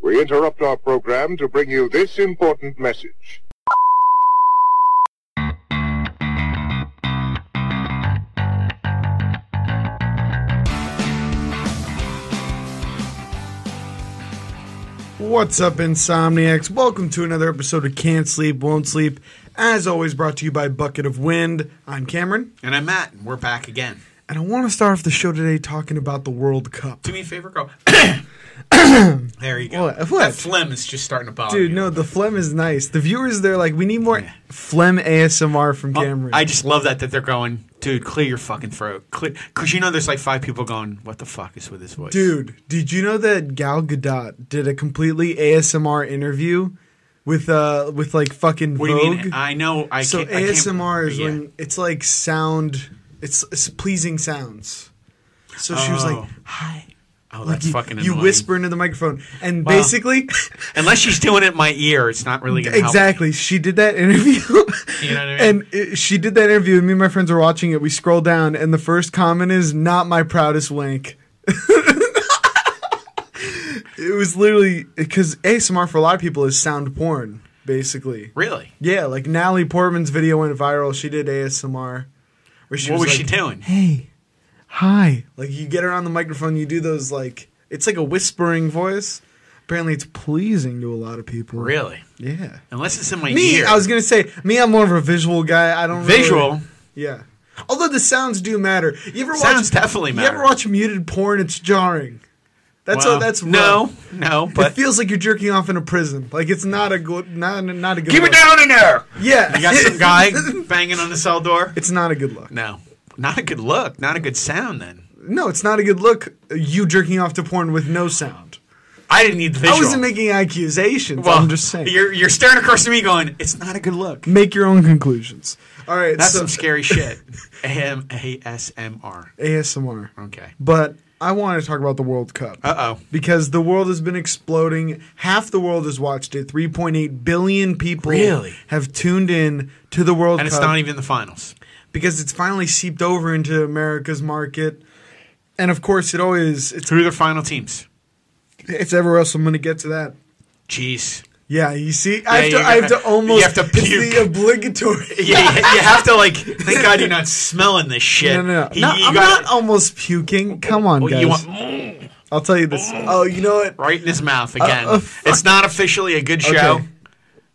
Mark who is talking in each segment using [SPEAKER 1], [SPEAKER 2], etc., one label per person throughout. [SPEAKER 1] We interrupt our program to bring you this important message.
[SPEAKER 2] What's up, Insomniacs? Welcome to another episode of Can't Sleep, Won't Sleep. As always, brought to you by Bucket of Wind. I'm Cameron,
[SPEAKER 3] And I'm Matt, and we're back again.
[SPEAKER 2] and I want to start off the show today talking about the World Cup.
[SPEAKER 3] Do me a favor, go. there you go.
[SPEAKER 2] What? What?
[SPEAKER 3] That phlegm is just starting to bother
[SPEAKER 2] Dude,
[SPEAKER 3] me.
[SPEAKER 2] no, the phlegm is nice. The viewers, they're like, we need more phlegm ASMR from Cameron.
[SPEAKER 3] Oh, I just love that that they're going, dude. Clear your fucking throat, because you know there's like five people going, "What the fuck is with his voice?"
[SPEAKER 2] Dude, did you know that Gal Gadot did a completely ASMR interview with uh with like fucking
[SPEAKER 3] what do
[SPEAKER 2] Vogue?
[SPEAKER 3] you mean? I know. I
[SPEAKER 2] so
[SPEAKER 3] can't, I can't-
[SPEAKER 2] ASMR is
[SPEAKER 3] yeah.
[SPEAKER 2] when it's like sound, it's, it's pleasing sounds. So she was
[SPEAKER 3] Oh.
[SPEAKER 2] like, "Hi."
[SPEAKER 3] Oh,
[SPEAKER 2] Like
[SPEAKER 3] that's
[SPEAKER 2] you,
[SPEAKER 3] fucking.
[SPEAKER 2] you
[SPEAKER 3] annoying.
[SPEAKER 2] whisper into the microphone, and
[SPEAKER 3] Wow.
[SPEAKER 2] basically,
[SPEAKER 3] Unless she's doing it in my ear, it's not really gonna help.
[SPEAKER 2] exactly, she did that interview.
[SPEAKER 3] You know what I mean?
[SPEAKER 2] And it, she did that interview, and me and my friends were watching it. We scroll down, and the first comment is not my proudest wank. it was literally because ASMR for a lot of people is sound porn, basically.
[SPEAKER 3] Really?
[SPEAKER 2] Yeah, like Natalie Portman's video went viral. She did ASMR. Where she
[SPEAKER 3] what was
[SPEAKER 2] like,
[SPEAKER 3] she doing?
[SPEAKER 2] Hey, hi. Like you get her on the microphone, you do those like it's like a whispering voice. Apparently, it's pleasing to a lot of people.
[SPEAKER 3] Really?
[SPEAKER 2] Yeah.
[SPEAKER 3] Unless it's in my
[SPEAKER 2] Me,
[SPEAKER 3] ear.
[SPEAKER 2] I was gonna say me. I'm more of a visual guy. I don't really-
[SPEAKER 3] visual.
[SPEAKER 2] yeah. Although the sounds do matter. You ever
[SPEAKER 3] Sounds
[SPEAKER 2] watch?
[SPEAKER 3] definitely
[SPEAKER 2] you
[SPEAKER 3] matter.
[SPEAKER 2] ever watch muted porn? It's jarring. That's
[SPEAKER 3] Well,
[SPEAKER 2] a, that's
[SPEAKER 3] no,
[SPEAKER 2] rough.
[SPEAKER 3] no.
[SPEAKER 2] It
[SPEAKER 3] But
[SPEAKER 2] feels like you're jerking off in a prison. Like it's not a good, not not a good.
[SPEAKER 3] keep
[SPEAKER 2] look.
[SPEAKER 3] it down in there.
[SPEAKER 2] Yeah,
[SPEAKER 3] You got some guy banging on the cell door.
[SPEAKER 2] It's not a good look.
[SPEAKER 3] No, not a good look. Not a good sound. Then
[SPEAKER 2] No, it's not a good look. You jerking off to porn with no sound.
[SPEAKER 3] I didn't need the visual.
[SPEAKER 2] I wasn't making accusations. I'm just saying.
[SPEAKER 3] You're you're staring across at me, going, "It's not a good look."
[SPEAKER 2] Make your own conclusions. All right,
[SPEAKER 3] That's
[SPEAKER 2] so
[SPEAKER 3] some scary shit. AM ASMR.
[SPEAKER 2] ASMR.
[SPEAKER 3] Okay.
[SPEAKER 2] But I want to talk about the World Cup.
[SPEAKER 3] Uh oh.
[SPEAKER 2] because the world has been exploding. Half the world has watched it. 3.8 billion people
[SPEAKER 3] Really?
[SPEAKER 2] have tuned in to the World
[SPEAKER 3] And it's
[SPEAKER 2] Cup
[SPEAKER 3] not even the finals.
[SPEAKER 2] because it's finally seeped over into America's market. And of course, it always it's
[SPEAKER 3] Who are the final teams?
[SPEAKER 2] it's everywhere else. I'm going to get to that.
[SPEAKER 3] Jeez.
[SPEAKER 2] Yeah, you see, I, have
[SPEAKER 3] Yeah,
[SPEAKER 2] to,
[SPEAKER 3] you
[SPEAKER 2] I have
[SPEAKER 3] gotta-
[SPEAKER 2] to almost.
[SPEAKER 3] you have to
[SPEAKER 2] It's the
[SPEAKER 3] puke.
[SPEAKER 2] obligatory.
[SPEAKER 3] Yeah, you, you have to like. Thank God you're not smelling this shit.
[SPEAKER 2] No, no, no.
[SPEAKER 3] You-
[SPEAKER 2] no
[SPEAKER 3] you
[SPEAKER 2] I'm
[SPEAKER 3] gotta-
[SPEAKER 2] not almost puking. Come on,
[SPEAKER 3] well,
[SPEAKER 2] guys.
[SPEAKER 3] Oh, You want mm,
[SPEAKER 2] I'll tell you this. Oh, you know what?
[SPEAKER 3] right in his mouth again.
[SPEAKER 2] uh,
[SPEAKER 3] it's not officially a good show.
[SPEAKER 2] Okay.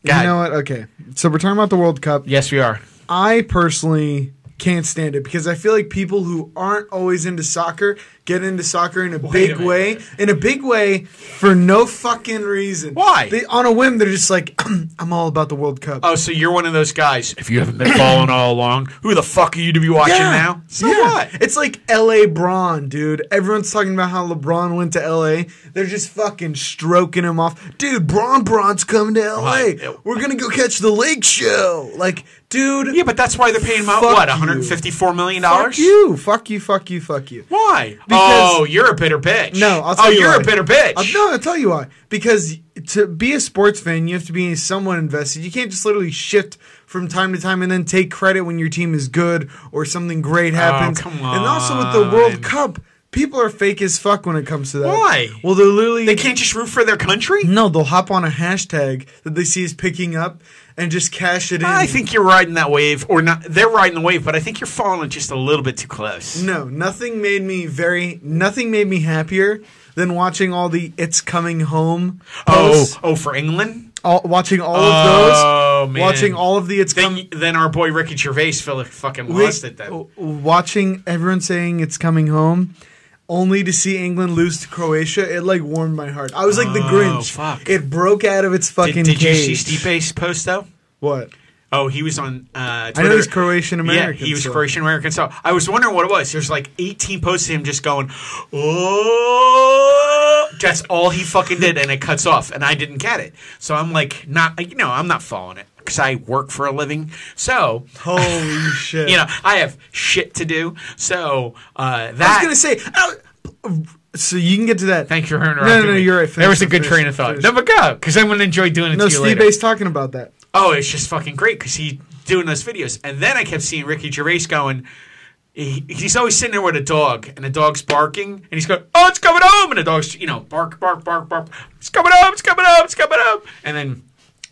[SPEAKER 3] God.
[SPEAKER 2] You know what? Okay. So we're talking about the World Cup.
[SPEAKER 3] yes, we are.
[SPEAKER 2] I personally can't stand it because I feel like people who aren't always into soccer get into soccer in a
[SPEAKER 3] a
[SPEAKER 2] big
[SPEAKER 3] minute.
[SPEAKER 2] way, in a big way for no fucking reason.
[SPEAKER 3] Why?
[SPEAKER 2] They, on a whim, they're just like, I'm all about the World Cup.
[SPEAKER 3] Oh, so you're one of those guys. If you haven't been following all along, who the fuck are you to be watching now? So
[SPEAKER 2] Yeah.
[SPEAKER 3] what?
[SPEAKER 2] It's like LA Braun, dude. Everyone's talking about how LeBron went to LA. They're just fucking stroking him off. Dude, Braun Braun's coming to LA.
[SPEAKER 3] What?
[SPEAKER 2] We're gonna go catch the lake show. Like, dude,
[SPEAKER 3] Yeah, but that's why they're paying him out
[SPEAKER 2] Fuck
[SPEAKER 3] what
[SPEAKER 2] you.
[SPEAKER 3] 154 million
[SPEAKER 2] fuck
[SPEAKER 3] dollars.
[SPEAKER 2] you. Fuck you, fuck you, fuck you.
[SPEAKER 3] Why?
[SPEAKER 2] Because-
[SPEAKER 3] oh, you're a bitter bitch.
[SPEAKER 2] No, I'll tell
[SPEAKER 3] oh,
[SPEAKER 2] you
[SPEAKER 3] you're
[SPEAKER 2] why.
[SPEAKER 3] a bitter bitch.
[SPEAKER 2] Uh, no, I'll tell you why. Because to be a sports fan, you have to be somewhat invested. You can't just literally shift from time to time and then take credit when your team is good or something great happens.
[SPEAKER 3] Oh, come
[SPEAKER 2] And also with the World
[SPEAKER 3] on.
[SPEAKER 2] Cup, people are fake as fuck when it comes to that.
[SPEAKER 3] Why?
[SPEAKER 2] Well, they're literally
[SPEAKER 3] They can't just root for their country.
[SPEAKER 2] No, they'll hop on a hashtag that they see is picking up and just cash it in.
[SPEAKER 3] I think you're riding that wave, or not? They're riding the wave, but I think you're falling just a little bit too close.
[SPEAKER 2] No, nothing made me very. Nothing made me happier than watching all the "It's Coming Home"
[SPEAKER 3] Oh,
[SPEAKER 2] posts.
[SPEAKER 3] oh, for England.
[SPEAKER 2] all, watching all of those,
[SPEAKER 3] Oh, man.
[SPEAKER 2] watching all of the it's coming,
[SPEAKER 3] Then, then our boy Ricky Gervais felt fucking lost it. Then
[SPEAKER 2] watching everyone saying it's coming home, only to see England lose to Croatia. It like warmed my heart. I was like the
[SPEAKER 3] Oh,
[SPEAKER 2] Grinch.
[SPEAKER 3] fuck.
[SPEAKER 2] It broke out of its fucking
[SPEAKER 3] did, did you
[SPEAKER 2] cage.
[SPEAKER 3] see Stipe's post though?
[SPEAKER 2] What?
[SPEAKER 3] Oh, he was on. Uh,
[SPEAKER 2] I
[SPEAKER 3] Twitter.
[SPEAKER 2] know he's Croatian American.
[SPEAKER 3] Yeah, he was
[SPEAKER 2] so-
[SPEAKER 3] Croatian American. So I was wondering what it was. There's like 18 posts of him just going, oh, that's all he fucking did, and it cuts off, and I didn't get it. So I'm like, not, you know, I'm not following it because I work for a living. So.
[SPEAKER 2] Holy shit!
[SPEAKER 3] You know, I have shit to do. So uh,
[SPEAKER 2] I was
[SPEAKER 3] that.
[SPEAKER 2] gonna say. ow! so you can get to that.
[SPEAKER 3] Thank you for interrupting
[SPEAKER 2] No, no, no,
[SPEAKER 3] me.
[SPEAKER 2] you're right.
[SPEAKER 3] There was
[SPEAKER 2] Finish
[SPEAKER 3] a
[SPEAKER 2] it, finish
[SPEAKER 3] good train
[SPEAKER 2] it,
[SPEAKER 3] of thought.
[SPEAKER 2] finish
[SPEAKER 3] No, but go, because I'm going to enjoy doing it
[SPEAKER 2] No,
[SPEAKER 3] to you
[SPEAKER 2] Steve
[SPEAKER 3] later.
[SPEAKER 2] A's talking about that.
[SPEAKER 3] oh, it's just fucking great because he doing those videos, and then I kept seeing Ricky Gervais going, he, he's always sitting there with a dog, and the dog's barking, and he's going, "Oh, it's coming home!" And the dog's, you know, bark, bark, bark, bark. It's coming home. It's coming home. It's coming home. And then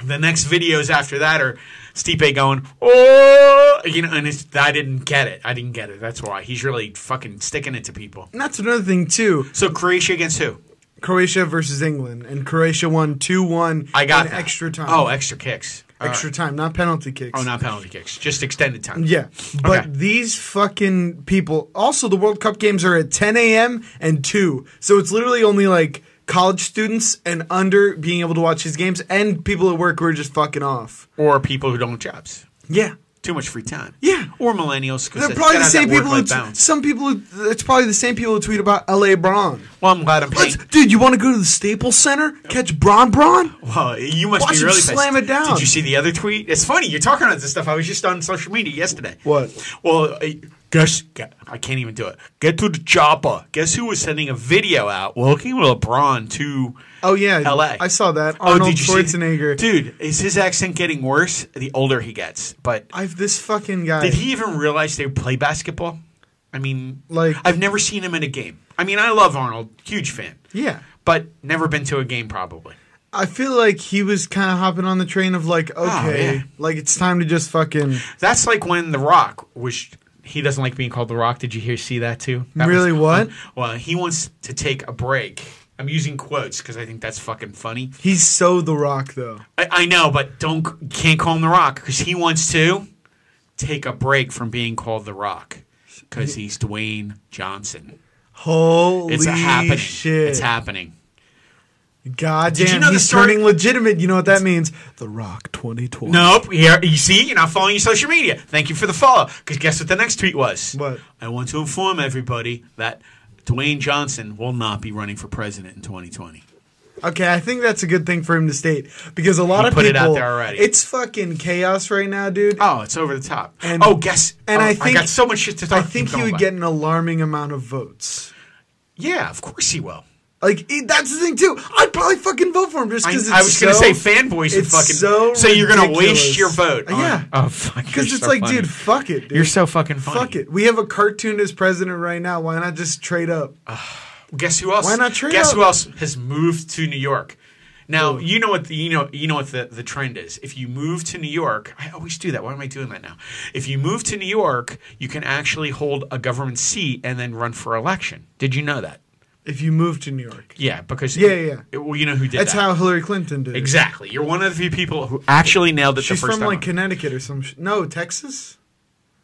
[SPEAKER 3] the next videos after that are Stipe going, "Oh," you know, and it's, I didn't get it. I didn't get it. That's why he's really fucking sticking it to people.
[SPEAKER 2] And that's another thing too.
[SPEAKER 3] So Croatia against who?
[SPEAKER 2] Croatia versus England, and Croatia won two one.
[SPEAKER 3] I got
[SPEAKER 2] in
[SPEAKER 3] that.
[SPEAKER 2] extra time.
[SPEAKER 3] Oh, extra kicks. All
[SPEAKER 2] extra
[SPEAKER 3] right.
[SPEAKER 2] time, not penalty kicks.
[SPEAKER 3] Oh, not penalty kicks. Just extended time.
[SPEAKER 2] Yeah, but
[SPEAKER 3] Okay.
[SPEAKER 2] these fucking people. Also, the World Cup games are at 10 a.m. and two, so it's literally only like college students and under being able to watch these games, and people at work who are just fucking off.
[SPEAKER 3] Or people who don't have jobs.
[SPEAKER 2] Yeah,
[SPEAKER 3] Too much free time.
[SPEAKER 2] Yeah.
[SPEAKER 3] Or millennials. 'cause
[SPEAKER 2] they're
[SPEAKER 3] it's
[SPEAKER 2] probably
[SPEAKER 3] gotta
[SPEAKER 2] the
[SPEAKER 3] have
[SPEAKER 2] same
[SPEAKER 3] that
[SPEAKER 2] people. Who
[SPEAKER 3] work-life
[SPEAKER 2] t-
[SPEAKER 3] balance.
[SPEAKER 2] some people. Who, it's probably the same people who tweet about L.A. Braun.
[SPEAKER 3] Well, I'm glad I'm paying.
[SPEAKER 2] Let's, dude, you want to go to the Staples Center catch Braun Braun?
[SPEAKER 3] Well, you must
[SPEAKER 2] Watch
[SPEAKER 3] be
[SPEAKER 2] him
[SPEAKER 3] really
[SPEAKER 2] slam
[SPEAKER 3] pissed.
[SPEAKER 2] it down.
[SPEAKER 3] Did you see the other tweet? It's funny. You're talking about this stuff. I was just on social media yesterday.
[SPEAKER 2] What?
[SPEAKER 3] Well, I guess I can't even do it. Get to the chopper. Guess who was sending a video out? Working with LeBron to
[SPEAKER 2] Oh yeah,
[SPEAKER 3] L.A.
[SPEAKER 2] I saw that. Arnold
[SPEAKER 3] Oh, see-
[SPEAKER 2] Schwarzenegger.
[SPEAKER 3] Dude, is his accent getting worse the older he gets? But
[SPEAKER 2] I've this fucking guy.
[SPEAKER 3] Did he even realize they play basketball? I mean,
[SPEAKER 2] Like-
[SPEAKER 3] I've never seen him in a game. I mean, I love Arnold, huge fan,
[SPEAKER 2] yeah.
[SPEAKER 3] but never been to a game probably.
[SPEAKER 2] I feel like he was kind of hopping on the train of like, okay,
[SPEAKER 3] Oh, yeah.
[SPEAKER 2] like it's time to just fucking.
[SPEAKER 3] That's like when The Rock was. He doesn't like being called The Rock. Did you hear see that too? That
[SPEAKER 2] Really, what?
[SPEAKER 3] well, he wants to take a break. I'm using quotes because I think that's fucking funny.
[SPEAKER 2] He's so The Rock though.
[SPEAKER 3] I, I know, but don't can't call him The Rock because he wants to take a break from being called The Rock because he's Dwayne Johnson.
[SPEAKER 2] Holy
[SPEAKER 3] It's a happening.
[SPEAKER 2] shit!
[SPEAKER 3] It's happening.
[SPEAKER 2] God
[SPEAKER 3] Did you
[SPEAKER 2] damn,
[SPEAKER 3] know the
[SPEAKER 2] he's
[SPEAKER 3] story-
[SPEAKER 2] turning legitimate. You know what that means? The Rock 2020.
[SPEAKER 3] Nope. Here, you see, you're not following your social media. Thank you for the follow. Because guess what the next tweet was?
[SPEAKER 2] What?
[SPEAKER 3] I want to inform everybody that Dwayne Johnson will not be running for president in 2020.
[SPEAKER 2] Okay, I think that's a good thing for him to state because a lot
[SPEAKER 3] He
[SPEAKER 2] of
[SPEAKER 3] put it
[SPEAKER 2] people.
[SPEAKER 3] out there already.
[SPEAKER 2] It's fucking chaos right now, dude.
[SPEAKER 3] Oh, it's over the top.
[SPEAKER 2] And-
[SPEAKER 3] oh, guess.
[SPEAKER 2] and
[SPEAKER 3] oh,
[SPEAKER 2] I think-
[SPEAKER 3] got so much shit to talk.
[SPEAKER 2] I think
[SPEAKER 3] keep
[SPEAKER 2] he
[SPEAKER 3] going
[SPEAKER 2] would
[SPEAKER 3] by.
[SPEAKER 2] get an alarming amount of votes.
[SPEAKER 3] Yeah, of course he will.
[SPEAKER 2] Like it- that's the thing too. I'd probably fucking vote for him just
[SPEAKER 3] I,
[SPEAKER 2] because
[SPEAKER 3] I was
[SPEAKER 2] so,
[SPEAKER 3] gonna say fanboys would
[SPEAKER 2] it's
[SPEAKER 3] fucking.
[SPEAKER 2] so
[SPEAKER 3] you're gonna waste
[SPEAKER 2] ridiculous.
[SPEAKER 3] your vote? on-
[SPEAKER 2] Yeah.
[SPEAKER 3] Oh fuck. you're
[SPEAKER 2] Because it's
[SPEAKER 3] so
[SPEAKER 2] like,
[SPEAKER 3] funny.
[SPEAKER 2] dude, fuck it, dude.
[SPEAKER 3] you're so fucking funny.
[SPEAKER 2] Fuck it. We have a cartoon as president right now. Why not just trade up?
[SPEAKER 3] Uh, Guess who else?
[SPEAKER 2] Why not trade
[SPEAKER 3] Guess
[SPEAKER 2] up?
[SPEAKER 3] who else has moved to New York? Now you know what the you know you know what the, the trend is. If you move to New York, I always do that. Why am I doing that now? If you move to New York, you can actually hold a government seat and then run for election. Did you know that?
[SPEAKER 2] If you move to New York,
[SPEAKER 3] Yeah, because
[SPEAKER 2] Yeah, yeah, yeah.
[SPEAKER 3] It- well, you know who did
[SPEAKER 2] that's
[SPEAKER 3] that.
[SPEAKER 2] how Hillary Clinton did. it.
[SPEAKER 3] exactly. You're one of the few people who actually nailed it
[SPEAKER 2] She's
[SPEAKER 3] the first
[SPEAKER 2] from
[SPEAKER 3] time.
[SPEAKER 2] like Connecticut or some. Sh- no, Texas.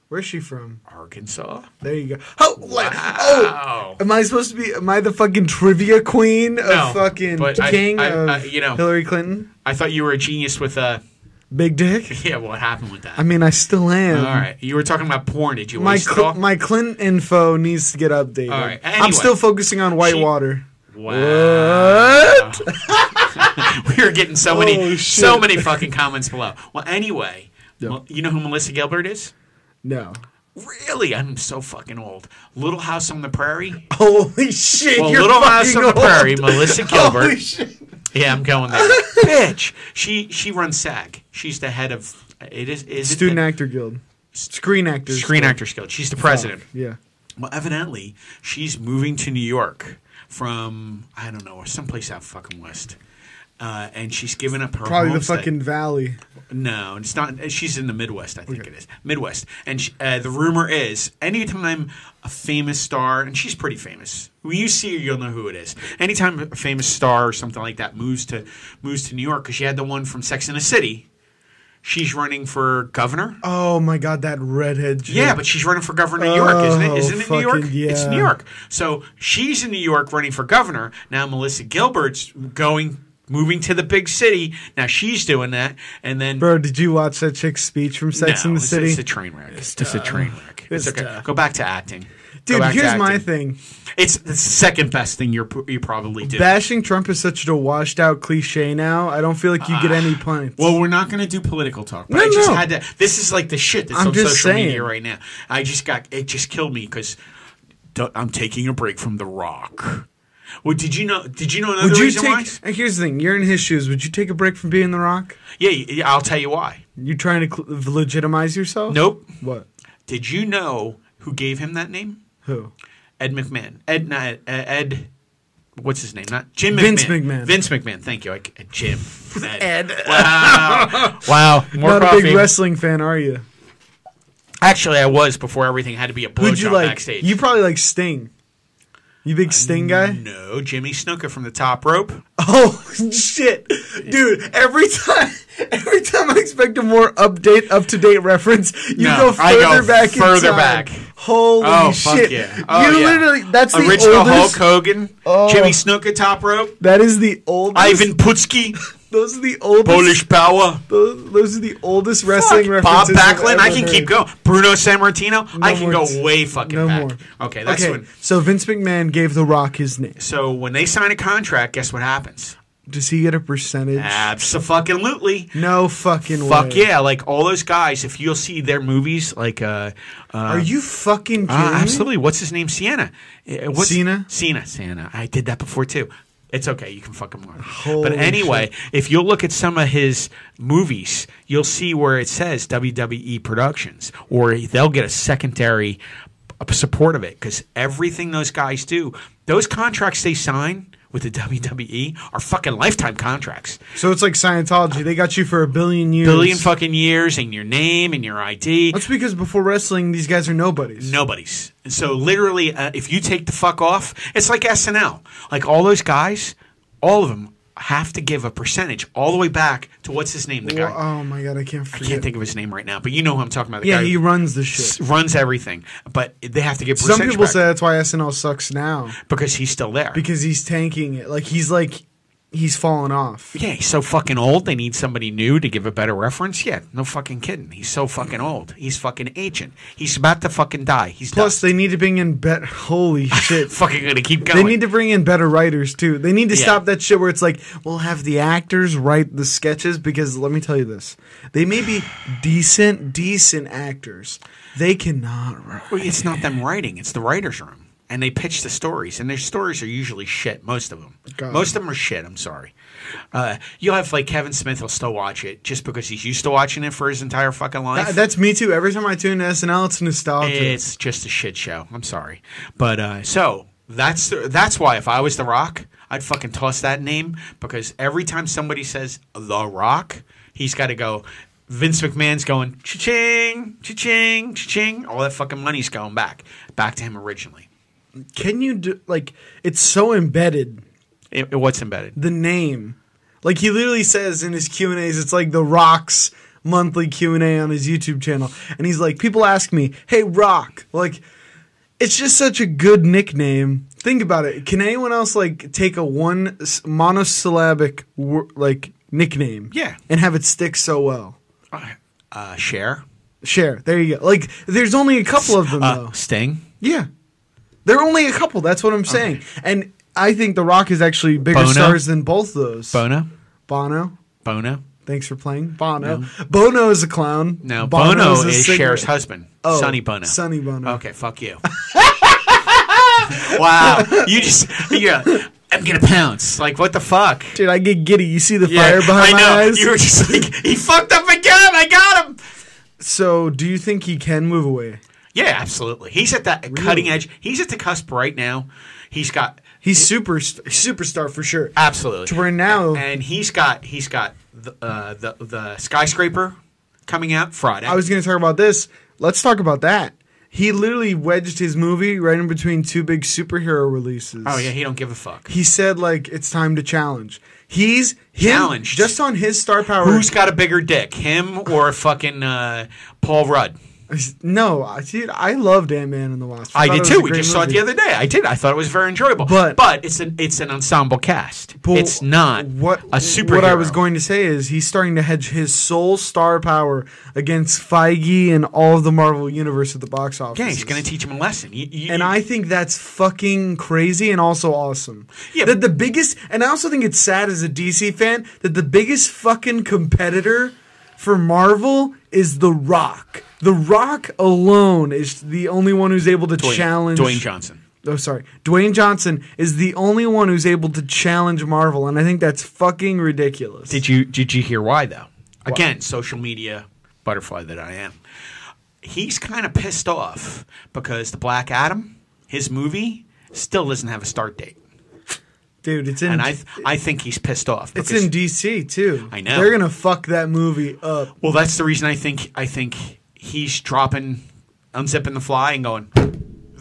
[SPEAKER 2] Where's she from?
[SPEAKER 3] Arkansas.
[SPEAKER 2] There you go. Oh, like,
[SPEAKER 3] Wow.
[SPEAKER 2] oh, am I supposed to be? Am I the fucking trivia queen of
[SPEAKER 3] No,
[SPEAKER 2] fucking
[SPEAKER 3] but I-
[SPEAKER 2] king
[SPEAKER 3] I-
[SPEAKER 2] of
[SPEAKER 3] I- you know.
[SPEAKER 2] Hillary Clinton?
[SPEAKER 3] I thought you were a genius with uh
[SPEAKER 2] Big dick.
[SPEAKER 3] yeah. What happened with that?
[SPEAKER 2] I mean, I still am.
[SPEAKER 3] All right, you were talking about porn. Did you
[SPEAKER 2] My
[SPEAKER 3] waste it
[SPEAKER 2] Cl-
[SPEAKER 3] all?
[SPEAKER 2] my Clinton info needs to get updated.
[SPEAKER 3] All right,
[SPEAKER 2] I'm
[SPEAKER 3] anyway.
[SPEAKER 2] still focusing on Whitewater.
[SPEAKER 3] Wow. we are getting so many
[SPEAKER 2] Oh, shit.
[SPEAKER 3] so many fucking comments below. Well, anyway, Mel- you know who Melissa Gilbert is?
[SPEAKER 2] No.
[SPEAKER 3] Really? I'm so fucking old. Little House on the Prairie?
[SPEAKER 2] Holy shit!
[SPEAKER 3] Well,
[SPEAKER 2] you're
[SPEAKER 3] Little House
[SPEAKER 2] fucking
[SPEAKER 3] on the
[SPEAKER 2] old.
[SPEAKER 3] Prairie, Melissa
[SPEAKER 2] Holy
[SPEAKER 3] Gilbert.
[SPEAKER 2] shit!
[SPEAKER 3] yeah, I'm going there. Bitch. She she runs SAG. She's the head of it is is it
[SPEAKER 2] Student
[SPEAKER 3] the
[SPEAKER 2] Actor Guild, Screen Actors, Oh,
[SPEAKER 3] Screen Actors Guild. She's the president.
[SPEAKER 2] Yeah.
[SPEAKER 3] Well, evidently, she's moving to New York from I don't know, someplace out fucking west. Uh, and she's given up her
[SPEAKER 2] Probably the
[SPEAKER 3] homestead.
[SPEAKER 2] fucking valley.
[SPEAKER 3] No, it's not. She's in the Midwest, I think it is. Midwest. And she, uh, the rumor is anytime a famous star, and she's pretty famous, when you see her, you'll know who it is. Anytime a famous star or something like that moves to moves to New York, because she had the one from Sex and the City, she's running for governor.
[SPEAKER 2] Oh my god, that redhead. chick.
[SPEAKER 3] Yeah, but she's running for governor of New York, isn't it?
[SPEAKER 2] Oh,
[SPEAKER 3] Isn't it New York?
[SPEAKER 2] fucking
[SPEAKER 3] It's
[SPEAKER 2] yeah.
[SPEAKER 3] New York. So she's in New York running for governor. Now Melissa Gilbert's going, moving to the big city. Now she's doing that, and then
[SPEAKER 2] bro, did you watch that chick's speech from Sex
[SPEAKER 3] no,
[SPEAKER 2] in the
[SPEAKER 3] it's,
[SPEAKER 2] City?
[SPEAKER 3] It's a train wreck. It's just a train wreck. It's
[SPEAKER 2] It's
[SPEAKER 3] okay.
[SPEAKER 2] tough.
[SPEAKER 3] Go back to acting. Go
[SPEAKER 2] Dude,
[SPEAKER 3] back to
[SPEAKER 2] here's my
[SPEAKER 3] acting.
[SPEAKER 2] thing.
[SPEAKER 3] It's the second best thing you're you probably do.
[SPEAKER 2] Bashing Trump is such a washed out cliche now. I don't feel like you get any points.
[SPEAKER 3] Ah. well, we're not going to do political talk, but
[SPEAKER 2] No,
[SPEAKER 3] I just
[SPEAKER 2] no.
[SPEAKER 3] had to. This is like the shit that's
[SPEAKER 2] I'm
[SPEAKER 3] on
[SPEAKER 2] just
[SPEAKER 3] social
[SPEAKER 2] saying.
[SPEAKER 3] media right now. I just got it. Just killed me because I'm taking a break from The Rock. Well, did you know? Did you know another
[SPEAKER 2] would you
[SPEAKER 3] reason why?
[SPEAKER 2] take? And here's the thing: you're in his shoes. Would you take a break from being the Rock?
[SPEAKER 3] Yeah, yeah, I'll tell you why.
[SPEAKER 2] You trying to cl- legitimize yourself?
[SPEAKER 3] Nope.
[SPEAKER 2] What?
[SPEAKER 3] Did you know who gave him that name?
[SPEAKER 2] Who?
[SPEAKER 3] Ed McMahon. Ed, not Ed, uh, Ed what's his name? Not Jim McMahon.
[SPEAKER 2] Vince McMahon.
[SPEAKER 3] Vince McMahon. Thank you. I, c- Jim. Ed.
[SPEAKER 2] Ed.
[SPEAKER 3] Wow. wow. More
[SPEAKER 2] Not
[SPEAKER 3] coffee.
[SPEAKER 2] a big wrestling fan, are you?
[SPEAKER 3] Actually, I was before everything had to be a
[SPEAKER 2] Who'd you
[SPEAKER 3] blowjob
[SPEAKER 2] like?
[SPEAKER 3] backstage. Mm.
[SPEAKER 2] You probably like Sting. You big Sting guy?
[SPEAKER 3] no, Jimmy Snuka from the top rope.
[SPEAKER 2] Oh shit, dude! Every time, every time I expect a more update, up to date reference, you
[SPEAKER 3] No,
[SPEAKER 2] go
[SPEAKER 3] I
[SPEAKER 2] further
[SPEAKER 3] go
[SPEAKER 2] back.
[SPEAKER 3] further
[SPEAKER 2] in time.
[SPEAKER 3] back.
[SPEAKER 2] Holy
[SPEAKER 3] Oh fuck
[SPEAKER 2] shit!
[SPEAKER 3] yeah! Oh,
[SPEAKER 2] you
[SPEAKER 3] yeah.
[SPEAKER 2] literally that's the
[SPEAKER 3] original
[SPEAKER 2] oldest.
[SPEAKER 3] Hulk Hogan,
[SPEAKER 2] Oh.
[SPEAKER 3] Jimmy Snuka top rope,
[SPEAKER 2] That is the oldest.
[SPEAKER 3] Ivan Putski,
[SPEAKER 2] Those are the oldest.
[SPEAKER 3] Polish Power.
[SPEAKER 2] Those, those are the oldest wrestling
[SPEAKER 3] Fuck, Bob
[SPEAKER 2] references. I've
[SPEAKER 3] Backlund. I
[SPEAKER 2] ever
[SPEAKER 3] can keep
[SPEAKER 2] heard.
[SPEAKER 3] going. Bruno Sammartino. I can
[SPEAKER 2] more
[SPEAKER 3] go
[SPEAKER 2] t-
[SPEAKER 3] way fucking
[SPEAKER 2] no
[SPEAKER 3] back.
[SPEAKER 2] more.
[SPEAKER 3] Okay, that's
[SPEAKER 2] okay,
[SPEAKER 3] when.
[SPEAKER 2] so Vince McMahon gave The Rock his name.
[SPEAKER 3] So when they sign a contract, guess what happens?
[SPEAKER 2] Does he get a percentage?
[SPEAKER 3] Absolutely.
[SPEAKER 2] No fucking way.
[SPEAKER 3] Ah. Fuck yeah! Like all those guys, if you'll see their movies, like uh, uh
[SPEAKER 2] Are you fucking kidding
[SPEAKER 3] Uh,
[SPEAKER 2] me?
[SPEAKER 3] absolutely. What's his name? Sienna. Uh, What's,
[SPEAKER 2] Cena?
[SPEAKER 3] Cena. Cena. I did that before too. It's okay. You can fucking learn.
[SPEAKER 2] Holy
[SPEAKER 3] but anyway, if you look at some of his movies, you'll see where it says WWE Productions, or they'll get a secondary uh, support of it because everything those guys do, those contracts they sign with the WWE are fucking lifetime contracts.
[SPEAKER 2] So it's like Scientology. They got you for a billion years.
[SPEAKER 3] Billion fucking years and your name and your ID.
[SPEAKER 2] That's because before wrestling, these guys are nobodies.
[SPEAKER 3] Nobody's. So literally, uh, if you take the fuck off, it's like SNL. Like all those guys, all of them have to give a percentage all the way back to what's his name? The
[SPEAKER 2] Well,
[SPEAKER 3] guy.
[SPEAKER 2] oh my god, I can't forget.
[SPEAKER 3] I can't think of his name right now, but you know who I'm talking about. The
[SPEAKER 2] yeah,
[SPEAKER 3] guy
[SPEAKER 2] he
[SPEAKER 3] who
[SPEAKER 2] runs the
[SPEAKER 3] s-
[SPEAKER 2] shit.
[SPEAKER 3] runs everything, but they have to give
[SPEAKER 2] Some
[SPEAKER 3] percentage
[SPEAKER 2] people
[SPEAKER 3] back
[SPEAKER 2] say that's why SNL sucks now
[SPEAKER 3] because he's still there.
[SPEAKER 2] because he's tanking it. Like he's like he's falling off.
[SPEAKER 3] yeah, he's so fucking old. They need somebody new to give a better reference. Yeah, no fucking kidding. He's so fucking old. He's fucking ancient. He's about to fucking die. He's
[SPEAKER 2] Plus,
[SPEAKER 3] done.
[SPEAKER 2] they need to bring in better. Holy shit.
[SPEAKER 3] fucking gonna keep going.
[SPEAKER 2] They need to bring in better writers too. They need to
[SPEAKER 3] Yeah.
[SPEAKER 2] stop that shit where it's like, we'll have the actors write the sketches because let me tell you this. They may be decent, decent actors. They cannot write.
[SPEAKER 3] Well, it's not them writing; it's the writers' room, and they pitch the stories, and their stories are usually shit. Most of them,
[SPEAKER 2] God.
[SPEAKER 3] most of them are shit. I'm sorry. Uh, you'll have like Kevin Smith will still watch it just because he's used to watching it for his entire fucking life.
[SPEAKER 2] Th- that's me too. Every time I tune to SNL, it's nostalgia.
[SPEAKER 3] it's just a shit show. I'm sorry, but uh, so that's the, that's why if I was The Rock, I'd fucking toss that name because every time somebody says The Rock, he's got to go. Vince McMahon's going cha-ching, cha-ching, cha-ching. All that fucking money's going back, back to him originally.
[SPEAKER 2] Can you do like? It's so embedded
[SPEAKER 3] It, it- what's embedded?
[SPEAKER 2] the name. Like he literally says in his Q and A's, it's like the Rock's monthly Q and A on his YouTube channel, and he's like, people ask me, "Hey Rock," like it's just such a good nickname. Think about it. Can anyone else like take a one s- monosyllabic wor- like nickname?
[SPEAKER 3] Yeah.
[SPEAKER 2] and have it stick so well.
[SPEAKER 3] Uh, Cher,
[SPEAKER 2] Share. There you go. Like there's only a couple of them though.
[SPEAKER 3] uh, Sting.
[SPEAKER 2] Yeah. They're only a couple. That's what I'm saying. And I think The Rock is actually bigger
[SPEAKER 3] Bono?
[SPEAKER 2] stars than both those.
[SPEAKER 3] Bono,
[SPEAKER 2] Bono.
[SPEAKER 3] Bono.
[SPEAKER 2] Thanks for playing. Bono. Bono is a clown.
[SPEAKER 3] No, Bono,
[SPEAKER 2] a
[SPEAKER 3] is
[SPEAKER 2] singer.
[SPEAKER 3] Cher's husband,
[SPEAKER 2] Oh,
[SPEAKER 3] Sonny Bono.
[SPEAKER 2] Sonny Bono.
[SPEAKER 3] Okay, fuck you. wow, you just yeah. I'm gonna pounce. Like what the fuck?
[SPEAKER 2] Dude, I get giddy. You see the
[SPEAKER 3] Yeah,
[SPEAKER 2] fire behind
[SPEAKER 3] I
[SPEAKER 2] my
[SPEAKER 3] know.
[SPEAKER 2] eyes?
[SPEAKER 3] You were just like he fucked up again. I got him.
[SPEAKER 2] So, do you think he can move away?
[SPEAKER 3] Yeah, absolutely. He's at that cutting edge. He's at the cusp right now. He's got
[SPEAKER 2] He's super superstar for sure.
[SPEAKER 3] absolutely.
[SPEAKER 2] To where now,
[SPEAKER 3] and he's got he's got the uh, the the skyscraper coming out Friday.
[SPEAKER 2] I was going to talk about this. Let's talk about that. He literally wedged his movie right in between two big superhero releases.
[SPEAKER 3] oh yeah, he don't give a fuck.
[SPEAKER 2] he said like it's time to challenge. He's him,
[SPEAKER 3] Challenged.
[SPEAKER 2] just on his star power.
[SPEAKER 3] Who's got a bigger dick, him or fucking uh, Paul Rudd?
[SPEAKER 2] no, I- dude, I loved Ant Man and the Wasp.
[SPEAKER 3] I
[SPEAKER 2] thought
[SPEAKER 3] did
[SPEAKER 2] it was a
[SPEAKER 3] too. We
[SPEAKER 2] great
[SPEAKER 3] just saw it
[SPEAKER 2] movie.
[SPEAKER 3] the other day. I did. I thought it was very enjoyable.
[SPEAKER 2] But-
[SPEAKER 3] but it's an it's an ensemble cast.
[SPEAKER 2] But
[SPEAKER 3] it's not
[SPEAKER 2] what
[SPEAKER 3] a superhero.
[SPEAKER 2] What I was going to say is he's starting to hedge his sole star power against Feige and all of the Marvel universe at the box office.
[SPEAKER 3] Yeah, he's going to teach him a lesson. You- you-
[SPEAKER 2] And I think that's fucking crazy and also awesome.
[SPEAKER 3] Yeah.
[SPEAKER 2] That the biggest, and I also think it's sad as a DC fan that the biggest fucking competitor for Marvel is The Rock. The Rock alone is the only one who's able to
[SPEAKER 3] Dwayne,
[SPEAKER 2] challenge.
[SPEAKER 3] Dwayne Johnson.
[SPEAKER 2] Oh, sorry. Dwayne Johnson is the only one who's able to challenge Marvel, and I think that's fucking ridiculous.
[SPEAKER 3] Did you did you hear why though? Again, social media butterfly that I am. he's kind of pissed off because the Black Adam, his movie, still doesn't have a start date,
[SPEAKER 2] dude. It's in.
[SPEAKER 3] and I th- I think he's pissed off.
[SPEAKER 2] it's
[SPEAKER 3] because-
[SPEAKER 2] in DC too.
[SPEAKER 3] I know.
[SPEAKER 2] they're gonna fuck that movie up.
[SPEAKER 3] Well, that's the reason I think I think he's dropping, unzipping the fly and going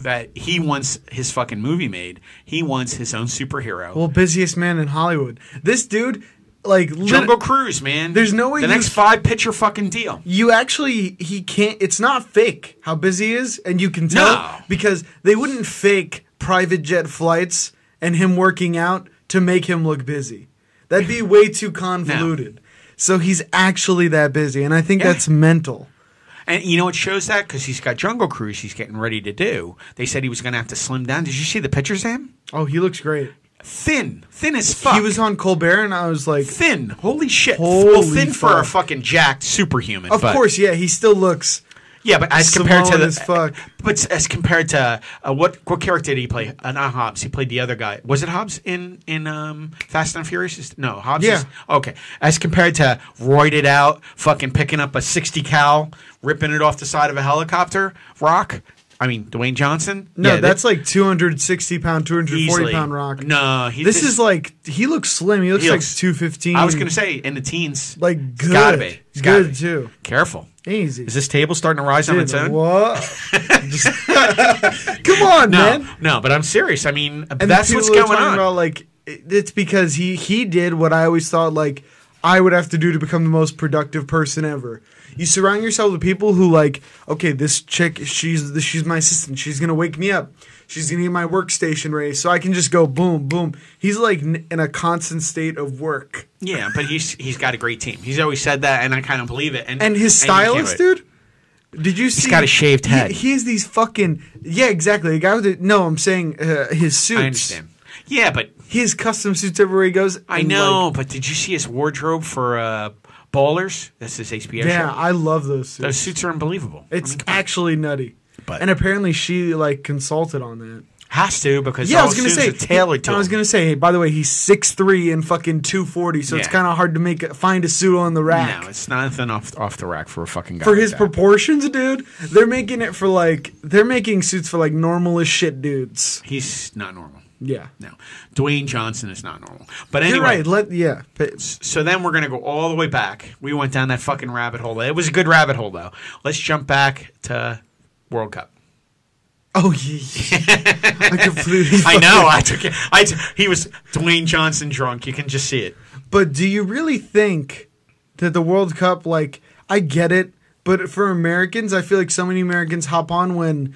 [SPEAKER 3] that he wants his fucking movie made. He wants his own superhero.
[SPEAKER 2] Well, busiest man in Hollywood. This dude, like, lit-
[SPEAKER 3] Jungle Cruise, man.
[SPEAKER 2] There's no way
[SPEAKER 3] the
[SPEAKER 2] you-
[SPEAKER 3] next five picture fucking deal.
[SPEAKER 2] you actually he can't. It's not fake how busy he is, and you can tell
[SPEAKER 3] No.
[SPEAKER 2] because they wouldn't fake private jet flights and him working out to make him look busy. That'd be way too convoluted. So he's actually that busy, and I think
[SPEAKER 3] Yeah.
[SPEAKER 2] that's mental.
[SPEAKER 3] And you know it shows that because he's got Jungle Cruise. He's getting ready to do. They said he was going to have to slim down. Did you see the pictures of him?
[SPEAKER 2] Oh, he looks great.
[SPEAKER 3] Thin, thin as fuck.
[SPEAKER 2] He was on Colbert, and I was like,
[SPEAKER 3] thin. Holy shit. well,
[SPEAKER 2] Holy
[SPEAKER 3] thin for
[SPEAKER 2] fuck.
[SPEAKER 3] a fucking jacked superhuman.
[SPEAKER 2] of
[SPEAKER 3] but-
[SPEAKER 2] course, yeah, he still looks.
[SPEAKER 3] Yeah, but as compared to
[SPEAKER 2] Samoan
[SPEAKER 3] the,
[SPEAKER 2] as fuck.
[SPEAKER 3] but as compared to uh, what what character did he play? Uh, not Hobbs. He played the other guy. Was it Hobbs in in um, Fast and Furious? Is- No, Hobbs.
[SPEAKER 2] Yeah.
[SPEAKER 3] Is, okay. As compared to roided out, fucking picking up a sixty cal, ripping it off the side of a helicopter, Rock. I mean Dwayne Johnson.
[SPEAKER 2] No,
[SPEAKER 3] Yeah,
[SPEAKER 2] that's
[SPEAKER 3] that-
[SPEAKER 2] like 260 pound, 240
[SPEAKER 3] easily.
[SPEAKER 2] forty pound rock.
[SPEAKER 3] No, he,
[SPEAKER 2] this is like he looks slim. He looks
[SPEAKER 3] he
[SPEAKER 2] like
[SPEAKER 3] looks-
[SPEAKER 2] two fifteen.
[SPEAKER 3] I was gonna say in the teens.
[SPEAKER 2] like
[SPEAKER 3] It's
[SPEAKER 2] good.
[SPEAKER 3] gotta be. It's gotta
[SPEAKER 2] good
[SPEAKER 3] be.
[SPEAKER 2] too.
[SPEAKER 3] Careful.
[SPEAKER 2] Easy.
[SPEAKER 3] Is this table starting to rise on
[SPEAKER 2] Dude,
[SPEAKER 3] its own?
[SPEAKER 2] what? Just- Come on,
[SPEAKER 3] No,
[SPEAKER 2] man.
[SPEAKER 3] no, but I'm serious. I mean,
[SPEAKER 2] And
[SPEAKER 3] that's
[SPEAKER 2] people
[SPEAKER 3] what's
[SPEAKER 2] are
[SPEAKER 3] going
[SPEAKER 2] talking
[SPEAKER 3] on.
[SPEAKER 2] About, like it- it's because he he did what I always thought like I would have to do to become the most productive person ever. You surround yourself with people who like, okay, this chick, she's she's my assistant. She's gonna wake me up. She's gonna get my workstation ready, so I can just go boom, boom. He's like n- in a constant state of work.
[SPEAKER 3] Yeah, but he's he's got a great team. He's always said that, and I kind of believe it. And
[SPEAKER 2] And his
[SPEAKER 3] you can't
[SPEAKER 2] stylist,
[SPEAKER 3] do it.
[SPEAKER 2] dude. Did you see?
[SPEAKER 3] got a shaved head.
[SPEAKER 2] He, he has these fucking yeah, exactly. The guy with the no, I'm saying uh, his suits.
[SPEAKER 3] I understand. Yeah, but
[SPEAKER 2] He has custom suits everywhere he goes.
[SPEAKER 3] I
[SPEAKER 2] and,
[SPEAKER 3] know.
[SPEAKER 2] like,
[SPEAKER 3] but did you see his wardrobe for uh, Ballers? That's his HBO
[SPEAKER 2] yeah,
[SPEAKER 3] show.
[SPEAKER 2] I love those suits.
[SPEAKER 3] Those suits are unbelievable. I
[SPEAKER 2] it's
[SPEAKER 3] mean,
[SPEAKER 2] actually nutty.
[SPEAKER 3] But-
[SPEAKER 2] and apparently she like consulted on that.
[SPEAKER 3] has to because
[SPEAKER 2] Yeah, I
[SPEAKER 3] all
[SPEAKER 2] was gonna
[SPEAKER 3] suits
[SPEAKER 2] say
[SPEAKER 3] are tailored to.
[SPEAKER 2] I was
[SPEAKER 3] him.
[SPEAKER 2] gonna say, hey, by the way, he's six three and fucking two forty, so it's
[SPEAKER 3] Yeah.
[SPEAKER 2] kind of hard to make a, find a suit on the rack.
[SPEAKER 3] No, it's nothing off off the rack for a fucking guy
[SPEAKER 2] for
[SPEAKER 3] like
[SPEAKER 2] his
[SPEAKER 3] that.
[SPEAKER 2] proportions, dude, they're making it for like they're making suits for like normal as shit dudes.
[SPEAKER 3] he's not normal.
[SPEAKER 2] Yeah.
[SPEAKER 3] No, Dwayne Johnson is not normal. But anyway,
[SPEAKER 2] You're right. Let yeah. But
[SPEAKER 3] so then we're gonna go all the way back. We went down that fucking rabbit hole. It was a good rabbit hole though. Let's jump back to World Cup.
[SPEAKER 2] Oh yeah, I completely.
[SPEAKER 3] I know. I took it. I t- he was Dwayne Johnson drunk. You can just see it.
[SPEAKER 2] But do you really think that the World Cup? Like, I get it, but for Americans, I feel like so many Americans hop on when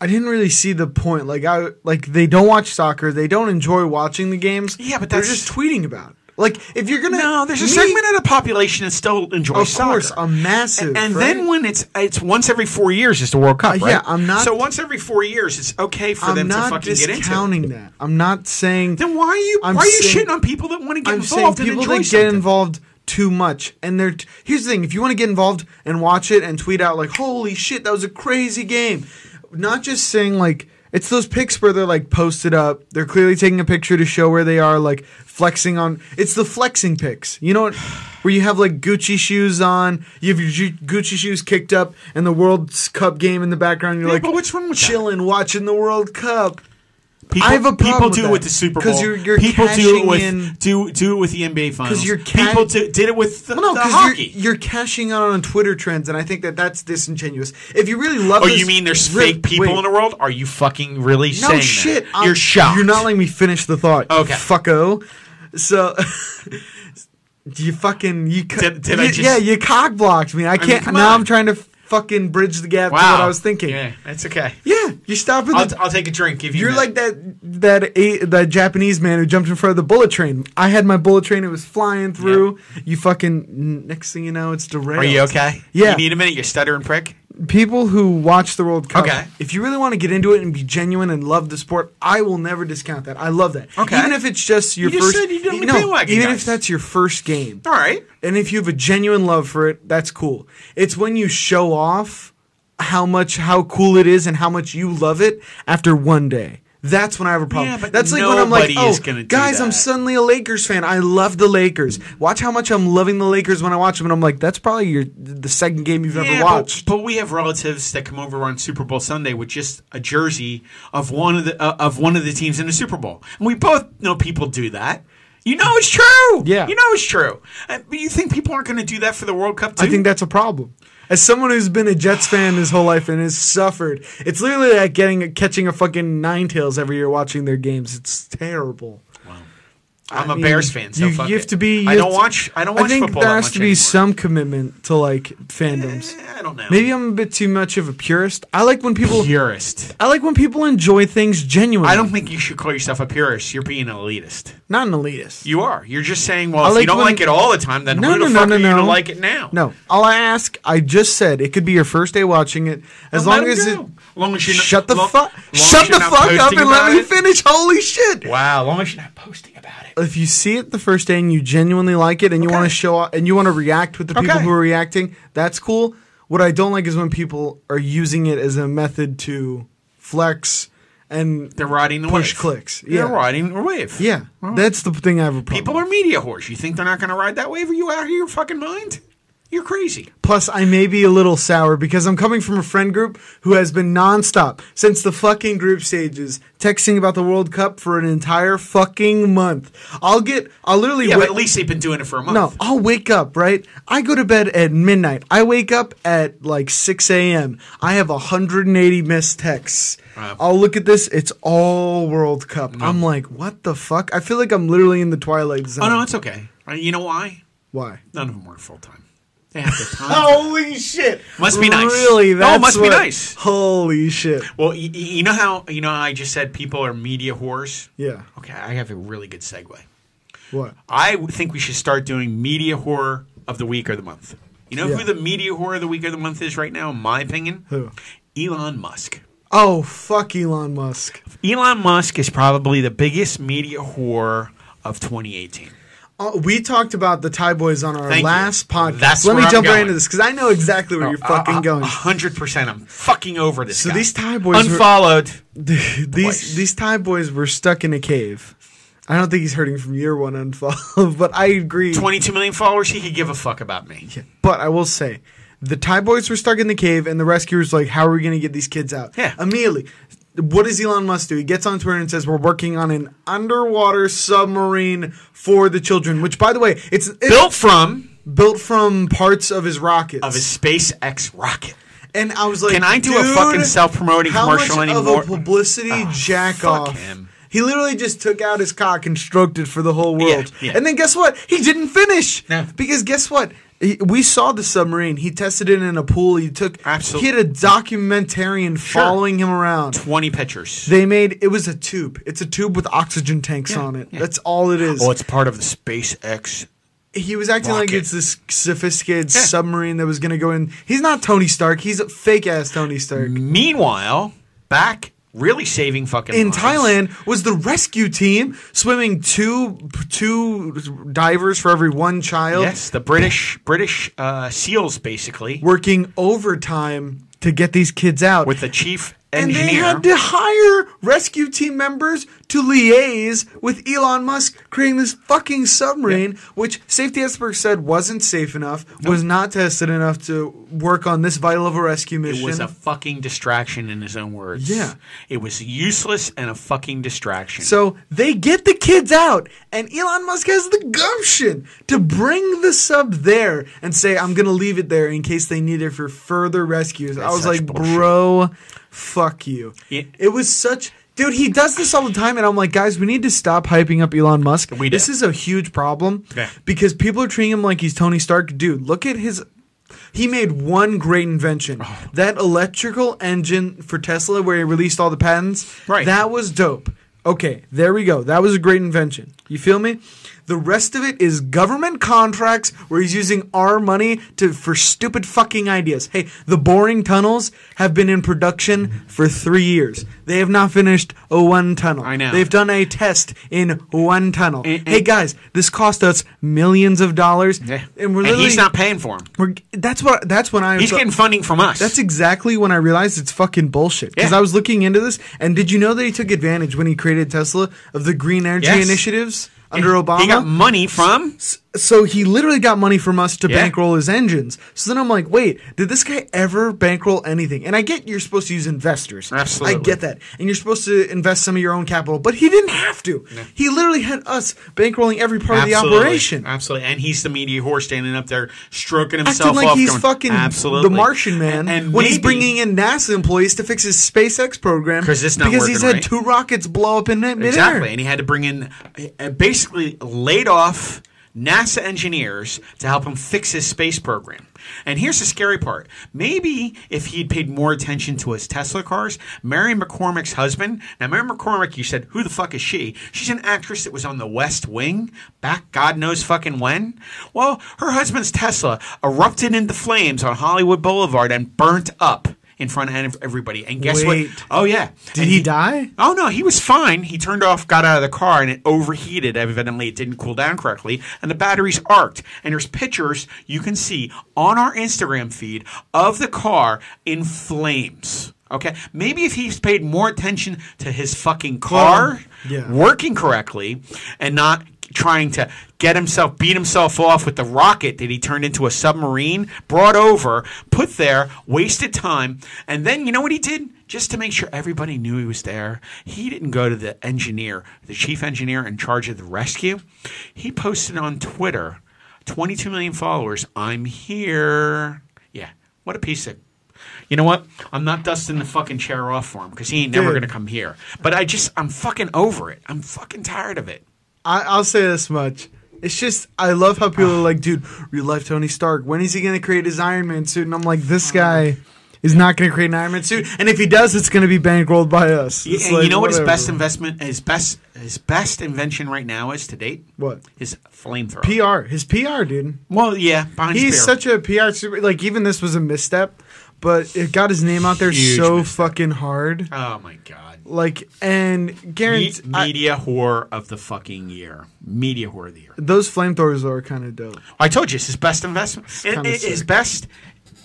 [SPEAKER 2] I didn't really see the point. Like, I like they don't watch soccer. They don't enjoy watching the games.
[SPEAKER 3] Yeah, but
[SPEAKER 2] they're
[SPEAKER 3] that's-
[SPEAKER 2] just tweeting about. It. Like, if you're gonna
[SPEAKER 3] No, there's a
[SPEAKER 2] me-
[SPEAKER 3] segment of the population that still enjoys
[SPEAKER 2] Of
[SPEAKER 3] soccer.
[SPEAKER 2] course, a massive,
[SPEAKER 3] And, and
[SPEAKER 2] right?
[SPEAKER 3] then when it's it's once every four years is the World Cup.
[SPEAKER 2] Uh, yeah,
[SPEAKER 3] right?
[SPEAKER 2] I'm not-
[SPEAKER 3] So once every four years, it's okay for
[SPEAKER 2] I'm
[SPEAKER 3] them to
[SPEAKER 2] not
[SPEAKER 3] fucking get into. It.
[SPEAKER 2] discounting that. I'm not saying
[SPEAKER 3] Then why are you
[SPEAKER 2] I'm
[SPEAKER 3] why are you
[SPEAKER 2] saying-
[SPEAKER 3] shitting on people that want to get
[SPEAKER 2] I'm saying
[SPEAKER 3] involved and
[SPEAKER 2] people
[SPEAKER 3] enjoy
[SPEAKER 2] that
[SPEAKER 3] something?
[SPEAKER 2] get involved too much, and they're t- here's the thing: if you want to get involved and watch it and tweet out like "Holy shit, that was a crazy game," not just saying like it's those pics where they're like posted up, they're clearly taking a picture to show where they are, like flexing on. It's the flexing pics, you know what? Where you have like Gucci shoes on, you have your Ju- Gucci shoes kicked up, and the World Cup game in the background. You're
[SPEAKER 3] Yeah,
[SPEAKER 2] like,
[SPEAKER 3] but what's wrong with that?
[SPEAKER 2] chilling, watching the World Cup.
[SPEAKER 3] People,
[SPEAKER 2] I have a problem
[SPEAKER 3] people
[SPEAKER 2] with
[SPEAKER 3] do
[SPEAKER 2] that.
[SPEAKER 3] it with the Super Bowl
[SPEAKER 2] 'Cause you're- you're
[SPEAKER 3] people do
[SPEAKER 2] cashing
[SPEAKER 3] it with
[SPEAKER 2] in-
[SPEAKER 3] do do it with the NBA finals.
[SPEAKER 2] you're ca-
[SPEAKER 3] people do, did it with the,
[SPEAKER 2] Well, no,
[SPEAKER 3] the
[SPEAKER 2] because
[SPEAKER 3] hockey.
[SPEAKER 2] you're, you're cashing out on Twitter trends, and I think that that's disingenuous. If you really love,
[SPEAKER 3] oh,
[SPEAKER 2] this-
[SPEAKER 3] you mean there's
[SPEAKER 2] re-
[SPEAKER 3] fake people
[SPEAKER 2] wait.
[SPEAKER 3] in the world? Are you fucking really saying
[SPEAKER 2] No shit.
[SPEAKER 3] that?
[SPEAKER 2] I'm-
[SPEAKER 3] You're shocked.
[SPEAKER 2] You're not letting me finish the thought. you
[SPEAKER 3] Okay.
[SPEAKER 2] fucko. So. You fucking you. Co-
[SPEAKER 3] Did- did
[SPEAKER 2] you
[SPEAKER 3] I just-
[SPEAKER 2] yeah, you cock blocked me. I can't.
[SPEAKER 3] come
[SPEAKER 2] now
[SPEAKER 3] on.
[SPEAKER 2] I'm trying to fucking bridge the gap to
[SPEAKER 3] wow.
[SPEAKER 2] what I was thinking. Yeah,
[SPEAKER 3] Yeah, that's okay.
[SPEAKER 2] you're stopping.
[SPEAKER 3] I'll,
[SPEAKER 2] the,
[SPEAKER 3] I'll take a drink if you.
[SPEAKER 2] you're
[SPEAKER 3] know.
[SPEAKER 2] like that that a, that Japanese man who jumped in front of the bullet train. I had my bullet train. It was flying through. You fucking. Next thing you know, it's derailed.
[SPEAKER 3] Are you okay?
[SPEAKER 2] Yeah.
[SPEAKER 3] You need a minute. You're stuttering prick.
[SPEAKER 2] people who watch the World Cup,
[SPEAKER 3] Okay.
[SPEAKER 2] if you really want to get into it and be genuine and love the sport, I will never discount that. I love that.
[SPEAKER 3] Okay.
[SPEAKER 2] Even if it's just your
[SPEAKER 3] You
[SPEAKER 2] first
[SPEAKER 3] just said you don't like
[SPEAKER 2] no,
[SPEAKER 3] bandwagon
[SPEAKER 2] even
[SPEAKER 3] guys.
[SPEAKER 2] if that's your first game.
[SPEAKER 3] All right.
[SPEAKER 2] And if you have a genuine love for it, that's cool. It's when you show off how much how cool it is and how much you love it after one day. That's when I have a problem.
[SPEAKER 3] Yeah, but
[SPEAKER 2] That's like when I'm like,
[SPEAKER 3] nobody
[SPEAKER 2] oh,
[SPEAKER 3] is gonna do
[SPEAKER 2] guys, I'm
[SPEAKER 3] that."
[SPEAKER 2] suddenly a Lakers fan. I love the Lakers. Watch how much I'm loving the Lakers when I watch them, and I'm like, that's probably your the second game you've
[SPEAKER 3] Yeah,
[SPEAKER 2] ever
[SPEAKER 3] but-
[SPEAKER 2] watched.
[SPEAKER 3] But, we have relatives that come over on Super Bowl Sunday with just a jersey of one of the uh, of one of the teams in the Super Bowl, and we both know people do that. You know it's true.
[SPEAKER 2] Yeah.
[SPEAKER 3] you know it's true. Uh, But you think people aren't going to do that for the World Cup too?
[SPEAKER 2] I think that's a problem. As someone who's been a Jets fan his whole life and has suffered, it's literally like getting catching a fucking nine tails every year watching their games. It's terrible.
[SPEAKER 3] I'm
[SPEAKER 2] I
[SPEAKER 3] a
[SPEAKER 2] mean,
[SPEAKER 3] Bears fan, so
[SPEAKER 2] you,
[SPEAKER 3] fuck
[SPEAKER 2] you have
[SPEAKER 3] it.
[SPEAKER 2] to be.
[SPEAKER 3] I
[SPEAKER 2] you
[SPEAKER 3] don't
[SPEAKER 2] have to-
[SPEAKER 3] watch. I don't watch
[SPEAKER 2] I think
[SPEAKER 3] football.
[SPEAKER 2] there
[SPEAKER 3] that
[SPEAKER 2] has
[SPEAKER 3] much
[SPEAKER 2] to be
[SPEAKER 3] anymore.
[SPEAKER 2] some commitment to like fandoms.
[SPEAKER 3] Eh, I don't know.
[SPEAKER 2] Maybe I'm a bit too much of a purist. I like when people.
[SPEAKER 3] purist.
[SPEAKER 2] I like when people enjoy things genuinely.
[SPEAKER 3] I don't think you should call yourself a purist. You're being an elitist.
[SPEAKER 2] Not an elitist.
[SPEAKER 3] You are. You're just saying, well, if
[SPEAKER 2] like
[SPEAKER 3] you don't
[SPEAKER 2] when-
[SPEAKER 3] like it all the time, then
[SPEAKER 2] No,
[SPEAKER 3] who the
[SPEAKER 2] no, no,
[SPEAKER 3] fuck
[SPEAKER 2] no,
[SPEAKER 3] are you
[SPEAKER 2] no.
[SPEAKER 3] to like it now?
[SPEAKER 2] No. All I ask, I just said it could be your first day watching it. As
[SPEAKER 3] Let
[SPEAKER 2] long
[SPEAKER 3] him
[SPEAKER 2] as
[SPEAKER 3] go.
[SPEAKER 2] it.
[SPEAKER 3] long as you
[SPEAKER 2] Shut the fuck. Shut the fuck up and let me finish. Holy shit.
[SPEAKER 3] Wow, long as you're not posting about it.
[SPEAKER 2] If you see it the first day and you genuinely like it and you
[SPEAKER 3] Okay.
[SPEAKER 2] want to show up and you want to react with the people
[SPEAKER 3] Okay.
[SPEAKER 2] who are reacting, that's cool. What I don't like is when people are using it as a method to flex and
[SPEAKER 3] They're riding the
[SPEAKER 2] push
[SPEAKER 3] wave.
[SPEAKER 2] clicks.
[SPEAKER 3] They're
[SPEAKER 2] Yeah.
[SPEAKER 3] riding the wave.
[SPEAKER 2] Yeah. That's the thing I have a problem.
[SPEAKER 3] People are media horse. You think they're not going to ride that wave? Are you out of your fucking mind? You're crazy.
[SPEAKER 2] Plus, I may be a little sour because I'm coming from a friend group who has been nonstop since the fucking group stages texting about the World Cup for an entire fucking month. I'll get, I'll literally
[SPEAKER 3] Yeah,
[SPEAKER 2] wait.
[SPEAKER 3] but at least they've been doing it for a month.
[SPEAKER 2] no, I'll wake up, right? I go to bed at midnight. I wake up at like 6 a.m. I have 180 missed texts.
[SPEAKER 3] Wow.
[SPEAKER 2] I'll look at this. It's all World Cup. I'm like, what the fuck? I feel like I'm literally in the Twilight Zone.
[SPEAKER 3] Oh, no, it's okay. Uh, You know why?
[SPEAKER 2] Why?
[SPEAKER 3] None of them work full time. They have the time.
[SPEAKER 2] Holy shit!
[SPEAKER 3] Must be nice.
[SPEAKER 2] Really?
[SPEAKER 3] No,
[SPEAKER 2] That's
[SPEAKER 3] must be
[SPEAKER 2] what-
[SPEAKER 3] nice.
[SPEAKER 2] Holy shit!
[SPEAKER 3] Well, y- y- you know how you know how I just said people are media whores.
[SPEAKER 2] Yeah.
[SPEAKER 3] Okay, I have a really good segue.
[SPEAKER 2] What?
[SPEAKER 3] I w- think we should start doing media horror of the week or the month. You know
[SPEAKER 2] Yeah.
[SPEAKER 3] who the media horror of the week or the month is right now, in my opinion?
[SPEAKER 2] Who?
[SPEAKER 3] Elon Musk.
[SPEAKER 2] Oh fuck Elon Musk.
[SPEAKER 3] Elon Musk is probably the biggest media whore of 2018.
[SPEAKER 2] Uh, we talked about the Thai boys on our
[SPEAKER 3] Thank you.
[SPEAKER 2] last podcast.
[SPEAKER 3] That's
[SPEAKER 2] Let me
[SPEAKER 3] where I'm
[SPEAKER 2] jump right
[SPEAKER 3] going. uh,
[SPEAKER 2] into this because I know exactly where you're fucking going.
[SPEAKER 3] A hundred percent. I'm fucking over this.
[SPEAKER 2] So
[SPEAKER 3] guy.
[SPEAKER 2] these Thai boys were-
[SPEAKER 3] unfollowed.
[SPEAKER 2] these these Thai boys were stuck in a cave. I don't think he's hurting from year one unfollow, but I agree.
[SPEAKER 3] 22 million followers. He could give a fuck about me.
[SPEAKER 2] But I will say, the Thai boys were stuck in the cave, and the rescuers like, "How are we going to get these kids out?"
[SPEAKER 3] Yeah.
[SPEAKER 2] immediately. What does Elon Musk do? He gets on Twitter and says, "We're working on an underwater submarine for the children." Which, by the way, it's it's
[SPEAKER 3] Built from
[SPEAKER 2] built from parts of his rockets.
[SPEAKER 3] of his SpaceX rocket.
[SPEAKER 2] and I was like,
[SPEAKER 3] Can I do a
[SPEAKER 2] "Dude,
[SPEAKER 3] fucking self-promoting
[SPEAKER 2] how
[SPEAKER 3] commercial
[SPEAKER 2] much
[SPEAKER 3] anymore?" Ah,
[SPEAKER 2] Of a publicity jack
[SPEAKER 3] fuck
[SPEAKER 2] off.
[SPEAKER 3] him.
[SPEAKER 2] He literally just took out his cock and stroked it for the whole world.
[SPEAKER 3] Yeah, yeah.
[SPEAKER 2] And then guess what? He didn't finish.
[SPEAKER 3] No.
[SPEAKER 2] Because guess what? He- We saw the submarine. He tested it in a pool. He took.
[SPEAKER 3] Absol-
[SPEAKER 2] He had a documentarian following him around.
[SPEAKER 3] 20 pictures.
[SPEAKER 2] They made it was a tube. It's a tube with oxygen tanks on it.
[SPEAKER 3] yeah.
[SPEAKER 2] That's all it is.
[SPEAKER 3] Well, Oh, it's part of the SpaceX.
[SPEAKER 2] he was acting like
[SPEAKER 3] rocket.
[SPEAKER 2] it's this sophisticated
[SPEAKER 3] Yeah.
[SPEAKER 2] submarine that was going to go in. He's not Tony Stark. He's a fake ass Tony Stark.
[SPEAKER 3] Meanwhile, back really saving fucking
[SPEAKER 2] in
[SPEAKER 3] lives.
[SPEAKER 2] Thailand was the rescue team swimming two two divers for every one child,
[SPEAKER 3] Yes, the British British uh, SEALs basically
[SPEAKER 2] working overtime to get these kids out.
[SPEAKER 3] with the chief
[SPEAKER 2] and they
[SPEAKER 3] engineer.
[SPEAKER 2] had to hire rescue team members to liaise with Elon Musk creating this fucking submarine, which safety experts said wasn't safe enough, was not tested enough to work on this vital of a rescue mission.
[SPEAKER 3] it was a fucking distraction in his own words.
[SPEAKER 2] Yeah.
[SPEAKER 3] It was useless and a fucking distraction.
[SPEAKER 2] So they get the kids out, and Elon Musk has the gumption to bring the sub there and say, "I'm gonna leave it there in case they need it for further rescues." I was
[SPEAKER 3] such
[SPEAKER 2] like,
[SPEAKER 3] bullshit.
[SPEAKER 2] "Bro, fuck you."
[SPEAKER 3] Yeah.
[SPEAKER 2] It was such. Dude, he does this all the time, and I'm like, guys, we need to stop hyping up Elon Musk.
[SPEAKER 3] We do.
[SPEAKER 2] this is a huge problem
[SPEAKER 3] Yeah.
[SPEAKER 2] because people are treating him like he's Tony Stark. Dude, look at his. He made one great invention
[SPEAKER 3] Oh.
[SPEAKER 2] that electrical engine for Tesla, where he released all the patents.
[SPEAKER 3] Right.
[SPEAKER 2] That was dope. Okay, there we go. That was a great invention. You feel me? The rest of it is government contracts where he's using our money to for stupid fucking ideas. Hey, the boring tunnels have been in production for three years. They have not finished a one tunnel.
[SPEAKER 3] I know.
[SPEAKER 2] They've done a test in one tunnel.
[SPEAKER 3] And-
[SPEAKER 2] hey
[SPEAKER 3] and-
[SPEAKER 2] guys, this cost us millions of dollars, and we're
[SPEAKER 3] and
[SPEAKER 2] literally
[SPEAKER 3] he's not paying for him.
[SPEAKER 2] we're, that's what. That's when I.
[SPEAKER 3] He's
[SPEAKER 2] thought-
[SPEAKER 3] getting funding from us.
[SPEAKER 2] that's exactly when I realized it's fucking bullshit. Because
[SPEAKER 3] Yeah.
[SPEAKER 2] I was looking into this, and did you know that he took advantage when he created Tesla of the green energy
[SPEAKER 3] Yes.
[SPEAKER 2] initiatives under Obama?
[SPEAKER 3] He got money from.
[SPEAKER 2] S- so he literally got money from us to
[SPEAKER 3] Yeah.
[SPEAKER 2] bankroll his engines. So then I'm like, wait, did this guy ever bankroll anything? And I get you're supposed to use investors.
[SPEAKER 3] Absolutely.
[SPEAKER 2] I get that. And you're supposed to invest some of your own capital, but he didn't have to. He literally had us bankrolling every part of the operation.
[SPEAKER 3] Absolutely. And he's the media whore standing up there stroking himself
[SPEAKER 2] acting like
[SPEAKER 3] off.
[SPEAKER 2] he's
[SPEAKER 3] going,
[SPEAKER 2] fucking
[SPEAKER 3] absolutely.
[SPEAKER 2] the Martian man
[SPEAKER 3] And,
[SPEAKER 2] when he's
[SPEAKER 3] maybe-
[SPEAKER 2] bringing in NASA employees to fix his SpaceX program
[SPEAKER 3] 'Cause it's not
[SPEAKER 2] because
[SPEAKER 3] working
[SPEAKER 2] he's had
[SPEAKER 3] right.
[SPEAKER 2] two rockets blow up in mid- midair.
[SPEAKER 3] Exactly. And he had to bring in uh, basically laid off NASA engineers to help him fix his space program. And here's the scary part. Maybe if he'd paid more attention to his Tesla cars, Mary McCormick's husband. Now, Mary McCormick, you said, who the fuck is she? She's an actress that was on the West Wing back God knows fucking when. Well, her husband's Tesla erupted into flames on Hollywood Boulevard and burnt up in front of everybody. And guess
[SPEAKER 2] Wait.
[SPEAKER 3] what? Oh, yeah.
[SPEAKER 2] Did
[SPEAKER 3] And
[SPEAKER 2] he die?
[SPEAKER 3] Oh no, he was fine. He turned off, got out of the car, and it overheated. Evidently, it didn't cool down correctly, and the batteries arced. And there's pictures you can see on our Instagram feed of the car in flames. Okay, maybe if he's paid more attention to his fucking car
[SPEAKER 2] yeah.
[SPEAKER 3] working correctly and not trying to get himself beat himself off with the rocket that he turned into a submarine brought over put there wasted time and then you know what he did just to make sure everybody knew he was there he didn't go to the engineer the chief engineer in charge of the rescue he posted on twitter 22 million followers i'm here yeah what a piece of you know what? I'm not dusting the fucking chair off for him because he ain't never
[SPEAKER 2] Dude.
[SPEAKER 3] gonna come here. But I just, I'm fucking over it. I'm fucking tired of it.
[SPEAKER 2] I, I'll say this much. It's just I love how people are like, dude, real life Tony Stark. When is he gonna create his Iron Man suit? And I'm like, this
[SPEAKER 3] Oh.
[SPEAKER 2] guy is not gonna create an Iron Man suit. And if he does, it's gonna be bankrolled by us. It's
[SPEAKER 3] and
[SPEAKER 2] like,
[SPEAKER 3] you know what his
[SPEAKER 2] whatever.
[SPEAKER 3] best investment, his best, his best invention right now is to date?
[SPEAKER 2] What?
[SPEAKER 3] His flamethrower.
[SPEAKER 2] PR. His PR, dude.
[SPEAKER 3] well, yeah, behind his
[SPEAKER 2] He's
[SPEAKER 3] PR.
[SPEAKER 2] such a PR super. Like even this was a misstep, but it got his name out there
[SPEAKER 3] Huge
[SPEAKER 2] so
[SPEAKER 3] misstep.
[SPEAKER 2] fucking hard.
[SPEAKER 3] Oh my god.
[SPEAKER 2] Like and
[SPEAKER 3] Me-
[SPEAKER 2] guarantee I-
[SPEAKER 3] media whore of the fucking year. Media whore of the year.
[SPEAKER 2] those flamethrowers are kind of dope.
[SPEAKER 3] I told you it's his best investment. It-
[SPEAKER 2] kinda
[SPEAKER 3] it- his
[SPEAKER 2] sick.
[SPEAKER 3] best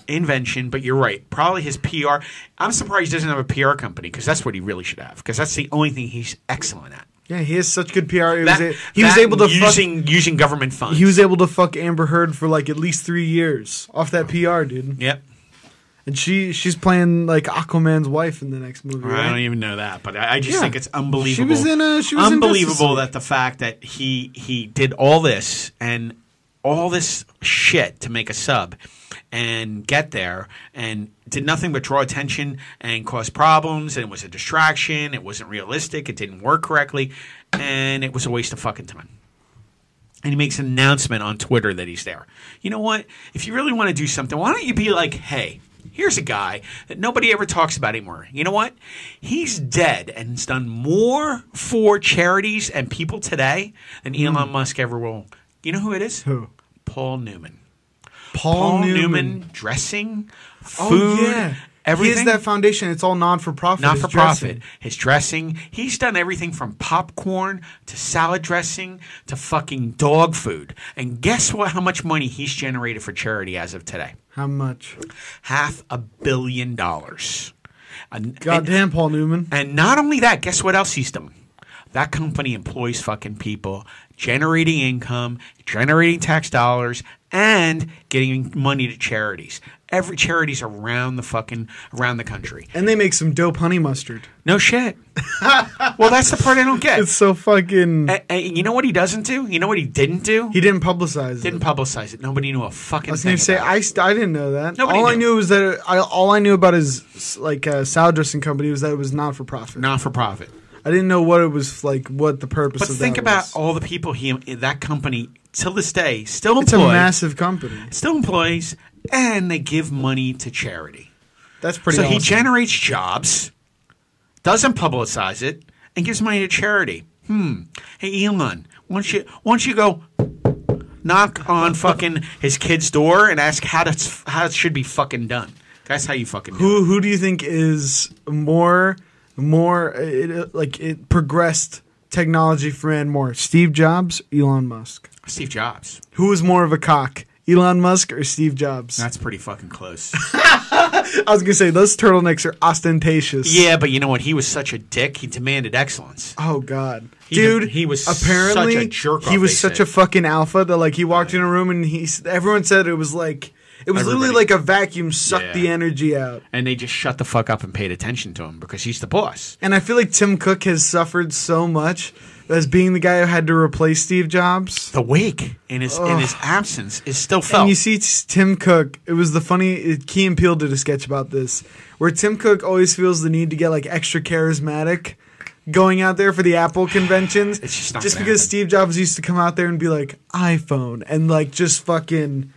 [SPEAKER 3] invention, but you're right. Probably his PR. I'm surprised he doesn't have a PR company because that's what he really should have because that's the only thing he's excellent at.
[SPEAKER 2] Yeah, he has such good PR. It was
[SPEAKER 3] That-
[SPEAKER 2] a- he was
[SPEAKER 3] that
[SPEAKER 2] able to fuck,
[SPEAKER 3] using using government funds.
[SPEAKER 2] he was able to fuck Amber Heard for like at least three years off that PR, dude.
[SPEAKER 3] yep.
[SPEAKER 2] And she she's playing like Aquaman's wife in the next movie.
[SPEAKER 3] I don't
[SPEAKER 2] right?
[SPEAKER 3] even know that, but I, I just
[SPEAKER 2] Yeah.
[SPEAKER 3] think it's unbelievable.
[SPEAKER 2] She was in a- she was in Justice
[SPEAKER 3] unbelievable that the fact that he he did all this and all this shit to make a sub and get there and did nothing but draw attention and cause problems and it was a distraction. It wasn't realistic. It didn't work correctly, and it was a waste of fucking time. and he makes an announcement on Twitter that he's there. You know what? If you really want to do something, why don't you be like, hey, here's a guy that nobody ever talks about anymore. You know what? He's dead and has done more for charities and people today than Elon Musk ever will. You know who it is?
[SPEAKER 2] Hmm. Who?
[SPEAKER 3] Paul Newman.
[SPEAKER 2] Paul,
[SPEAKER 3] Paul
[SPEAKER 2] Newman.
[SPEAKER 3] Newman, dressing,
[SPEAKER 2] Oh
[SPEAKER 3] food,
[SPEAKER 2] yeah, He
[SPEAKER 3] everything
[SPEAKER 2] has that foundation. It's all non for profit.
[SPEAKER 3] not for profit. His dressing, he's done everything from popcorn to salad dressing to fucking dog food. And guess what? How much money he's generated for charity as of today?
[SPEAKER 2] How much?
[SPEAKER 3] Half a billion dollars. And- and-
[SPEAKER 2] Goddamn, Paul Newman.
[SPEAKER 3] and not only that, guess what else he's doing? That company employs fucking people, generating income, generating tax dollars, and getting money to charities. Every charities around the fucking around the country.
[SPEAKER 2] And they make some dope honey mustard.
[SPEAKER 3] No shit. well, that's the part I don't get.
[SPEAKER 2] It's so fucking.
[SPEAKER 3] And- and you know what he doesn't do? You know what he didn't do?
[SPEAKER 2] He didn't publicize
[SPEAKER 3] didn't
[SPEAKER 2] it.
[SPEAKER 3] publicize it. Nobody knew a
[SPEAKER 2] I
[SPEAKER 3] fucking
[SPEAKER 2] was
[SPEAKER 3] thing.
[SPEAKER 2] gonna say
[SPEAKER 3] about it.
[SPEAKER 2] I, st- I didn't know that.
[SPEAKER 3] Nobody
[SPEAKER 2] all I
[SPEAKER 3] knew.
[SPEAKER 2] knew was that it, I all I knew about his s- like uh, salad dressing company was that it was not for profit.
[SPEAKER 3] not for profit.
[SPEAKER 2] I didn't know what it was like, what the purpose.
[SPEAKER 3] But
[SPEAKER 2] of
[SPEAKER 3] think
[SPEAKER 2] that
[SPEAKER 3] about
[SPEAKER 2] was.
[SPEAKER 3] all the people he that company till this day still
[SPEAKER 2] it's a
[SPEAKER 3] employs,
[SPEAKER 2] massive company.
[SPEAKER 3] still employs, and they give money to charity.
[SPEAKER 2] That's pretty.
[SPEAKER 3] So he
[SPEAKER 2] awesome.
[SPEAKER 3] generates jobs, doesn't publicize it, and gives money to charity. Hmm. Hey Elon, why don't you why don't you go knock on fucking his kid's door and ask how that's how it should be fucking done. That's how you fucking do it.
[SPEAKER 2] Who who do you think is more more uh, it, uh, like it progressed technology for man more? Steve Jobs, Elon Musk.
[SPEAKER 3] Steve Jobs.
[SPEAKER 2] Who is more of a cock? Elon Musk or Steve Jobs?
[SPEAKER 3] That's pretty fucking close.
[SPEAKER 2] I was gonna say those turtlenecks are ostentatious.
[SPEAKER 3] yeah, but you know what? He was such a dick. He demanded excellence.
[SPEAKER 2] Oh God,
[SPEAKER 3] He-
[SPEAKER 2] dude,
[SPEAKER 3] he was
[SPEAKER 2] apparently
[SPEAKER 3] such a jerk
[SPEAKER 2] He
[SPEAKER 3] off,
[SPEAKER 2] was
[SPEAKER 3] they
[SPEAKER 2] such
[SPEAKER 3] said.
[SPEAKER 2] a fucking alpha that like he walked in a room and he s- everyone said it was like it was literally like
[SPEAKER 3] Everybody-
[SPEAKER 2] a vacuum sucked the
[SPEAKER 3] Yeah.
[SPEAKER 2] energy out.
[SPEAKER 3] And they just shut the fuck up and paid attention to him because he's the boss.
[SPEAKER 2] And I feel like Tim Cook has suffered so much as being the guy who had to replace Steve Jobs.
[SPEAKER 3] The wake in his in his absence is still
[SPEAKER 2] And
[SPEAKER 3] felt.
[SPEAKER 2] you see t- Tim Cook. It was the funny. It, Key and Peele did a sketch about this, where Tim Cook always feels the need to get like extra charismatic, going out there for the Apple conventions.
[SPEAKER 3] It's just not
[SPEAKER 2] just
[SPEAKER 3] gonna
[SPEAKER 2] because
[SPEAKER 3] happen.
[SPEAKER 2] Steve Jobs used to come out there and be like iPhone and like just fucking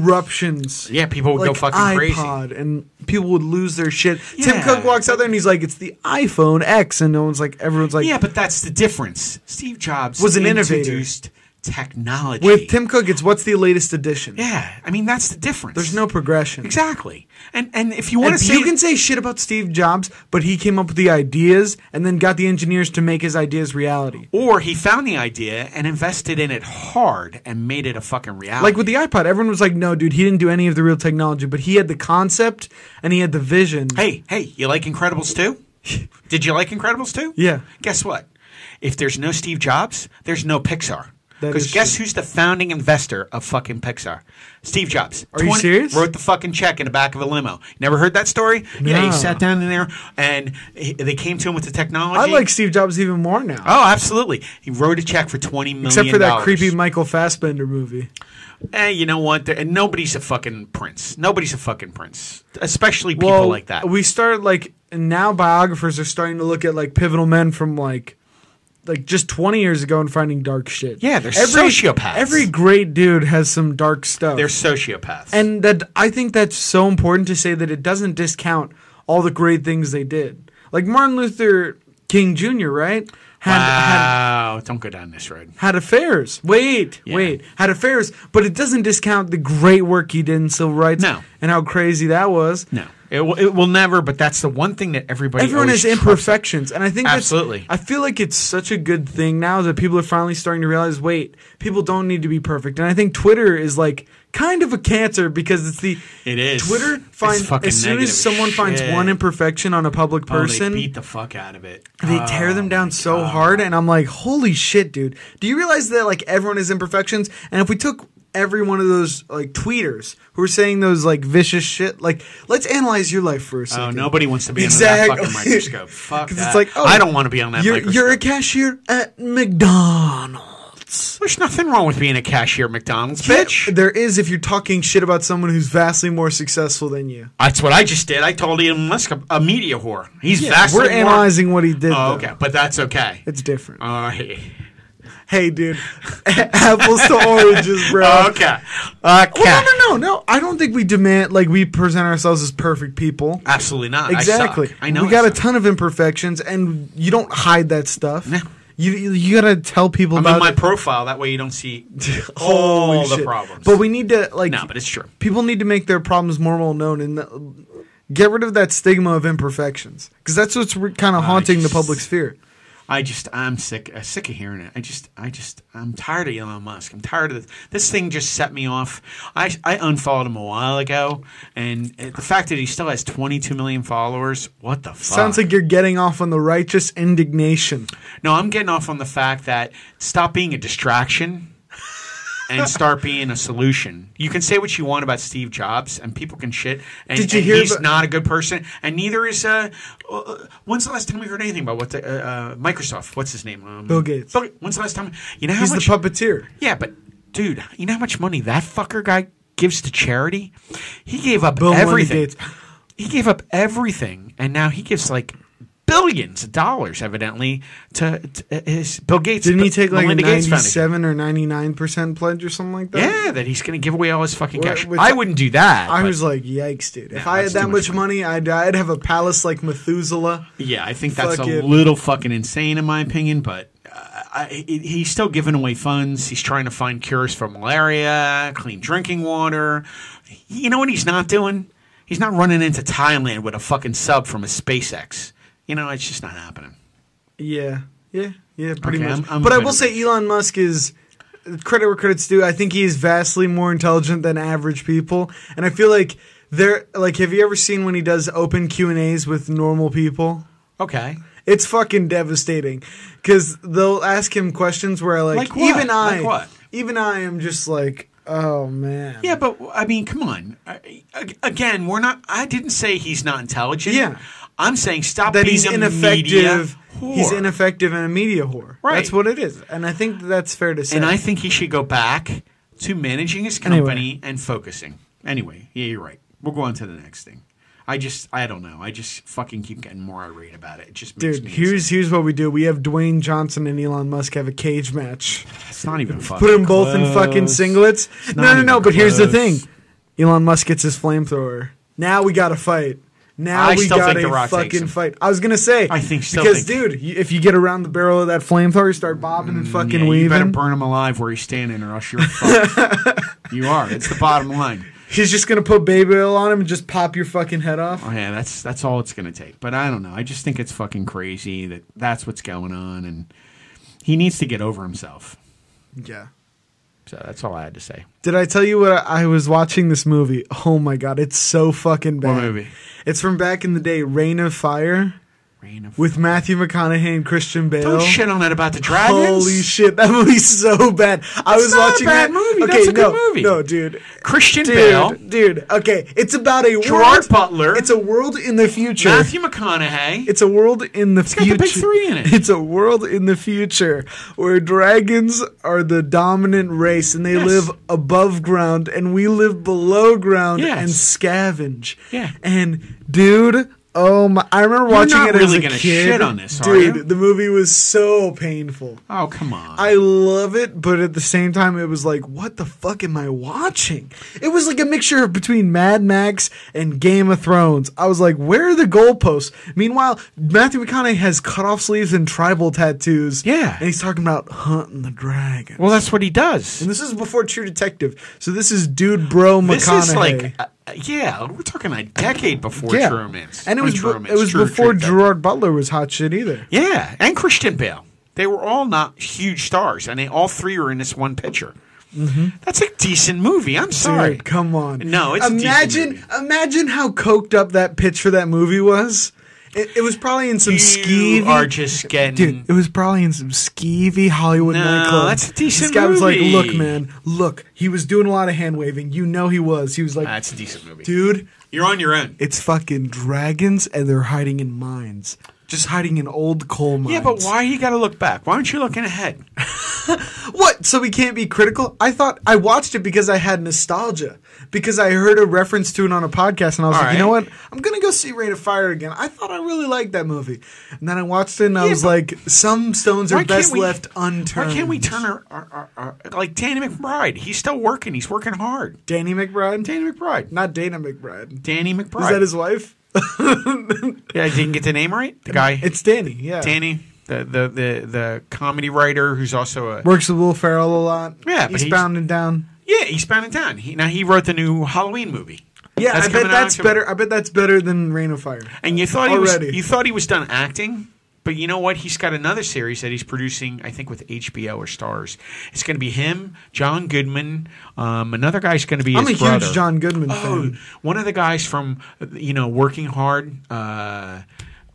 [SPEAKER 2] eruptions.
[SPEAKER 3] yeah, people would go
[SPEAKER 2] like
[SPEAKER 3] fucking crazy.
[SPEAKER 2] iPod, and people would lose their shit. Tim
[SPEAKER 3] Yeah.
[SPEAKER 2] Cook walks out there and he's like, "It's the iPhone X," and no one's like, everyone's like,
[SPEAKER 3] yeah, but that's the difference. Steve Jobs
[SPEAKER 2] Was an innovator.
[SPEAKER 3] introduced technology.
[SPEAKER 2] With Tim Cook, it's what's the latest edition.
[SPEAKER 3] yeah, I mean that's the difference.
[SPEAKER 2] There's no progression.
[SPEAKER 3] exactly. And and if you want to
[SPEAKER 2] And
[SPEAKER 3] say
[SPEAKER 2] you can say shit about Steve Jobs, but he came up with the ideas and then got the engineers to make his ideas reality.
[SPEAKER 3] Or he found the idea and invested in it hard and made it a fucking reality.
[SPEAKER 2] Like with the iPod, everyone was like, "No, dude, he didn't do any of the real technology, but he had the concept and he had the vision."
[SPEAKER 3] hey, hey, you like Incredibles 2? Did you like Incredibles 2?
[SPEAKER 2] Yeah.
[SPEAKER 3] Guess what? If there's no Steve Jobs, there's no Pixar.
[SPEAKER 2] That is
[SPEAKER 3] Because guess
[SPEAKER 2] true.
[SPEAKER 3] who's the founding investor of fucking Pixar? Steve Jobs.
[SPEAKER 2] Are you serious?
[SPEAKER 3] Wrote the fucking check in the back of a limo. Never heard that story? Yeah,
[SPEAKER 2] No.
[SPEAKER 3] he sat down in there and he, they came to him with the technology.
[SPEAKER 2] I like Steve Jobs even more now,
[SPEAKER 3] Oh, absolutely. He wrote a check for twenty million.
[SPEAKER 2] except for that
[SPEAKER 3] dollars.
[SPEAKER 2] creepy Michael Fassbender movie.
[SPEAKER 3] Eh, you know what? There- And nobody's a fucking prince. Nobody's a fucking prince, especially people
[SPEAKER 2] Well,
[SPEAKER 3] like that.
[SPEAKER 2] We started like and now biographers are starting to look at like pivotal men from like like just 20 years ago and finding dark shit.
[SPEAKER 3] Yeah, they're sociopaths.
[SPEAKER 2] Every great dude has some dark stuff.
[SPEAKER 3] They're sociopaths.
[SPEAKER 2] and that I think that's so important to say that it doesn't discount all the great things they did. Like Martin Luther King Jr., right? Had, had
[SPEAKER 3] wow, don't go down this road.
[SPEAKER 2] had affairs. Wait,
[SPEAKER 3] Yeah.
[SPEAKER 2] wait. Had affairs, but it doesn't discount the great work he did in civil rights
[SPEAKER 3] No.
[SPEAKER 2] and how crazy that was.
[SPEAKER 3] No, it will, it will never. But that's the one thing that everybody
[SPEAKER 2] Everyone
[SPEAKER 3] always
[SPEAKER 2] has
[SPEAKER 3] trusts.
[SPEAKER 2] imperfections, and I think that's-
[SPEAKER 3] Absolutely.
[SPEAKER 2] I feel like it's such a good thing now that people are finally starting to realize: wait, people don't need to be perfect. And I think Twitter is like kind of a cancer because it's the
[SPEAKER 3] It is.
[SPEAKER 2] Twitter
[SPEAKER 3] It's
[SPEAKER 2] finds
[SPEAKER 3] fucking
[SPEAKER 2] as soon as
[SPEAKER 3] negative as
[SPEAKER 2] someone finds
[SPEAKER 3] shit.
[SPEAKER 2] one imperfection on a public
[SPEAKER 3] Oh,
[SPEAKER 2] person,
[SPEAKER 3] they beat the fuck out of it.
[SPEAKER 2] they tear
[SPEAKER 3] Oh
[SPEAKER 2] them down so hard and i'm like holy shit dude do you realize that like everyone has imperfections and if we took every one of those like tweeters who are saying those like vicious shit like let's analyze your life for a
[SPEAKER 3] Oh,
[SPEAKER 2] second
[SPEAKER 3] nobody wants to be under that fucking microscope. Fuck
[SPEAKER 2] 'Cause
[SPEAKER 3] that.
[SPEAKER 2] it's like oh,
[SPEAKER 3] I don't want to be on that
[SPEAKER 2] you're,
[SPEAKER 3] microscope.
[SPEAKER 2] you're a cashier at mcdonald's
[SPEAKER 3] There's nothing wrong with being a cashier at McDonald's, bitch.
[SPEAKER 2] there is if you're talking shit about someone who's vastly more successful than you
[SPEAKER 3] That's what I just did. I told Elon Musk a, a media whore. He's vastly
[SPEAKER 2] we're
[SPEAKER 3] more-
[SPEAKER 2] analyzing what he did
[SPEAKER 3] Oh,
[SPEAKER 2] though.
[SPEAKER 3] okay, Uh, but that's okay.
[SPEAKER 2] it's different
[SPEAKER 3] All right.
[SPEAKER 2] hey dude apples to oranges bro
[SPEAKER 3] Okay. Okay.
[SPEAKER 2] Oh, Well, no, no, no, no. I don't think we demand like we present ourselves as perfect people.
[SPEAKER 3] Absolutely not.
[SPEAKER 2] Exactly.
[SPEAKER 3] I, suck. I know.
[SPEAKER 2] We
[SPEAKER 3] I
[SPEAKER 2] got a
[SPEAKER 3] suck.
[SPEAKER 2] ton of imperfections, and you don't hide that stuff.
[SPEAKER 3] No.
[SPEAKER 2] You you gotta tell people
[SPEAKER 3] I'm
[SPEAKER 2] about
[SPEAKER 3] in my
[SPEAKER 2] it.
[SPEAKER 3] profile. That way you don't see
[SPEAKER 2] Holy
[SPEAKER 3] all the
[SPEAKER 2] shit.
[SPEAKER 3] problems.
[SPEAKER 2] But we need to like.
[SPEAKER 3] no, but it's true.
[SPEAKER 2] people need to make their problems more well known and th- get rid of that stigma of imperfections because that's what's re- kind of haunting the
[SPEAKER 3] just-
[SPEAKER 2] public sphere.
[SPEAKER 3] I just I'm sick. I'm sick of hearing it. I just I just I'm tired of Elon Musk. I'm tired of this. This thing just set me off. I I unfollowed him a while ago, and uh, the fact that he still has 22 million followers. What the fuck?
[SPEAKER 2] Sounds like you're getting off on the righteous indignation.
[SPEAKER 3] No, I'm getting off on the fact that stop being a distraction and start being a solution. You can say what you want about Steve Jobs, and people can shit. And,
[SPEAKER 2] Did you
[SPEAKER 3] and
[SPEAKER 2] hear
[SPEAKER 3] he's
[SPEAKER 2] about-
[SPEAKER 3] not a good person, and neither is. Uh, uh, when's the last time we heard anything about what the uh, uh, Microsoft? What's his name? Um,
[SPEAKER 2] Bill Gates.
[SPEAKER 3] When's the last time? You know how
[SPEAKER 2] He's
[SPEAKER 3] much?
[SPEAKER 2] the puppeteer.
[SPEAKER 3] yeah, but dude, you know how much money that fucker guy gives to charity? He gave up
[SPEAKER 2] Bill Money
[SPEAKER 3] everything.
[SPEAKER 2] Gates.
[SPEAKER 3] He gave up everything, and now he gives like billions of dollars, evidently, to, to uh, his Bill Gates.
[SPEAKER 2] Didn't he take like a
[SPEAKER 3] Melinda Gates Foundation.
[SPEAKER 2] 97 or 99% pledge or something like that?
[SPEAKER 3] Yeah, that he's going to give away all his fucking
[SPEAKER 2] Where-
[SPEAKER 3] cash.
[SPEAKER 2] with-
[SPEAKER 3] I wouldn't do that.
[SPEAKER 2] I
[SPEAKER 3] but-
[SPEAKER 2] was like, yikes, dude. If I had
[SPEAKER 3] that's
[SPEAKER 2] that
[SPEAKER 3] too much
[SPEAKER 2] much money, I'd, I'd have a palace like Methuselah.
[SPEAKER 3] Yeah, I think that's a
[SPEAKER 2] Fucking-
[SPEAKER 3] little fucking insane in my opinion, but uh, I, he- he's still giving away funds. He's trying to find cures for malaria, clean drinking water. You know what he's not doing? He's not running into Thailand with a fucking sub from a SpaceX. You know, it's just not happening.
[SPEAKER 2] Yeah, yeah, yeah, pretty
[SPEAKER 3] Okay,
[SPEAKER 2] much.
[SPEAKER 3] I'm- I'm
[SPEAKER 2] but I
[SPEAKER 3] good
[SPEAKER 2] will
[SPEAKER 3] with
[SPEAKER 2] say Elon Musk is credit where credit's due. I think he is vastly more intelligent than average people, and I feel like there. Like, have you ever seen when he does open Q and As with normal people?
[SPEAKER 3] Okay.
[SPEAKER 2] It's fucking devastating because they'll ask him questions where like,
[SPEAKER 3] Like what?
[SPEAKER 2] even I,
[SPEAKER 3] Like what?
[SPEAKER 2] even I am just like, oh man,
[SPEAKER 3] Yeah, but I mean, come on. I- ag- Again, we're not. I didn't say he's not intelligent.
[SPEAKER 2] Yeah.
[SPEAKER 3] I'm saying stop
[SPEAKER 2] that
[SPEAKER 3] being
[SPEAKER 2] he's
[SPEAKER 3] a media
[SPEAKER 2] ineffective. He's
[SPEAKER 3] whore.
[SPEAKER 2] ineffective and a media whore.
[SPEAKER 3] Right.
[SPEAKER 2] That's what it is, and I think that's fair to say.
[SPEAKER 3] And I think he should go back to managing his
[SPEAKER 2] Anyway.
[SPEAKER 3] company and focusing. Anyway, yeah, you're right. We'll go on to the next thing. I just, I don't know. I just fucking keep getting more irate about it. It just makes
[SPEAKER 2] Dude,
[SPEAKER 3] me.
[SPEAKER 2] here's
[SPEAKER 3] insane.
[SPEAKER 2] here's what we do. We have Dwayne Johnson and Elon Musk have a cage match.
[SPEAKER 3] It's not even fucking.
[SPEAKER 2] Put them both in fucking
[SPEAKER 3] close.
[SPEAKER 2] singlets. No,
[SPEAKER 3] not
[SPEAKER 2] no, no.
[SPEAKER 3] even
[SPEAKER 2] But here's the thing.
[SPEAKER 3] close.
[SPEAKER 2] Elon Musk gets his flamethrower. Now we got to fight. Now
[SPEAKER 3] I
[SPEAKER 2] we
[SPEAKER 3] still
[SPEAKER 2] got
[SPEAKER 3] think The
[SPEAKER 2] a
[SPEAKER 3] Rock takes
[SPEAKER 2] fucking
[SPEAKER 3] him.
[SPEAKER 2] fight. I was gonna say.
[SPEAKER 3] I think- still
[SPEAKER 2] because
[SPEAKER 3] think-
[SPEAKER 2] dude, you, if you get around the barrel of that flamethrower, you start bobbing and fucking
[SPEAKER 3] Mm, Yeah, you better
[SPEAKER 2] weaving.
[SPEAKER 3] burn him alive where he's standing, or else you're fucked. you are. It's the bottom line.
[SPEAKER 2] He's just gonna put baby oil on him and just pop your fucking head off.
[SPEAKER 3] Oh, yeah, that's that's all it's gonna take. But I don't know. I just think it's fucking crazy that that's what's going on, and he needs to get over himself.
[SPEAKER 2] Yeah.
[SPEAKER 3] So that's all I had to say.
[SPEAKER 2] Did I tell you what I I was watching this movie? Oh my god, it's so fucking bad.
[SPEAKER 3] What movie?
[SPEAKER 2] It's from back in the day, Reign of Fire.
[SPEAKER 3] Rain of
[SPEAKER 2] with Matthew McConaughey and Christian Bale.
[SPEAKER 3] Don't shit on that about the dragons.
[SPEAKER 2] Holy shit, that movie's so bad. I
[SPEAKER 3] It's
[SPEAKER 2] was
[SPEAKER 3] not a
[SPEAKER 2] watching
[SPEAKER 3] bad
[SPEAKER 2] that
[SPEAKER 3] movie,
[SPEAKER 2] Okay,
[SPEAKER 3] that's a
[SPEAKER 2] no,
[SPEAKER 3] good movie.
[SPEAKER 2] No, dude.
[SPEAKER 3] Christian
[SPEAKER 2] Dude,
[SPEAKER 3] Bale,
[SPEAKER 2] dude. Okay, it's about a
[SPEAKER 3] Gerard
[SPEAKER 2] world.
[SPEAKER 3] Butler,
[SPEAKER 2] It's a world in the future.
[SPEAKER 3] Matthew McConaughey.
[SPEAKER 2] It's a world in the
[SPEAKER 3] got
[SPEAKER 2] future.
[SPEAKER 3] the big three in it.
[SPEAKER 2] It's a world in the future where dragons are the dominant race and they
[SPEAKER 3] Yes.
[SPEAKER 2] live above ground and we live below ground
[SPEAKER 3] Yes.
[SPEAKER 2] and scavenge.
[SPEAKER 3] Yeah.
[SPEAKER 2] And dude, oh my I remember watching
[SPEAKER 3] not
[SPEAKER 2] it as
[SPEAKER 3] really
[SPEAKER 2] a
[SPEAKER 3] gonna
[SPEAKER 2] kid.
[SPEAKER 3] shit on this, are
[SPEAKER 2] dude,
[SPEAKER 3] you?
[SPEAKER 2] the movie was so painful.
[SPEAKER 3] oh come on!
[SPEAKER 2] I love it, but at the same time, it was like, what the fuck am I watching? It was like a mixture of between Mad Max and Game of Thrones. I was like, where are the goalposts? Meanwhile, Matthew McConaughey has cut off sleeves and tribal tattoos.
[SPEAKER 3] Yeah.
[SPEAKER 2] And he's talking about hunting the dragon.
[SPEAKER 3] well, that's what he does.
[SPEAKER 2] and this is before True Detective. So this is Dude Bro McConaughey.
[SPEAKER 3] This is like, uh, uh, yeah, we're talking a decade before
[SPEAKER 2] yeah.
[SPEAKER 3] True Romance,
[SPEAKER 2] And it
[SPEAKER 3] Or
[SPEAKER 2] was,
[SPEAKER 3] True
[SPEAKER 2] bu-
[SPEAKER 3] Romance,
[SPEAKER 2] it was
[SPEAKER 3] True-
[SPEAKER 2] before
[SPEAKER 3] True Detective.
[SPEAKER 2] Gerard Butler was hot shit either.
[SPEAKER 3] Yeah, and Christian Bale. They were all not huge stars, and they all three were in this one picture. That's a decent movie. I'm sorry.
[SPEAKER 2] Mm-hmm. Dude, come on.
[SPEAKER 3] No, it's a decent
[SPEAKER 2] imagine
[SPEAKER 3] movie.
[SPEAKER 2] imagine how coked up that pitch for that movie was. It, it was probably in some
[SPEAKER 3] You
[SPEAKER 2] skeevy.
[SPEAKER 3] are just getting
[SPEAKER 2] Dude, it was probably in some skeevy Hollywood
[SPEAKER 3] No,
[SPEAKER 2] nightclub.
[SPEAKER 3] that's a decent
[SPEAKER 2] This guy was like,
[SPEAKER 3] movie.
[SPEAKER 2] "Look, man, look." He was doing a lot of hand waving. You know he was. He was like,
[SPEAKER 3] That's a decent movie.
[SPEAKER 2] "Dude,
[SPEAKER 3] You're on your own.
[SPEAKER 2] it's fucking dragons, and they're hiding in mines, just hiding in old coal mines."
[SPEAKER 3] Yeah, but why you got to look back? Why aren't you looking ahead?
[SPEAKER 2] What? So we can't be critical? I thought I watched it because I had nostalgia. Because I heard a reference to it on a podcast and I was
[SPEAKER 3] All
[SPEAKER 2] like, you know
[SPEAKER 3] right.
[SPEAKER 2] what? I'm going to go see Rain of Fire again. I thought I really liked that movie. And then I watched it and I
[SPEAKER 3] Yeah,
[SPEAKER 2] was
[SPEAKER 3] but-
[SPEAKER 2] like, some stones
[SPEAKER 3] Why
[SPEAKER 2] are
[SPEAKER 3] can't
[SPEAKER 2] best
[SPEAKER 3] we-
[SPEAKER 2] left unturned.
[SPEAKER 3] Why can't we turn our, our, our, our like Danny McBride? He's still working. He's working hard.
[SPEAKER 2] Danny McBride?
[SPEAKER 3] Danny McBride.
[SPEAKER 2] Not Dana McBride.
[SPEAKER 3] Danny McBride.
[SPEAKER 2] Is that his wife?
[SPEAKER 3] Yeah, I didn't get the name right. The guy.
[SPEAKER 2] It's Danny, yeah.
[SPEAKER 3] Danny, the, the the the comedy writer who's also a
[SPEAKER 2] Works with Will Ferrell a lot.
[SPEAKER 3] Yeah, but
[SPEAKER 2] he's
[SPEAKER 3] he's-
[SPEAKER 2] bound and down.
[SPEAKER 3] yeah. He's bound and down. He, now he wrote the new Halloween movie.
[SPEAKER 2] Yeah, I
[SPEAKER 3] coming
[SPEAKER 2] bet
[SPEAKER 3] out
[SPEAKER 2] that's
[SPEAKER 3] October.
[SPEAKER 2] better. I bet that's better than Rain of Fire.
[SPEAKER 3] And you thought he was
[SPEAKER 2] Already.
[SPEAKER 3] you thought he was done acting, but you know what? He's got another series that he's producing, I think, with HBO or Stars. It's going to be him, John Goodman. Um, another guy's going to be.
[SPEAKER 2] I'm a huge
[SPEAKER 3] his brother.
[SPEAKER 2] John Goodman
[SPEAKER 3] Oh,
[SPEAKER 2] fan.
[SPEAKER 3] one of the guys from you know Working Hard, uh,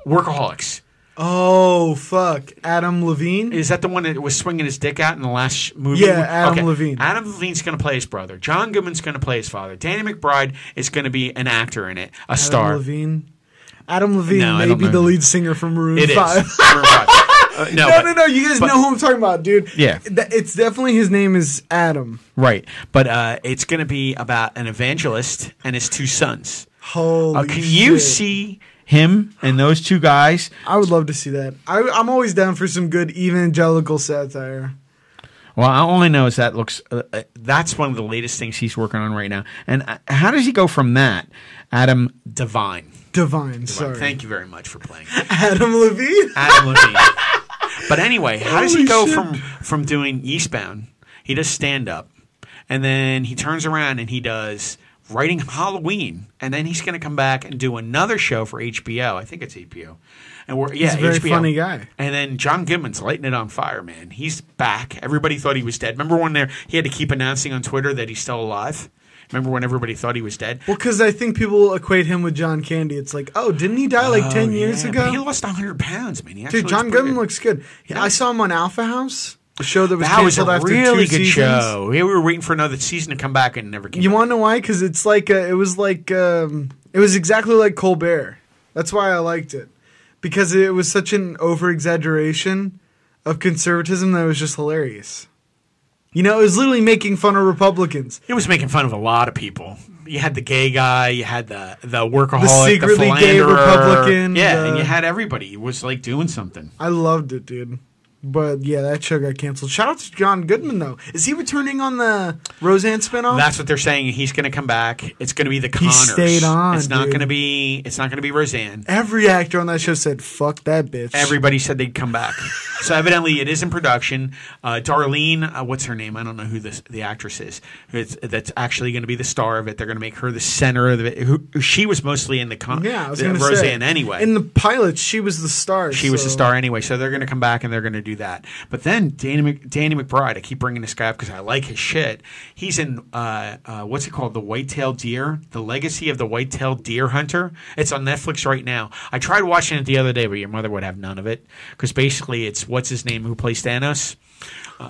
[SPEAKER 3] Workaholics.
[SPEAKER 2] Oh fuck, Adam Levine.
[SPEAKER 3] Is that the one that was swinging his dick out in the last sh- movie?
[SPEAKER 2] Yeah, Adam Levine.
[SPEAKER 3] Adam Levine's going to play his brother. John Goodman's going to play his father. Danny McBride is going to be an actor in it, a star.
[SPEAKER 2] Adam Levine. Adam Levine
[SPEAKER 3] No, I
[SPEAKER 2] may
[SPEAKER 3] don't
[SPEAKER 2] be
[SPEAKER 3] know
[SPEAKER 2] the
[SPEAKER 3] him.
[SPEAKER 2] lead singer from Maroon
[SPEAKER 3] It is.
[SPEAKER 2] 5.
[SPEAKER 3] Uh, no,
[SPEAKER 2] no,
[SPEAKER 3] but-
[SPEAKER 2] no, no. You guys
[SPEAKER 3] but-
[SPEAKER 2] know who I'm talking about, dude.
[SPEAKER 3] Yeah.
[SPEAKER 2] Th- It's definitely his name is Adam.
[SPEAKER 3] Right. But uh, it's going to be about an evangelist and his two sons.
[SPEAKER 2] Holy
[SPEAKER 3] Uh, can you
[SPEAKER 2] shit.
[SPEAKER 3] see him and those two guys.
[SPEAKER 2] I would love to see that. I, I'm always down for some good evangelical satire.
[SPEAKER 3] Well, I- all I know is that looks. Uh, uh, that's one of the latest things he's working on right now. And uh, how does he go from that, Adam Divine?
[SPEAKER 2] Divine, sorry.
[SPEAKER 3] Thank you very much for playing,
[SPEAKER 2] Adam Levine.
[SPEAKER 3] Adam Levine. But anyway, how does he
[SPEAKER 2] Holy
[SPEAKER 3] go
[SPEAKER 2] shit.
[SPEAKER 3] from from doing Eastbound? He does stand up, and then he turns around and he does writing Halloween, and then he's going to come back and do another show for HBO. I think it's HBO. And we're yeah,
[SPEAKER 2] a very
[SPEAKER 3] HBO.
[SPEAKER 2] funny guy.
[SPEAKER 3] And then John Goodman's lighting it on fire, man. He's back. Everybody thought he was dead. Remember when there he had to keep announcing on Twitter that he's still alive? Remember when everybody thought he was dead?
[SPEAKER 2] Well, because I think people equate him with John Candy. It's like, oh, didn't he die like ten years
[SPEAKER 3] Yeah, but
[SPEAKER 2] ago?
[SPEAKER 3] he lost 100 pounds, man. He actually
[SPEAKER 2] Dude, John
[SPEAKER 3] looks pretty
[SPEAKER 2] Goodman
[SPEAKER 3] good.
[SPEAKER 2] looks good. I saw him on Alpha House, a show that was
[SPEAKER 3] That was
[SPEAKER 2] canceled
[SPEAKER 3] a
[SPEAKER 2] after
[SPEAKER 3] really
[SPEAKER 2] two
[SPEAKER 3] good
[SPEAKER 2] seasons.
[SPEAKER 3] show. Yeah, we were waiting for another season to come back and it never came.
[SPEAKER 2] You
[SPEAKER 3] back.
[SPEAKER 2] want to know why? Because it's like uh it was like um, it was exactly like Colbert. That's why I liked it because it was such an over exaggeration of conservatism that it was just hilarious. You know, it was literally making fun of Republicans.
[SPEAKER 3] It was making fun of a lot of people. You had the gay guy, you had the the workaholic,
[SPEAKER 2] The
[SPEAKER 3] the
[SPEAKER 2] secretly gay
[SPEAKER 3] philanderer.
[SPEAKER 2] Republican,
[SPEAKER 3] Yeah,
[SPEAKER 2] the-
[SPEAKER 3] and you had everybody. It was like doing something.
[SPEAKER 2] I loved it, dude. But yeah, that show got canceled. Shout out to John Goodman though. Is he returning on the Roseanne spinoff?
[SPEAKER 3] That's what they're saying. He's going to come back. It's going to be the Connors.
[SPEAKER 2] stayed on,
[SPEAKER 3] It's not
[SPEAKER 2] dude.
[SPEAKER 3] going to be. It's not going to be Roseanne.
[SPEAKER 2] Every actor on that show said, "Fuck that bitch."
[SPEAKER 3] Everybody said they'd come back. so evidently, it is in production. Uh, Darlene, uh, what's her name? I don't know who this, the actress is. It's, that's actually going to be the star of it. They're going to make her the center of it. Who, she was mostly in the con-
[SPEAKER 2] yeah, I was
[SPEAKER 3] the
[SPEAKER 2] gonna
[SPEAKER 3] Roseanne
[SPEAKER 2] say,
[SPEAKER 3] anyway.
[SPEAKER 2] In the pilot, she was the star.
[SPEAKER 3] she was the
[SPEAKER 2] so-
[SPEAKER 3] star anyway, so they're going to come back and they're going to do that. But then Danny, Mc- Danny McBride, I keep bringing this guy up because I like his shit. He's in uh, uh, what's it called, The White-tailed Deer, The Legacy of the White-tailed Deer Hunter. It's on Netflix right now. I tried watching it the other day, but your mother would have none of it because basically it's what's his name who plays Thanos.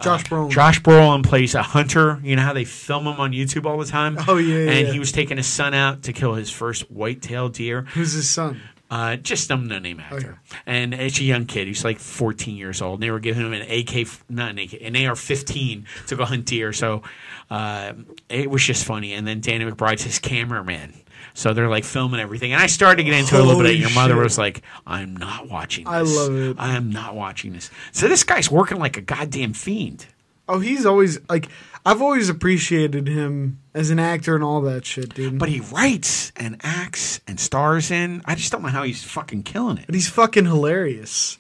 [SPEAKER 2] Josh Brolin.
[SPEAKER 3] Josh Brolin plays a hunter. You know how they film him on YouTube all the time.
[SPEAKER 2] Oh, yeah,
[SPEAKER 3] and
[SPEAKER 2] yeah.
[SPEAKER 3] he was taking his son out to kill his first white-tailed deer.
[SPEAKER 2] Who's his son?
[SPEAKER 3] Uh, just some no name
[SPEAKER 2] Oh,
[SPEAKER 3] actor, and it's a young kid. He's like 14 years old. And they were giving him an AK, not an AK, an AR-15 to go hunt deer. So uh, it was just funny. And then Danny McBride's his cameraman, so they're like filming everything. And I started to get into it a little bit.
[SPEAKER 2] Holy
[SPEAKER 3] And your mother
[SPEAKER 2] shit.
[SPEAKER 3] was like, "I'm not watching. This.
[SPEAKER 2] I love it.
[SPEAKER 3] I am not watching this." So this guy's working like a goddamn fiend.
[SPEAKER 2] Oh, he's always like I've always appreciated him as an actor and all that shit, dude.
[SPEAKER 3] But he writes and acts and stars in. I just don't know how he's fucking killing it.
[SPEAKER 2] But he's fucking hilarious.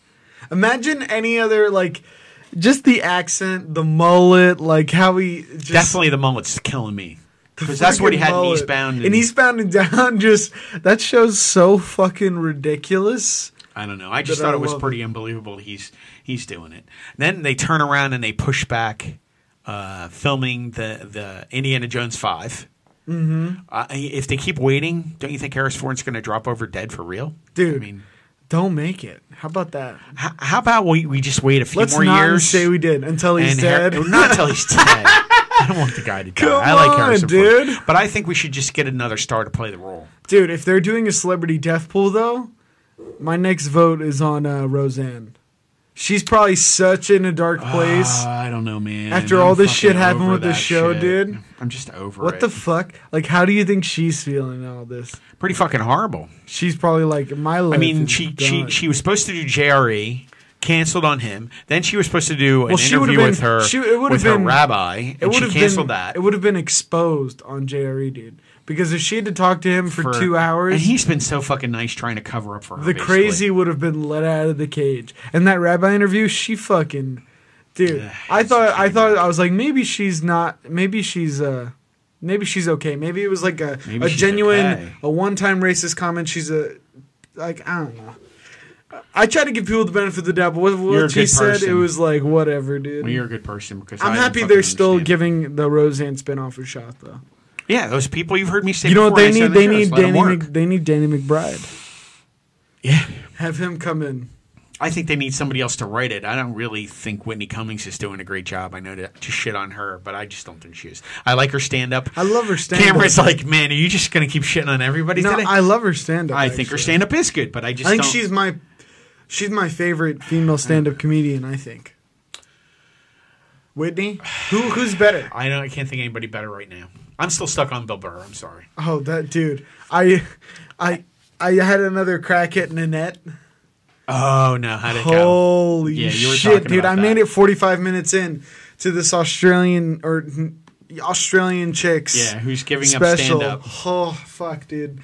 [SPEAKER 2] Imagine any other like just the accent, the mullet, like how he just
[SPEAKER 3] Definitely the mullet's killing me. Because that's what he had in
[SPEAKER 2] mullet.
[SPEAKER 3] Eastbound.
[SPEAKER 2] And, Eastbound and Down just that show's so fucking ridiculous.
[SPEAKER 3] I don't know. I just
[SPEAKER 2] But I
[SPEAKER 3] thought it was
[SPEAKER 2] love
[SPEAKER 3] pretty unbelievable. He's he's doing it. Then they turn around and they push back uh, filming the the Indiana Jones 5 Mm-hmm. Uh, if they keep waiting, don't you think Harris Ford's going to drop over dead for real,
[SPEAKER 2] Dude.
[SPEAKER 3] I mean,
[SPEAKER 2] Don't make it. How about that?
[SPEAKER 3] h- how about we, we just wait a few
[SPEAKER 2] Let's
[SPEAKER 3] more
[SPEAKER 2] not
[SPEAKER 3] years?
[SPEAKER 2] say we did until he's
[SPEAKER 3] Har-
[SPEAKER 2] dead.
[SPEAKER 3] not until he's dead. I don't want the guy to die.
[SPEAKER 2] Come
[SPEAKER 3] I like
[SPEAKER 2] on,
[SPEAKER 3] Harrison
[SPEAKER 2] dude.
[SPEAKER 3] Ford, but I think we should just get another star to play the role.
[SPEAKER 2] Dude, if they're doing a celebrity death pool though, my next vote is on uh, Roseanne. She's probably such in a dark place.
[SPEAKER 3] Uh, I don't know, man.
[SPEAKER 2] After all this
[SPEAKER 3] fucking
[SPEAKER 2] shit happened
[SPEAKER 3] over
[SPEAKER 2] with this
[SPEAKER 3] that
[SPEAKER 2] show,
[SPEAKER 3] shit.
[SPEAKER 2] dude.
[SPEAKER 3] I'm just over
[SPEAKER 2] what
[SPEAKER 3] it.
[SPEAKER 2] the fuck? Like, how do you think she's feeling all this?
[SPEAKER 3] Pretty fucking horrible.
[SPEAKER 2] She's probably like, my life.
[SPEAKER 3] I mean,
[SPEAKER 2] is
[SPEAKER 3] she
[SPEAKER 2] done.
[SPEAKER 3] she she was supposed to do JRE, canceled on him. Then she was supposed to do an
[SPEAKER 2] Well, she
[SPEAKER 3] interview
[SPEAKER 2] would've
[SPEAKER 3] with
[SPEAKER 2] been-
[SPEAKER 3] her
[SPEAKER 2] she- it would've
[SPEAKER 3] with her
[SPEAKER 2] been-
[SPEAKER 3] rabbi, and she
[SPEAKER 2] would've
[SPEAKER 3] canceled
[SPEAKER 2] been,
[SPEAKER 3] that.
[SPEAKER 2] It would have been exposed on JRE, dude. Because if she had to talk to him for,
[SPEAKER 3] for-
[SPEAKER 2] two hours,
[SPEAKER 3] and he's been so fucking nice trying to cover up for her.
[SPEAKER 2] the
[SPEAKER 3] basically.
[SPEAKER 2] crazy would have been let out of the cage. And that rabbi interview, she fucking, dude. I
[SPEAKER 3] it's
[SPEAKER 2] thought, I
[SPEAKER 3] okay,
[SPEAKER 2] thought,
[SPEAKER 3] man.
[SPEAKER 2] I was like, maybe she's not. Maybe she's uh Maybe she's okay. Maybe it was like a,
[SPEAKER 3] Maybe
[SPEAKER 2] a
[SPEAKER 3] she's
[SPEAKER 2] genuine,
[SPEAKER 3] okay.
[SPEAKER 2] a one-time racist comment. She's a, like I don't know. I try to give people the benefit of the doubt, but what,
[SPEAKER 3] You're a
[SPEAKER 2] what she
[SPEAKER 3] good
[SPEAKER 2] said, it
[SPEAKER 3] person.
[SPEAKER 2] was like whatever, dude.
[SPEAKER 3] Well, you're a good person because
[SPEAKER 2] I'm
[SPEAKER 3] I
[SPEAKER 2] happy
[SPEAKER 3] fucking
[SPEAKER 2] they're still
[SPEAKER 3] understand.
[SPEAKER 2] giving the Roseanne spinoff a shot, though.
[SPEAKER 3] Yeah, those people you've heard me say.
[SPEAKER 2] You know what
[SPEAKER 3] before,
[SPEAKER 2] they
[SPEAKER 3] I said
[SPEAKER 2] need?
[SPEAKER 3] on
[SPEAKER 2] They
[SPEAKER 3] the shows,
[SPEAKER 2] need
[SPEAKER 3] let 'em
[SPEAKER 2] Danny.
[SPEAKER 3] work.
[SPEAKER 2] Mc, they need Danny McBride.
[SPEAKER 3] yeah,
[SPEAKER 2] Have him come in.
[SPEAKER 3] I think they need somebody else to write it. I don't really think Whitney Cummings is doing a great job. I know to, to shit on her, but I just don't think she is. I like her stand up.
[SPEAKER 2] I love her stand-up.
[SPEAKER 3] Cameron's like, man, are you just going to keep shitting on everybody
[SPEAKER 2] No,
[SPEAKER 3] today?
[SPEAKER 2] I love her stand up.
[SPEAKER 3] I think her stand up is good, but I just
[SPEAKER 2] I think
[SPEAKER 3] don't.
[SPEAKER 2] she's my, she's my favorite female stand up comedian. I think. Whitney, who who's better?
[SPEAKER 3] I know I can't think of anybody better right now. I'm still stuck on Bill Burr. I'm sorry.
[SPEAKER 2] Oh, that dude. I, I, I had another crack at Nanette.
[SPEAKER 3] Oh no, how'd it go?
[SPEAKER 2] Holy
[SPEAKER 3] Yeah, you were
[SPEAKER 2] shit,
[SPEAKER 3] talking
[SPEAKER 2] dude!
[SPEAKER 3] about
[SPEAKER 2] I
[SPEAKER 3] that.
[SPEAKER 2] made it 45 minutes in to this Australian or mm, Australian chicks.
[SPEAKER 3] Yeah, who's giving up
[SPEAKER 2] special.
[SPEAKER 3] stand up?
[SPEAKER 2] Oh fuck, dude.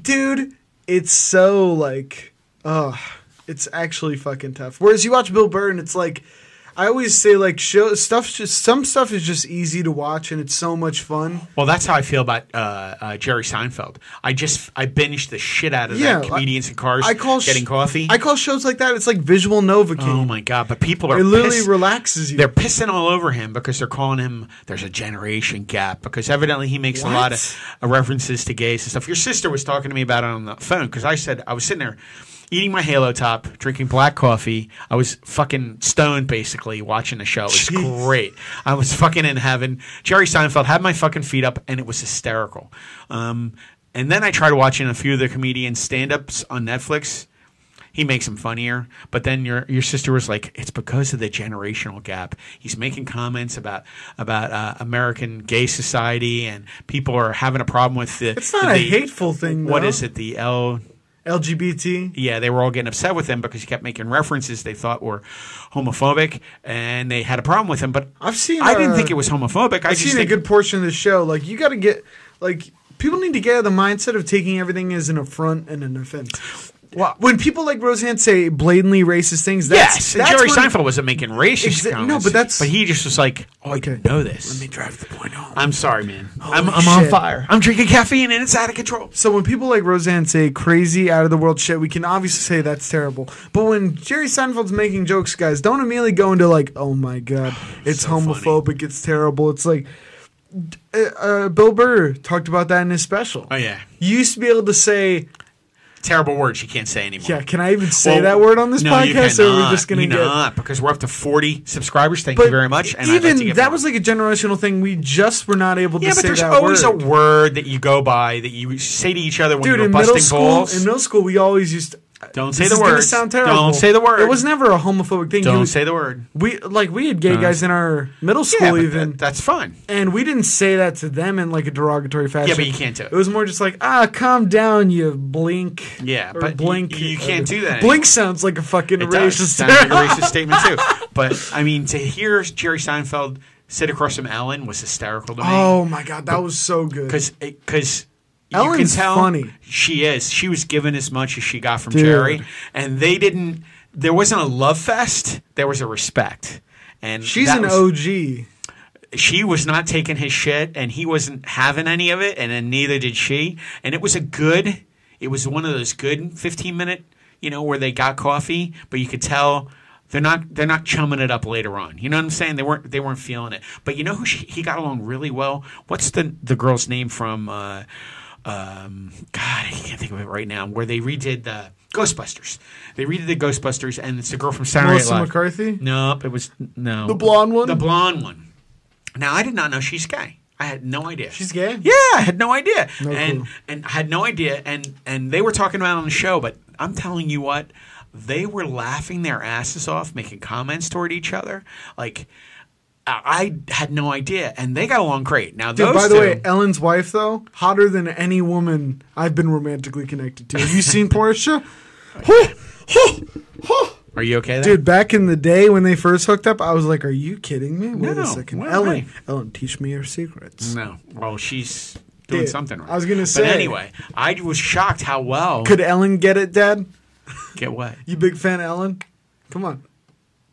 [SPEAKER 2] Dude, it's so like oh, it's actually fucking tough. Whereas you watch Bill Burr and it's like I always say like show stuff's just some stuff is just easy to watch and it's so much fun.
[SPEAKER 3] Well, that's how I feel about uh, uh, Jerry Seinfeld. I just I binged the shit out of
[SPEAKER 2] Yeah,
[SPEAKER 3] that. Comedians and cars.
[SPEAKER 2] I call sh-
[SPEAKER 3] getting coffee.
[SPEAKER 2] I call shows like that it's like visual novocaine.
[SPEAKER 3] oh my god! But people are
[SPEAKER 2] it literally
[SPEAKER 3] pissed.
[SPEAKER 2] relaxes you.
[SPEAKER 3] they're pissing all over him because they're calling him there's a generation gap because evidently he makes
[SPEAKER 2] What?
[SPEAKER 3] a lot of uh, references to gays and stuff. Your sister was talking to me about it on the phone because I said I was sitting there eating my halo top, drinking black coffee. I was fucking stoned basically watching the show. It was great. I was fucking in heaven. Jerry Seinfeld had my fucking feet up and it was hysterical. Um, and then I tried watching a few of the comedians stand ups on Netflix he makes him funnier. But then your your sister was like, it's because of the generational gap. He's making comments about about uh, American gay society and people are having a problem with the.
[SPEAKER 2] It's not a
[SPEAKER 3] the-
[SPEAKER 2] hateful thing,
[SPEAKER 3] What
[SPEAKER 2] though.
[SPEAKER 3] is it? The L.
[SPEAKER 2] LGBT.
[SPEAKER 3] Yeah, they were all getting upset with him because he kept making references they thought were homophobic, and they had a problem with him. But
[SPEAKER 2] I've seen,
[SPEAKER 3] I didn't
[SPEAKER 2] uh,
[SPEAKER 3] think it was homophobic. I
[SPEAKER 2] I've
[SPEAKER 3] just
[SPEAKER 2] seen a
[SPEAKER 3] think-
[SPEAKER 2] good portion of the show. Like you got to get like people need to get out of the mindset of taking everything as an affront and an offense.
[SPEAKER 3] Well-
[SPEAKER 2] when people like Roseanne say blatantly racist things, that's,
[SPEAKER 3] yes, and
[SPEAKER 2] that's
[SPEAKER 3] Jerry
[SPEAKER 2] when-
[SPEAKER 3] Seinfeld wasn't making racist
[SPEAKER 2] Exa- no,
[SPEAKER 3] comments.
[SPEAKER 2] but that's-
[SPEAKER 3] but he just was like, oh, I didn't know this.
[SPEAKER 4] Let me drive the point home.
[SPEAKER 3] I'm sorry, man. I'm,
[SPEAKER 2] Holy
[SPEAKER 3] I'm on
[SPEAKER 2] shit.
[SPEAKER 3] fire. I'm drinking caffeine and it's out of control.
[SPEAKER 2] So when people like Roseanne say crazy out of the world shit, we can obviously say that's terrible. But when Jerry Seinfeld's making jokes, guys, don't immediately go into like, oh my god, it's
[SPEAKER 3] So
[SPEAKER 2] homophobic, it's terrible. It's like d- uh, uh, Bill Burr talked about that in his special.
[SPEAKER 3] Oh yeah,
[SPEAKER 2] You used to be able to say,
[SPEAKER 3] terrible words you can't say anymore.
[SPEAKER 2] yeah, can I even say
[SPEAKER 3] Well,
[SPEAKER 2] that word on this
[SPEAKER 3] no, you
[SPEAKER 2] podcast? Or we're
[SPEAKER 3] cannot.
[SPEAKER 2] just gonna
[SPEAKER 3] You
[SPEAKER 2] get
[SPEAKER 3] not, because we're up to forty subscribers. Thank you very much. And I'd like
[SPEAKER 2] even
[SPEAKER 3] to get
[SPEAKER 2] that
[SPEAKER 3] more.
[SPEAKER 2] was like a generational thing. We just were not able to
[SPEAKER 3] yeah,
[SPEAKER 2] say
[SPEAKER 3] but there's
[SPEAKER 2] that
[SPEAKER 3] always
[SPEAKER 2] word.
[SPEAKER 3] a word that you go by that you say to each other when
[SPEAKER 2] Dude,
[SPEAKER 3] you're
[SPEAKER 2] in middle
[SPEAKER 3] busting
[SPEAKER 2] school,
[SPEAKER 3] balls.
[SPEAKER 2] in middle school, we always used. To, uh,
[SPEAKER 3] Don't
[SPEAKER 2] This
[SPEAKER 3] say the
[SPEAKER 2] is gonna
[SPEAKER 3] word.
[SPEAKER 2] Sound terrible.
[SPEAKER 3] Don't say the word.
[SPEAKER 2] It was never a homophobic thing.
[SPEAKER 3] Don't
[SPEAKER 2] You-
[SPEAKER 3] say the word.
[SPEAKER 2] we like we had gay guys in our middle
[SPEAKER 3] Yeah,
[SPEAKER 2] school
[SPEAKER 3] but
[SPEAKER 2] even,
[SPEAKER 3] that- that's fine.
[SPEAKER 2] and we didn't say that to them in like a derogatory fashion.
[SPEAKER 3] you can't do it.
[SPEAKER 2] It was more just like, ah, calm down, you blink.
[SPEAKER 3] Yeah,
[SPEAKER 2] or
[SPEAKER 3] but you-
[SPEAKER 2] blink.
[SPEAKER 3] you can't do that
[SPEAKER 2] Blink sounds like a fucking
[SPEAKER 3] It does.
[SPEAKER 2] racist.
[SPEAKER 3] Sounds like a racist statement too. But I mean, to hear Jerry Seinfeld sit across from Ellen was hysterical to me.
[SPEAKER 2] oh my god, that was so good.
[SPEAKER 3] because because you can
[SPEAKER 2] Ellen's
[SPEAKER 3] tell
[SPEAKER 2] funny.
[SPEAKER 3] she is. She was given as much as she got from
[SPEAKER 2] Dude.
[SPEAKER 3] Jerry, and they didn't. There wasn't a love fest. There was a respect. And
[SPEAKER 2] she's
[SPEAKER 3] that
[SPEAKER 2] an
[SPEAKER 3] was-
[SPEAKER 2] OG.
[SPEAKER 3] She was not taking his shit, and he wasn't having any of it, and then neither did she. And it was a good. It was one of those good fifteen minute, you know, where they got coffee, but you could tell. They're not. They're not chumming it up later on. You know what I'm saying? They weren't. They weren't feeling it. But you know who she, he got along really well. What's the the girl's name from? Uh, um, God, I can't think of it right now. Where they redid the Ghostbusters. They redid the Ghostbusters, and it's the girl from Saturday
[SPEAKER 2] Melissa
[SPEAKER 3] Night Live.
[SPEAKER 2] McCarthy?
[SPEAKER 3] Nope, it was no
[SPEAKER 2] The blonde one?
[SPEAKER 3] The blonde one. Now I did not know she's gay. I had no idea.
[SPEAKER 2] She's gay?
[SPEAKER 3] Yeah, I had no idea.
[SPEAKER 2] No
[SPEAKER 3] and
[SPEAKER 2] clue.
[SPEAKER 3] and I had no idea. And and they were talking about it on the show, but I'm telling you what, they were laughing their asses off, making comments toward each other. Like I I had no idea, and they got along great. Now,
[SPEAKER 2] Dude,
[SPEAKER 3] those
[SPEAKER 2] by the
[SPEAKER 3] two,
[SPEAKER 2] way, Ellen's wife though, hotter than any woman I've been romantically connected to. Have you seen Portia? Whew, whew, whew.
[SPEAKER 3] are you okay, there?
[SPEAKER 2] Dude, back in the day when they first hooked up, I was like, "Are you kidding me? Wait
[SPEAKER 3] No,
[SPEAKER 2] a second,
[SPEAKER 3] why?
[SPEAKER 2] Ellen, Ellen, teach me your secrets."
[SPEAKER 3] No. Well, she's doing
[SPEAKER 2] Dude,
[SPEAKER 3] something right.
[SPEAKER 2] I was gonna
[SPEAKER 3] But
[SPEAKER 2] say-
[SPEAKER 3] anyway, I was shocked how well.
[SPEAKER 2] Could Ellen get it, Dad?
[SPEAKER 3] get what?
[SPEAKER 2] You big fan of Ellen? Come on.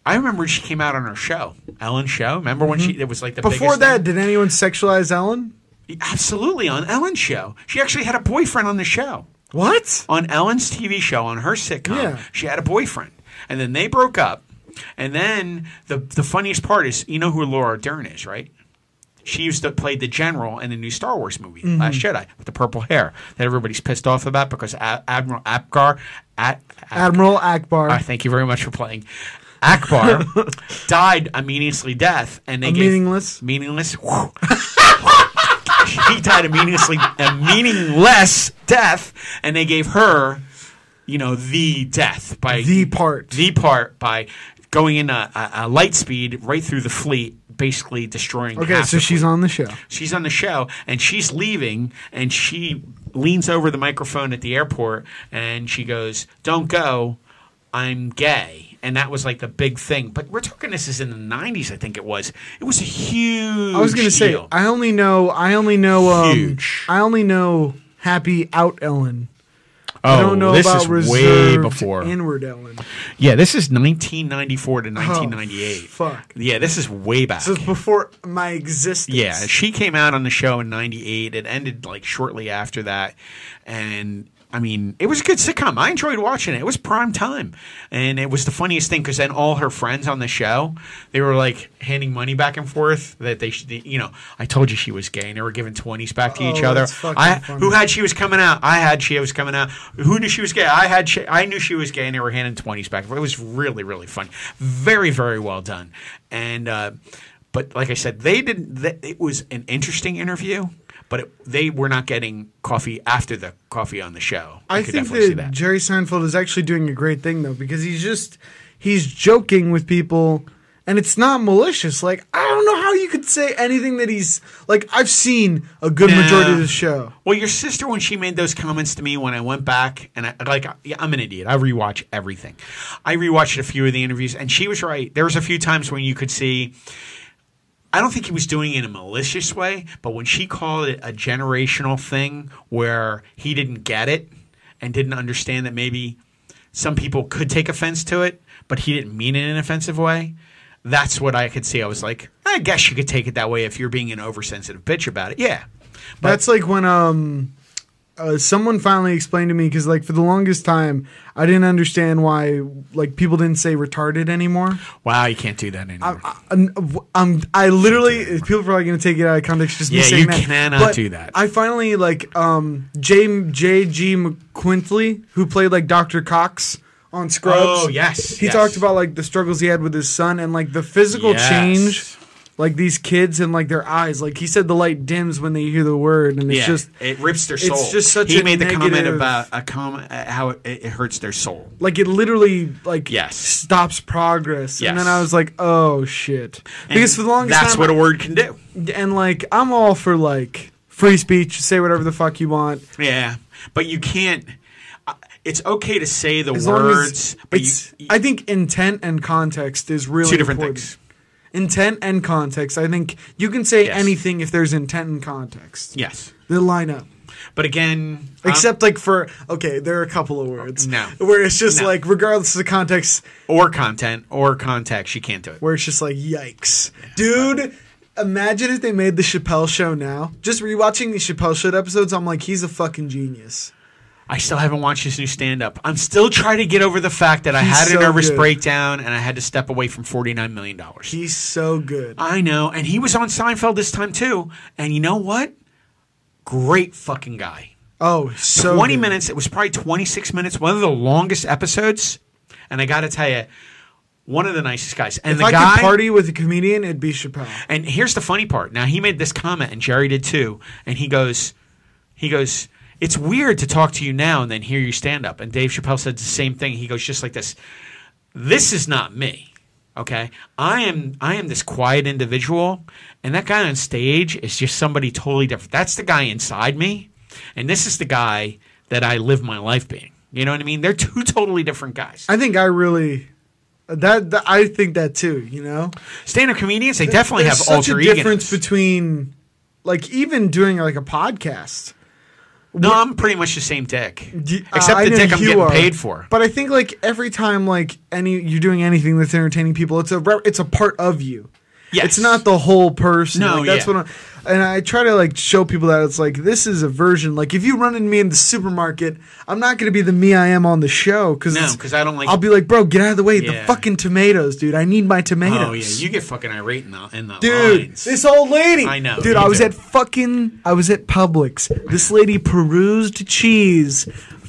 [SPEAKER 3] I remember she came out on her show, Ellen's show. Remember when she? It was like the
[SPEAKER 2] Mm-hmm. Before
[SPEAKER 3] biggest
[SPEAKER 2] that,
[SPEAKER 3] thing?
[SPEAKER 2] did anyone sexualize Ellen?
[SPEAKER 3] Absolutely on Ellen's show. She actually had a boyfriend on the show.
[SPEAKER 2] What?
[SPEAKER 3] On Ellen's TV show, on her sitcom,
[SPEAKER 2] Yeah.
[SPEAKER 3] she had a boyfriend, and then they broke up. And then the the funniest part is, you know who Laura Dern is, right? She used to play the general in the new Star Wars movie, Last Jedi, with the purple hair that everybody's pissed off about because A- Admiral Apgar, at,
[SPEAKER 2] Admiral Akbar.
[SPEAKER 3] uh, thank you very much for playing. Akbar died a meaninglessly death, and they
[SPEAKER 2] A
[SPEAKER 3] gave
[SPEAKER 2] meaningless?
[SPEAKER 3] meaningless. he died a meaninglessly a meaningless death, and they gave her, you know, the death by
[SPEAKER 2] The part.
[SPEAKER 3] the part by going in a, a, a light speed right through the fleet, basically destroying.
[SPEAKER 2] Okay,
[SPEAKER 3] half
[SPEAKER 2] so
[SPEAKER 3] the
[SPEAKER 2] she's
[SPEAKER 3] fleet.
[SPEAKER 2] on the show.
[SPEAKER 3] She's on the show and she's leaving and she leans over the microphone at the airport and she goes, "Don't go. I'm gay." And that was like the big thing. But we're talking this is in the 90s, I think it was. It was a huge
[SPEAKER 2] I was gonna say
[SPEAKER 3] deal.
[SPEAKER 2] I only know I only know um,
[SPEAKER 3] Huge.
[SPEAKER 2] I only know Happy Out Ellen. I
[SPEAKER 3] Oh,
[SPEAKER 2] don't know
[SPEAKER 3] this
[SPEAKER 2] about
[SPEAKER 3] is way
[SPEAKER 2] Reserved
[SPEAKER 3] before.
[SPEAKER 2] Inward Ellen.
[SPEAKER 3] yeah, this is 1994 to 1998.
[SPEAKER 2] Oh, Fuck.
[SPEAKER 3] Yeah, this is way back.
[SPEAKER 2] This is before my existence.
[SPEAKER 3] Yeah, she came out on the show in '98. It ended like shortly after that, and I mean, it was a good sitcom. I enjoyed watching it. It was prime time, and it was the funniest thing because then all her friends on the show they were like handing money back and forth that they should, you know, I told you she was gay, and they were giving twenties back to each
[SPEAKER 2] Oh,
[SPEAKER 3] other.
[SPEAKER 2] that's fucking
[SPEAKER 3] I
[SPEAKER 2] funny.
[SPEAKER 3] who had she was coming out. I had she was coming out. Who knew she was gay? I had she, I knew she was gay, and they were handing twenties back. and forth. It was really really funny, very very well done, and. uh but like I said, they didn't. th it was an interesting interview, but it, they were not getting coffee after the coffee on the show. You
[SPEAKER 2] I
[SPEAKER 3] could
[SPEAKER 2] think
[SPEAKER 3] definitely
[SPEAKER 2] that, Jerry Seinfeld is actually doing a great thing though because he's just he's joking with people and it's not malicious. Like I don't know how you could say anything that he's like I've seen a good
[SPEAKER 3] Nah.
[SPEAKER 2] majority of the show.
[SPEAKER 3] Well, your sister, when she made those comments to me when I went back, and I, like, yeah, I'm an idiot. I rewatch everything. I rewatched a few of the interviews, and she was right. There was a few times when you could see. I don't think he was doing it in a malicious way, but when she called it a generational thing where he didn't get it and didn't understand that maybe some people could take offense to it, but he didn't mean it in an offensive way, that's what I could see. I was like, I guess you could take it that way if you're being an oversensitive bitch about it. Yeah. But
[SPEAKER 2] That's like when um uh, someone finally explained to me because like for the longest time I didn't understand why like people didn't say retarded anymore.
[SPEAKER 3] Wow, you can't do that anymore.
[SPEAKER 2] I'm, I'm, um, I literally people are probably gonna take it out of context. Just me
[SPEAKER 3] Yeah,
[SPEAKER 2] saying
[SPEAKER 3] you
[SPEAKER 2] that.
[SPEAKER 3] cannot
[SPEAKER 2] But
[SPEAKER 3] do that.
[SPEAKER 2] I finally like um J J G McQuintley, who played like Dr. Cox on Scrubs.
[SPEAKER 3] Oh, yes,
[SPEAKER 2] he
[SPEAKER 3] yes.
[SPEAKER 2] talked about like the struggles he had with his son and like the physical
[SPEAKER 3] Yes.
[SPEAKER 2] change. Like these kids and like their eyes, like he said, the light dims when they hear the word, and it's
[SPEAKER 3] yeah,
[SPEAKER 2] just
[SPEAKER 3] it rips their
[SPEAKER 2] it's
[SPEAKER 3] soul.
[SPEAKER 2] just such
[SPEAKER 3] he
[SPEAKER 2] a
[SPEAKER 3] made the comment
[SPEAKER 2] negative-
[SPEAKER 3] about a comment uh, how it, it hurts their soul.
[SPEAKER 2] like it literally like
[SPEAKER 3] Yes.
[SPEAKER 2] stops progress. And then
[SPEAKER 3] Yes.
[SPEAKER 2] I was like, oh shit,
[SPEAKER 3] And
[SPEAKER 2] because for the longest
[SPEAKER 3] that's
[SPEAKER 2] time
[SPEAKER 3] what a word can do.
[SPEAKER 2] and like I'm all for like free speech, say whatever the fuck you want.
[SPEAKER 3] Yeah, but you can't. uh, It's okay to say the
[SPEAKER 2] As long
[SPEAKER 3] words,
[SPEAKER 2] as
[SPEAKER 3] but
[SPEAKER 2] it's,
[SPEAKER 3] you,
[SPEAKER 2] I think intent and context is really
[SPEAKER 3] Two different
[SPEAKER 2] important.
[SPEAKER 3] things.
[SPEAKER 2] Intent and context. I think you can say
[SPEAKER 3] Yes.
[SPEAKER 2] anything if there's intent and context.
[SPEAKER 3] yes.
[SPEAKER 2] They line up.
[SPEAKER 3] But again, uh, I'm-
[SPEAKER 2] Except like for okay, there are a couple of words.
[SPEAKER 3] No.
[SPEAKER 2] Where it's just
[SPEAKER 3] No.
[SPEAKER 2] like regardless of the context,
[SPEAKER 3] or content or context, you can't do it.
[SPEAKER 2] where it's just like yikes. Dude, imagine if they made the Chappelle show now. Just rewatching the Chappelle show episodes, I'm like, he's a fucking genius.
[SPEAKER 3] I still haven't watched his new stand up. I'm still trying to get over the fact that I
[SPEAKER 2] He's
[SPEAKER 3] had a
[SPEAKER 2] so
[SPEAKER 3] nervous
[SPEAKER 2] good.
[SPEAKER 3] breakdown and I had to step away from forty nine million dollars.
[SPEAKER 2] He's so good.
[SPEAKER 3] I know, and he was on Seinfeld this time too. And you know what? Great fucking guy.
[SPEAKER 2] Oh, so
[SPEAKER 3] 20
[SPEAKER 2] good.
[SPEAKER 3] minutes, it was probably 26 minutes, one of the longest episodes. And I got to tell you, one of the nicest guys. And
[SPEAKER 2] If
[SPEAKER 3] the
[SPEAKER 2] I
[SPEAKER 3] guy
[SPEAKER 2] could party with a comedian, it'd be Chappelle.
[SPEAKER 3] and here's the funny part. Now he made this comment, and Jerry did too. And he goes, he goes, it's weird to talk to you now and then hear you stand up. And Dave Chappelle said the same thing. He goes just like this. This is not me. Okay, I am I am this quiet individual, and that guy on stage is just somebody totally different. That's the guy inside me, and this is the guy that I live my life being. You know what I mean? They're two totally different guys.
[SPEAKER 2] I think I really that, that I think that too. You know,
[SPEAKER 3] Stand-up comedians, they definitely
[SPEAKER 2] there's
[SPEAKER 3] have
[SPEAKER 2] such
[SPEAKER 3] alter
[SPEAKER 2] a
[SPEAKER 3] egos.
[SPEAKER 2] difference between like even doing like a podcast.
[SPEAKER 3] No, I'm pretty much the same dick.
[SPEAKER 2] D- uh,
[SPEAKER 3] Except
[SPEAKER 2] I
[SPEAKER 3] the
[SPEAKER 2] know
[SPEAKER 3] dick I'm
[SPEAKER 2] you
[SPEAKER 3] getting
[SPEAKER 2] are,
[SPEAKER 3] paid for.
[SPEAKER 2] But I think like every time like any you're doing anything that's entertaining people, it's a re- it's a part of you.
[SPEAKER 3] Yes.
[SPEAKER 2] It's not the whole person.
[SPEAKER 3] No,
[SPEAKER 2] like, that's
[SPEAKER 3] yeah.
[SPEAKER 2] what I and I try to like show people that it's like this is a version. Like if you run into me in the supermarket, I'm not going to be the me I am on the show because
[SPEAKER 3] No, 'cause I don't like-
[SPEAKER 2] I'll be like, bro, get out of the way.
[SPEAKER 3] Yeah.
[SPEAKER 2] The fucking tomatoes, dude. I need my tomatoes.
[SPEAKER 3] oh yeah, you get fucking irate in the in the
[SPEAKER 2] Dude,
[SPEAKER 3] lines.
[SPEAKER 2] this old lady.
[SPEAKER 3] I know,
[SPEAKER 2] Dude,
[SPEAKER 3] me
[SPEAKER 2] I was
[SPEAKER 3] too.
[SPEAKER 2] at fucking I was at Publix. This lady perused cheese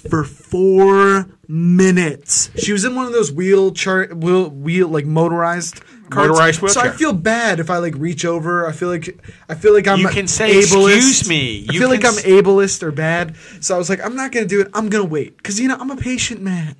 [SPEAKER 2] for 4 minutes. She was in one of those wheel chart wheel wheel like motorized carts.
[SPEAKER 3] Motorized
[SPEAKER 2] So I
[SPEAKER 3] wheelchair.
[SPEAKER 2] feel bad if I like reach over. I feel like I feel like I'm
[SPEAKER 3] You can say, "Excuse me."
[SPEAKER 2] I
[SPEAKER 3] You
[SPEAKER 2] feel like
[SPEAKER 3] can
[SPEAKER 2] I'm
[SPEAKER 3] s-
[SPEAKER 2] ableist or bad. So I was like I'm not going to do it. I'm going to wait cuz you know I'm a patient man.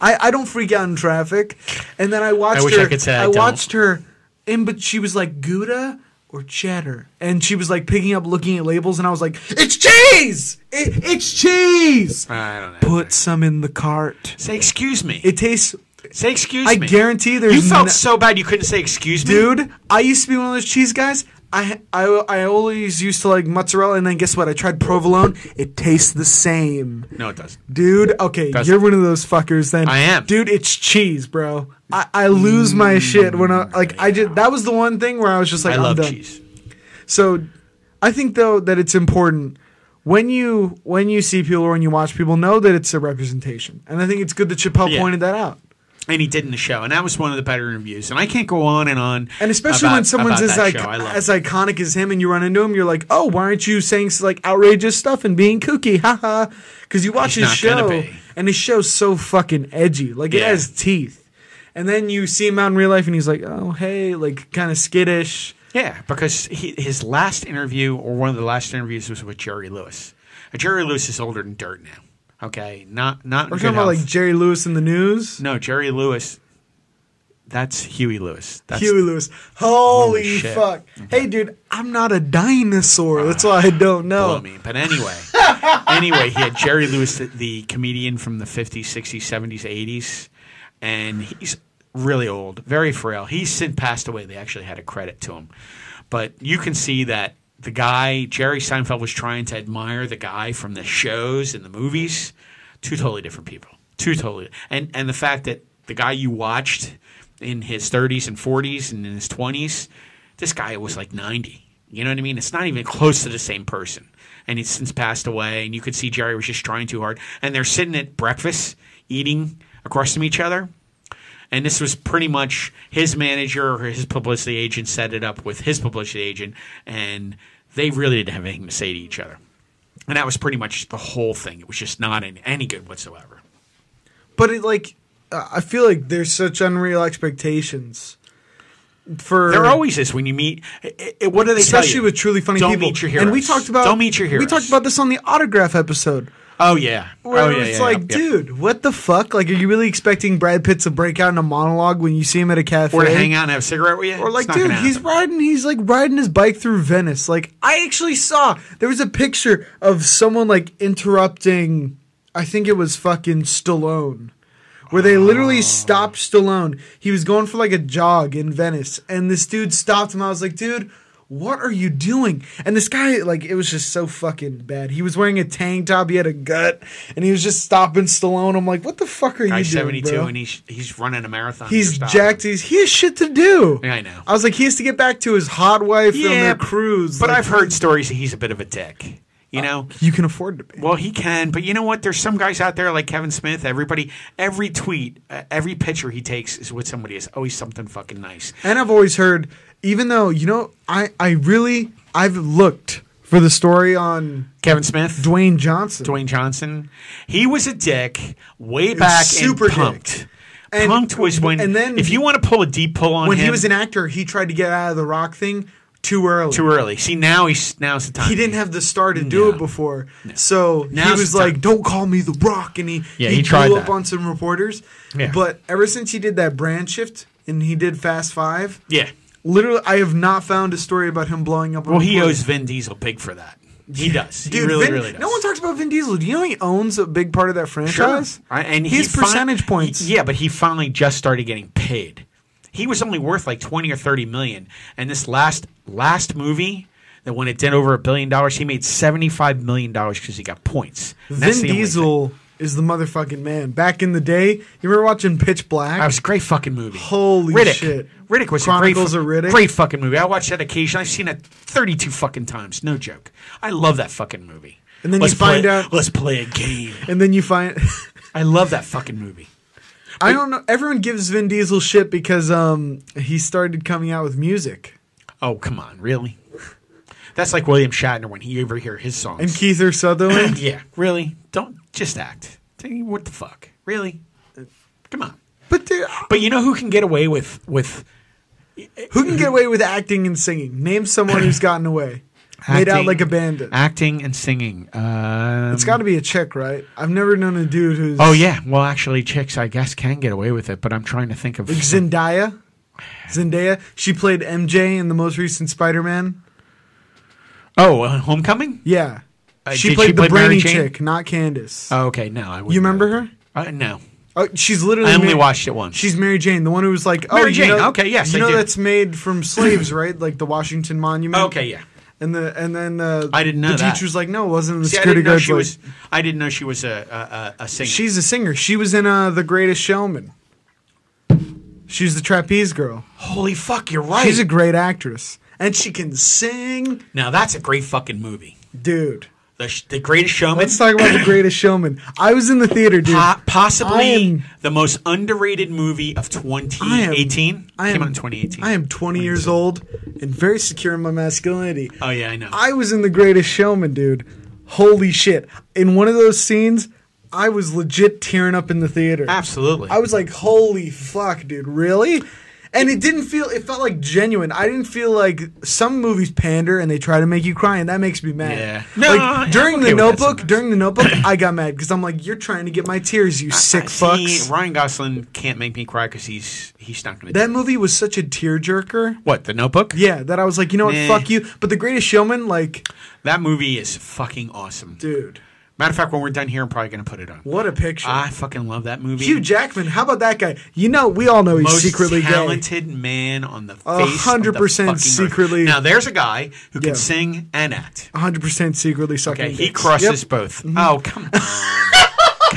[SPEAKER 2] I, I don't freak out in traffic. And then I watched
[SPEAKER 3] wish I
[SPEAKER 2] her
[SPEAKER 3] could say I don't.
[SPEAKER 2] watched her and but she was like Gouda or cheddar, and she was like picking up, looking at labels, and I was like, "It's cheese! It, it's cheese!
[SPEAKER 3] I don't know.
[SPEAKER 2] Put some in the cart."
[SPEAKER 3] say excuse me.
[SPEAKER 2] It tastes.
[SPEAKER 3] say excuse
[SPEAKER 2] I
[SPEAKER 3] me.
[SPEAKER 2] guarantee there's
[SPEAKER 3] You felt
[SPEAKER 2] no-
[SPEAKER 3] so bad you couldn't say excuse me,
[SPEAKER 2] dude. I used to be one of those cheese guys. I, I, I always used to like mozzarella, and then guess what? I tried provolone. It tastes the same,
[SPEAKER 3] No, it doesn't.
[SPEAKER 2] dude. Okay,
[SPEAKER 3] Doesn't.
[SPEAKER 2] you're one of those fuckers. Then
[SPEAKER 3] I am.
[SPEAKER 2] dude. It's cheese, bro. I, I lose my shit when I like. I just that was the one thing where I was just like,
[SPEAKER 3] I
[SPEAKER 2] I'm
[SPEAKER 3] love
[SPEAKER 2] done.
[SPEAKER 3] cheese.
[SPEAKER 2] So, I think though that it's important when you when you see people or when you watch people know that it's a representation, and I think it's good that Chappelle
[SPEAKER 3] Yeah.
[SPEAKER 2] pointed that out.
[SPEAKER 3] And he did in the show, and that was one of the better interviews. And I can't go on and on.
[SPEAKER 2] And especially
[SPEAKER 3] about-
[SPEAKER 2] when someone's
[SPEAKER 3] about
[SPEAKER 2] as,
[SPEAKER 3] that
[SPEAKER 2] ic-
[SPEAKER 3] show. I love
[SPEAKER 2] as
[SPEAKER 3] it.
[SPEAKER 2] iconic as him and you run into him, you're like, oh, why aren't you saying like outrageous stuff and being kooky? Haha. Because you watch
[SPEAKER 3] He's
[SPEAKER 2] his
[SPEAKER 3] not gonna
[SPEAKER 2] show,
[SPEAKER 3] be.
[SPEAKER 2] and his show's so fucking edgy. Like, it
[SPEAKER 3] Yeah.
[SPEAKER 2] has teeth. And then you see him out in real life, and he's like, oh, hey, like kind of skittish.
[SPEAKER 3] yeah, because he, his last interview or one of the last interviews was with Jerry Lewis. Uh, Jerry Lewis is older than dirt now. Okay, not not. in
[SPEAKER 2] We're
[SPEAKER 3] good
[SPEAKER 2] talking about
[SPEAKER 3] health.
[SPEAKER 2] like Jerry Lewis in the news.
[SPEAKER 3] no Jerry Lewis. That's Huey Lewis. That's
[SPEAKER 2] Huey Lewis. Holy,
[SPEAKER 3] Holy shit.
[SPEAKER 2] fuck. Hey, dude, I'm not a dinosaur. That's why I don't
[SPEAKER 3] below
[SPEAKER 2] know.
[SPEAKER 3] me. But anyway, anyway, he had Jerry Lewis, the, the comedian from the 50s, 60s, 70s, 80s, and he's really old, very frail. He's since passed away. They actually had a credit to him. But you can see that the guy, Jerry Seinfeld, was trying to admire the guy from the shows and the movies. Two totally different people. Two totally. And, and the fact that the guy you watched in his 30s and 40s and in his 20s, this guy was like 90. You know what I mean? It's not even close to the same person. And he's since passed away, and you could see Jerry was just trying too hard. And they're sitting at breakfast, eating across from each other. And this was pretty much his manager or his publicity agent set it up with his publicity agent, and they really didn't have anything to say to each other. And that was pretty much the whole thing. It was just not in any good whatsoever.
[SPEAKER 2] But it like, uh, I feel like there's such unreal expectations. For
[SPEAKER 3] There always is when you meet. i- i- What do they tell
[SPEAKER 2] especially
[SPEAKER 3] you?
[SPEAKER 2] with truly funny
[SPEAKER 3] Don't
[SPEAKER 2] people.
[SPEAKER 3] meet your heroes.
[SPEAKER 2] And we talked about
[SPEAKER 3] don't meet your heroes.
[SPEAKER 2] We talked about this on the autograph episode.
[SPEAKER 3] oh yeah,
[SPEAKER 2] Where
[SPEAKER 3] oh yeah,
[SPEAKER 2] it's
[SPEAKER 3] yeah,
[SPEAKER 2] like,
[SPEAKER 3] yeah.
[SPEAKER 2] dude, what the fuck? Like, are you really expecting Brad Pitt to break out in a monologue when you see him at a cafe?
[SPEAKER 3] or to hang out and have a cigarette with you,
[SPEAKER 2] Or
[SPEAKER 3] It's
[SPEAKER 2] like,
[SPEAKER 3] not gonna
[SPEAKER 2] dude, he's
[SPEAKER 3] happen.
[SPEAKER 2] riding. He's like riding his bike through Venice. Like, I actually saw there was a picture of someone like interrupting. I think it was fucking Stallone, where they
[SPEAKER 3] Oh.
[SPEAKER 2] literally stopped Stallone. He was going for like a jog in Venice, and this dude stopped him. I was like, dude. What are you doing? And this guy, like, it was just so fucking bad. He was wearing a tank top, he had a gut, and he was just stopping Stallone. I'm like, what the fuck are you
[SPEAKER 3] Guy's
[SPEAKER 2] doing?
[SPEAKER 3] 72
[SPEAKER 2] bro?
[SPEAKER 3] and he's he's running a marathon.
[SPEAKER 2] He's
[SPEAKER 3] You're stopping.
[SPEAKER 2] jacked. He's he has shit to do.
[SPEAKER 3] Yeah, I know.
[SPEAKER 2] I was like, he has to get back to his hot wife on
[SPEAKER 3] Yeah,
[SPEAKER 2] their
[SPEAKER 3] but-
[SPEAKER 2] cruise.
[SPEAKER 3] But
[SPEAKER 2] Like, Uh,
[SPEAKER 3] I've heard stories that he's a bit of a dick. You know?
[SPEAKER 2] you can afford to be.
[SPEAKER 3] Well, he can, but you know what? There's some guys out there like Kevin Smith. Everybody, every tweet, uh, every picture he takes is with somebody. It's always something fucking nice.
[SPEAKER 2] And I've always heard, even though you know, I I really I've looked for the story on
[SPEAKER 3] Kevin Smith,
[SPEAKER 2] Dwayne Johnson.
[SPEAKER 3] Dwayne Johnson, he was a dick way back.
[SPEAKER 2] super
[SPEAKER 3] and
[SPEAKER 2] dick.
[SPEAKER 3] punked.
[SPEAKER 2] And-
[SPEAKER 3] punked was when.
[SPEAKER 2] and then-
[SPEAKER 3] if you want to pull a deep pull on
[SPEAKER 2] when
[SPEAKER 3] him,
[SPEAKER 2] he was an actor, he tried to get out of the rock thing too early.
[SPEAKER 3] too early. See now he's now's the time.
[SPEAKER 2] he didn't have the star to do
[SPEAKER 3] No.
[SPEAKER 2] it before, so he
[SPEAKER 3] Now's
[SPEAKER 2] was
[SPEAKER 3] the time.
[SPEAKER 2] like, "Don't call me the Rock," and he
[SPEAKER 3] Yeah, he tried
[SPEAKER 2] blew up
[SPEAKER 3] that.
[SPEAKER 2] on some reporters.
[SPEAKER 3] Yeah.
[SPEAKER 2] But ever since he did that brand shift and he did Fast Five,
[SPEAKER 3] Yeah.
[SPEAKER 2] Literally, I have not found a story about him blowing up.
[SPEAKER 3] Well, he owes Vin Diesel big for that. He does. He really,
[SPEAKER 2] Vin-
[SPEAKER 3] really does.
[SPEAKER 2] No one talks about Vin Diesel. Do you know he owns a big part of that franchise?
[SPEAKER 3] I- and he
[SPEAKER 2] his
[SPEAKER 3] fin-
[SPEAKER 2] percentage points.
[SPEAKER 3] Yeah, but he finally just started getting paid. He was only worth like twenty or thirty million, and this last last movie that when it did over a billion dollars, he made seventy five million dollars because he got points. And that's
[SPEAKER 2] Vin
[SPEAKER 3] the only thing.
[SPEAKER 2] Diesel is the motherfucking man. Back in the day, you remember watching Pitch Black?
[SPEAKER 3] That was a great fucking movie.
[SPEAKER 2] Holy
[SPEAKER 3] Riddick.
[SPEAKER 2] shit.
[SPEAKER 3] Riddick was
[SPEAKER 2] Chronicles
[SPEAKER 3] a
[SPEAKER 2] of
[SPEAKER 3] great, fu-
[SPEAKER 2] Riddick?
[SPEAKER 3] Great fucking movie. I watched that occasionally. I've seen it thirty-two fucking times. No joke. I love that fucking movie.
[SPEAKER 2] And then you
[SPEAKER 3] let's
[SPEAKER 2] find
[SPEAKER 3] play-
[SPEAKER 2] out-
[SPEAKER 3] Let's play a game.
[SPEAKER 2] and then you find.
[SPEAKER 3] I love that fucking movie.
[SPEAKER 2] I don't know. Everyone gives Vin Diesel shit because um he started coming out with music.
[SPEAKER 3] Oh, come on, really? That's like William Shatner when he overhear his songs.
[SPEAKER 2] And Keith or Sutherland.
[SPEAKER 3] yeah, really? Don't just act. Take- What the fuck? Really? Come on.
[SPEAKER 2] but dude,
[SPEAKER 3] But you know who can get away with with
[SPEAKER 2] who can get away with acting and singing? Name someone who's gotten away. Made out
[SPEAKER 3] acting-
[SPEAKER 2] like a bandit.
[SPEAKER 3] acting and singing? Um,
[SPEAKER 2] It's got to be a chick, right? I've never known a dude who's
[SPEAKER 3] Oh yeah. Well, actually, chicks I guess can get away with it, but I'm trying to think of
[SPEAKER 2] Zendaya. Zendaya. She played MJ in the most recent Spider Man.
[SPEAKER 3] Oh, uh, Homecoming.
[SPEAKER 2] Yeah.
[SPEAKER 3] Uh,
[SPEAKER 2] she
[SPEAKER 3] did
[SPEAKER 2] played
[SPEAKER 3] she
[SPEAKER 2] the
[SPEAKER 3] play Mary
[SPEAKER 2] brainy
[SPEAKER 3] Jane?
[SPEAKER 2] chick, not Candace.
[SPEAKER 3] Oh, okay, no, I. wouldn't
[SPEAKER 2] you remember
[SPEAKER 3] know.
[SPEAKER 2] her?
[SPEAKER 3] Uh, no,
[SPEAKER 2] Oh, she's literally.
[SPEAKER 3] I only
[SPEAKER 2] Mar-
[SPEAKER 3] watched it once.
[SPEAKER 2] She's Mary Jane, the one who was like, "Oh,
[SPEAKER 3] Mary
[SPEAKER 2] you
[SPEAKER 3] Jane,
[SPEAKER 2] know-
[SPEAKER 3] okay, yes,
[SPEAKER 2] you
[SPEAKER 3] I
[SPEAKER 2] know
[SPEAKER 3] do.
[SPEAKER 2] that's made from slaves, right? Like the Washington Monument."
[SPEAKER 3] okay, yeah.
[SPEAKER 2] and the and then uh,
[SPEAKER 3] I didn't know
[SPEAKER 2] the
[SPEAKER 3] that.
[SPEAKER 2] teacher's like, "No, it wasn't." And the
[SPEAKER 3] See, I
[SPEAKER 2] security
[SPEAKER 3] didn't know
[SPEAKER 2] guard
[SPEAKER 3] she
[SPEAKER 2] like,
[SPEAKER 3] was. I didn't know she was a a, a- a singer.
[SPEAKER 2] She's a singer. She was in uh, The Greatest Showman. She's the trapeze girl.
[SPEAKER 3] Holy fuck, you're right.
[SPEAKER 2] She's a great actress, and she can sing,
[SPEAKER 3] now that's a great fucking movie.
[SPEAKER 2] dude.
[SPEAKER 3] The, sh- the Greatest Showman.
[SPEAKER 2] Let's talk about The Greatest Showman. I was in the theater, dude.
[SPEAKER 3] Po- possibly
[SPEAKER 2] I'm-
[SPEAKER 3] the most underrated movie of
[SPEAKER 2] I am-
[SPEAKER 3] 2018.
[SPEAKER 2] I am,
[SPEAKER 3] Came out in 2018.
[SPEAKER 2] I am 20 years old and very secure in my masculinity.
[SPEAKER 3] Oh yeah, I know.
[SPEAKER 2] I was in The Greatest Showman, dude. Holy shit. In one of those scenes, I was legit tearing up in the theater.
[SPEAKER 3] Absolutely.
[SPEAKER 2] I was like, holy fuck, dude, really? And it didn't feel, it felt like genuine. I didn't feel like some movies pander and they try to make you cry, and that makes me mad.
[SPEAKER 3] Yeah. No,
[SPEAKER 2] like,
[SPEAKER 3] no, no, no,
[SPEAKER 2] during
[SPEAKER 3] I'm
[SPEAKER 2] the
[SPEAKER 3] okay with that
[SPEAKER 2] notebook,
[SPEAKER 3] sometimes.
[SPEAKER 2] during the notebook, I got mad because I'm like, you're trying to get my tears, you sick
[SPEAKER 3] See,
[SPEAKER 2] fucks.
[SPEAKER 3] Ryan Gosling can't make me cry because he's he's not going to.
[SPEAKER 2] That movie was such a tearjerker.
[SPEAKER 3] What the Notebook?
[SPEAKER 2] Yeah, that I was like, you know what,
[SPEAKER 3] Nah.
[SPEAKER 2] fuck you. But The Greatest Showman, like,
[SPEAKER 3] That movie is fucking awesome.
[SPEAKER 2] dude,
[SPEAKER 3] Matter of fact, when we're done here, I'm probably going to put it on.
[SPEAKER 2] what a picture.
[SPEAKER 3] I fucking love that movie.
[SPEAKER 2] Hugh Jackman, how about that guy? You know, we all know he's
[SPEAKER 3] most
[SPEAKER 2] secretly gay.
[SPEAKER 3] talented man on the face. of the
[SPEAKER 2] 100%
[SPEAKER 3] fucking earth.
[SPEAKER 2] secretly-
[SPEAKER 3] Now there's a guy who
[SPEAKER 2] Yeah.
[SPEAKER 3] can sing and act.
[SPEAKER 2] 100% secretly sucking
[SPEAKER 3] Okay, he
[SPEAKER 2] dicks.
[SPEAKER 3] crushes
[SPEAKER 2] Yep. Mm-hmm.
[SPEAKER 3] both. Oh come on,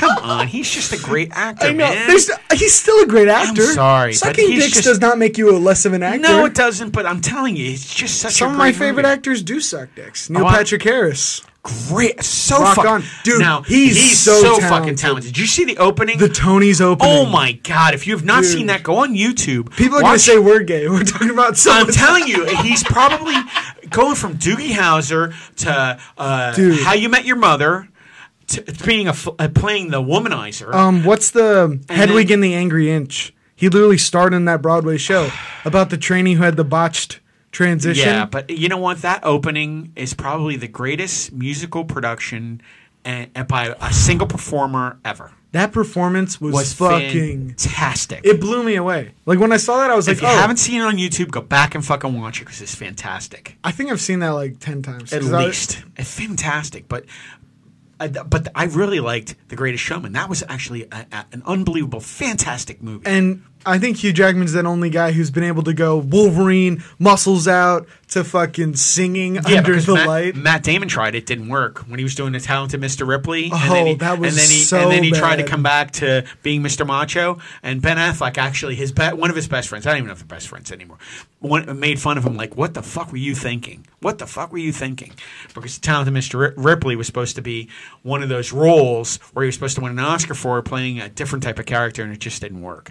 [SPEAKER 3] come on! He's just a great actor,
[SPEAKER 2] I know.
[SPEAKER 3] man.
[SPEAKER 2] There's, uh, he's still a great actor.
[SPEAKER 3] sorry, but
[SPEAKER 2] Sucking
[SPEAKER 3] he's
[SPEAKER 2] dicks
[SPEAKER 3] just-
[SPEAKER 2] does not make you a less of an actor.
[SPEAKER 3] no, it doesn't. But I'm telling you, it's just such.
[SPEAKER 2] Some
[SPEAKER 3] a
[SPEAKER 2] of
[SPEAKER 3] great
[SPEAKER 2] my favorite
[SPEAKER 3] movie.
[SPEAKER 2] actors do suck dicks. Neil
[SPEAKER 3] Oh, I-
[SPEAKER 2] Patrick Harris.
[SPEAKER 3] Great, so
[SPEAKER 2] Rock
[SPEAKER 3] fuck-
[SPEAKER 2] on. Dude,
[SPEAKER 3] Now
[SPEAKER 2] he's so
[SPEAKER 3] fucking
[SPEAKER 2] talented.
[SPEAKER 3] talented. Did you see the opening?
[SPEAKER 2] The Tony's opening.
[SPEAKER 3] oh my god! If you have not
[SPEAKER 2] Dude.
[SPEAKER 3] seen that, go on YouTube.
[SPEAKER 2] People are going to
[SPEAKER 3] Watch-
[SPEAKER 2] say we're gay. We're talking about
[SPEAKER 3] I'm
[SPEAKER 2] someone.
[SPEAKER 3] telling you, he's probably going from Doogie Howser to uh,
[SPEAKER 2] Dude.
[SPEAKER 3] How You Met Your Mother to being a fl- uh, playing the womanizer.
[SPEAKER 2] um, what's the Hedwig
[SPEAKER 3] then-
[SPEAKER 2] and the Angry Inch? He literally starred in that Broadway show about the trainee who had the botched transition.
[SPEAKER 3] yeah, but you know what? That opening is probably the greatest musical production and, and by a single performer ever.
[SPEAKER 2] that performance was,
[SPEAKER 3] Was
[SPEAKER 2] fucking.
[SPEAKER 3] fantastic.
[SPEAKER 2] It blew me away. Like when I saw that, I was like,
[SPEAKER 3] if you
[SPEAKER 2] oh,
[SPEAKER 3] haven't seen it on YouTube, go back and fucking watch it because it's fantastic.
[SPEAKER 2] I think I've seen that like ten times.
[SPEAKER 3] At
[SPEAKER 2] 'Cause I-
[SPEAKER 3] least it's fantastic, but. I- But I really liked The Greatest Showman. That was actually a, a- an unbelievable, fantastic movie.
[SPEAKER 2] and I think Hugh Jackman's that only guy who's been able to go Wolverine, muscles out to fucking singing under
[SPEAKER 3] because
[SPEAKER 2] the
[SPEAKER 3] Matt,
[SPEAKER 2] light.
[SPEAKER 3] Matt Damon tried it, didn't work when he was doing the talented Mr. Ripley.
[SPEAKER 2] Oh, that was
[SPEAKER 3] and then he,
[SPEAKER 2] so
[SPEAKER 3] And then he tried to
[SPEAKER 2] bad.
[SPEAKER 3] come back to being Mr. Macho. And Ben Affleck, actually, his be- one of his best friends, I don't even know if they're best friends anymore, one, made fun of him like, "What the fuck were you thinking? What the fuck were you thinking?" Because talented Mr. Ri- Ripley was supposed to be one of those roles where he was supposed to win an Oscar for playing a different type of character, and it just didn't work.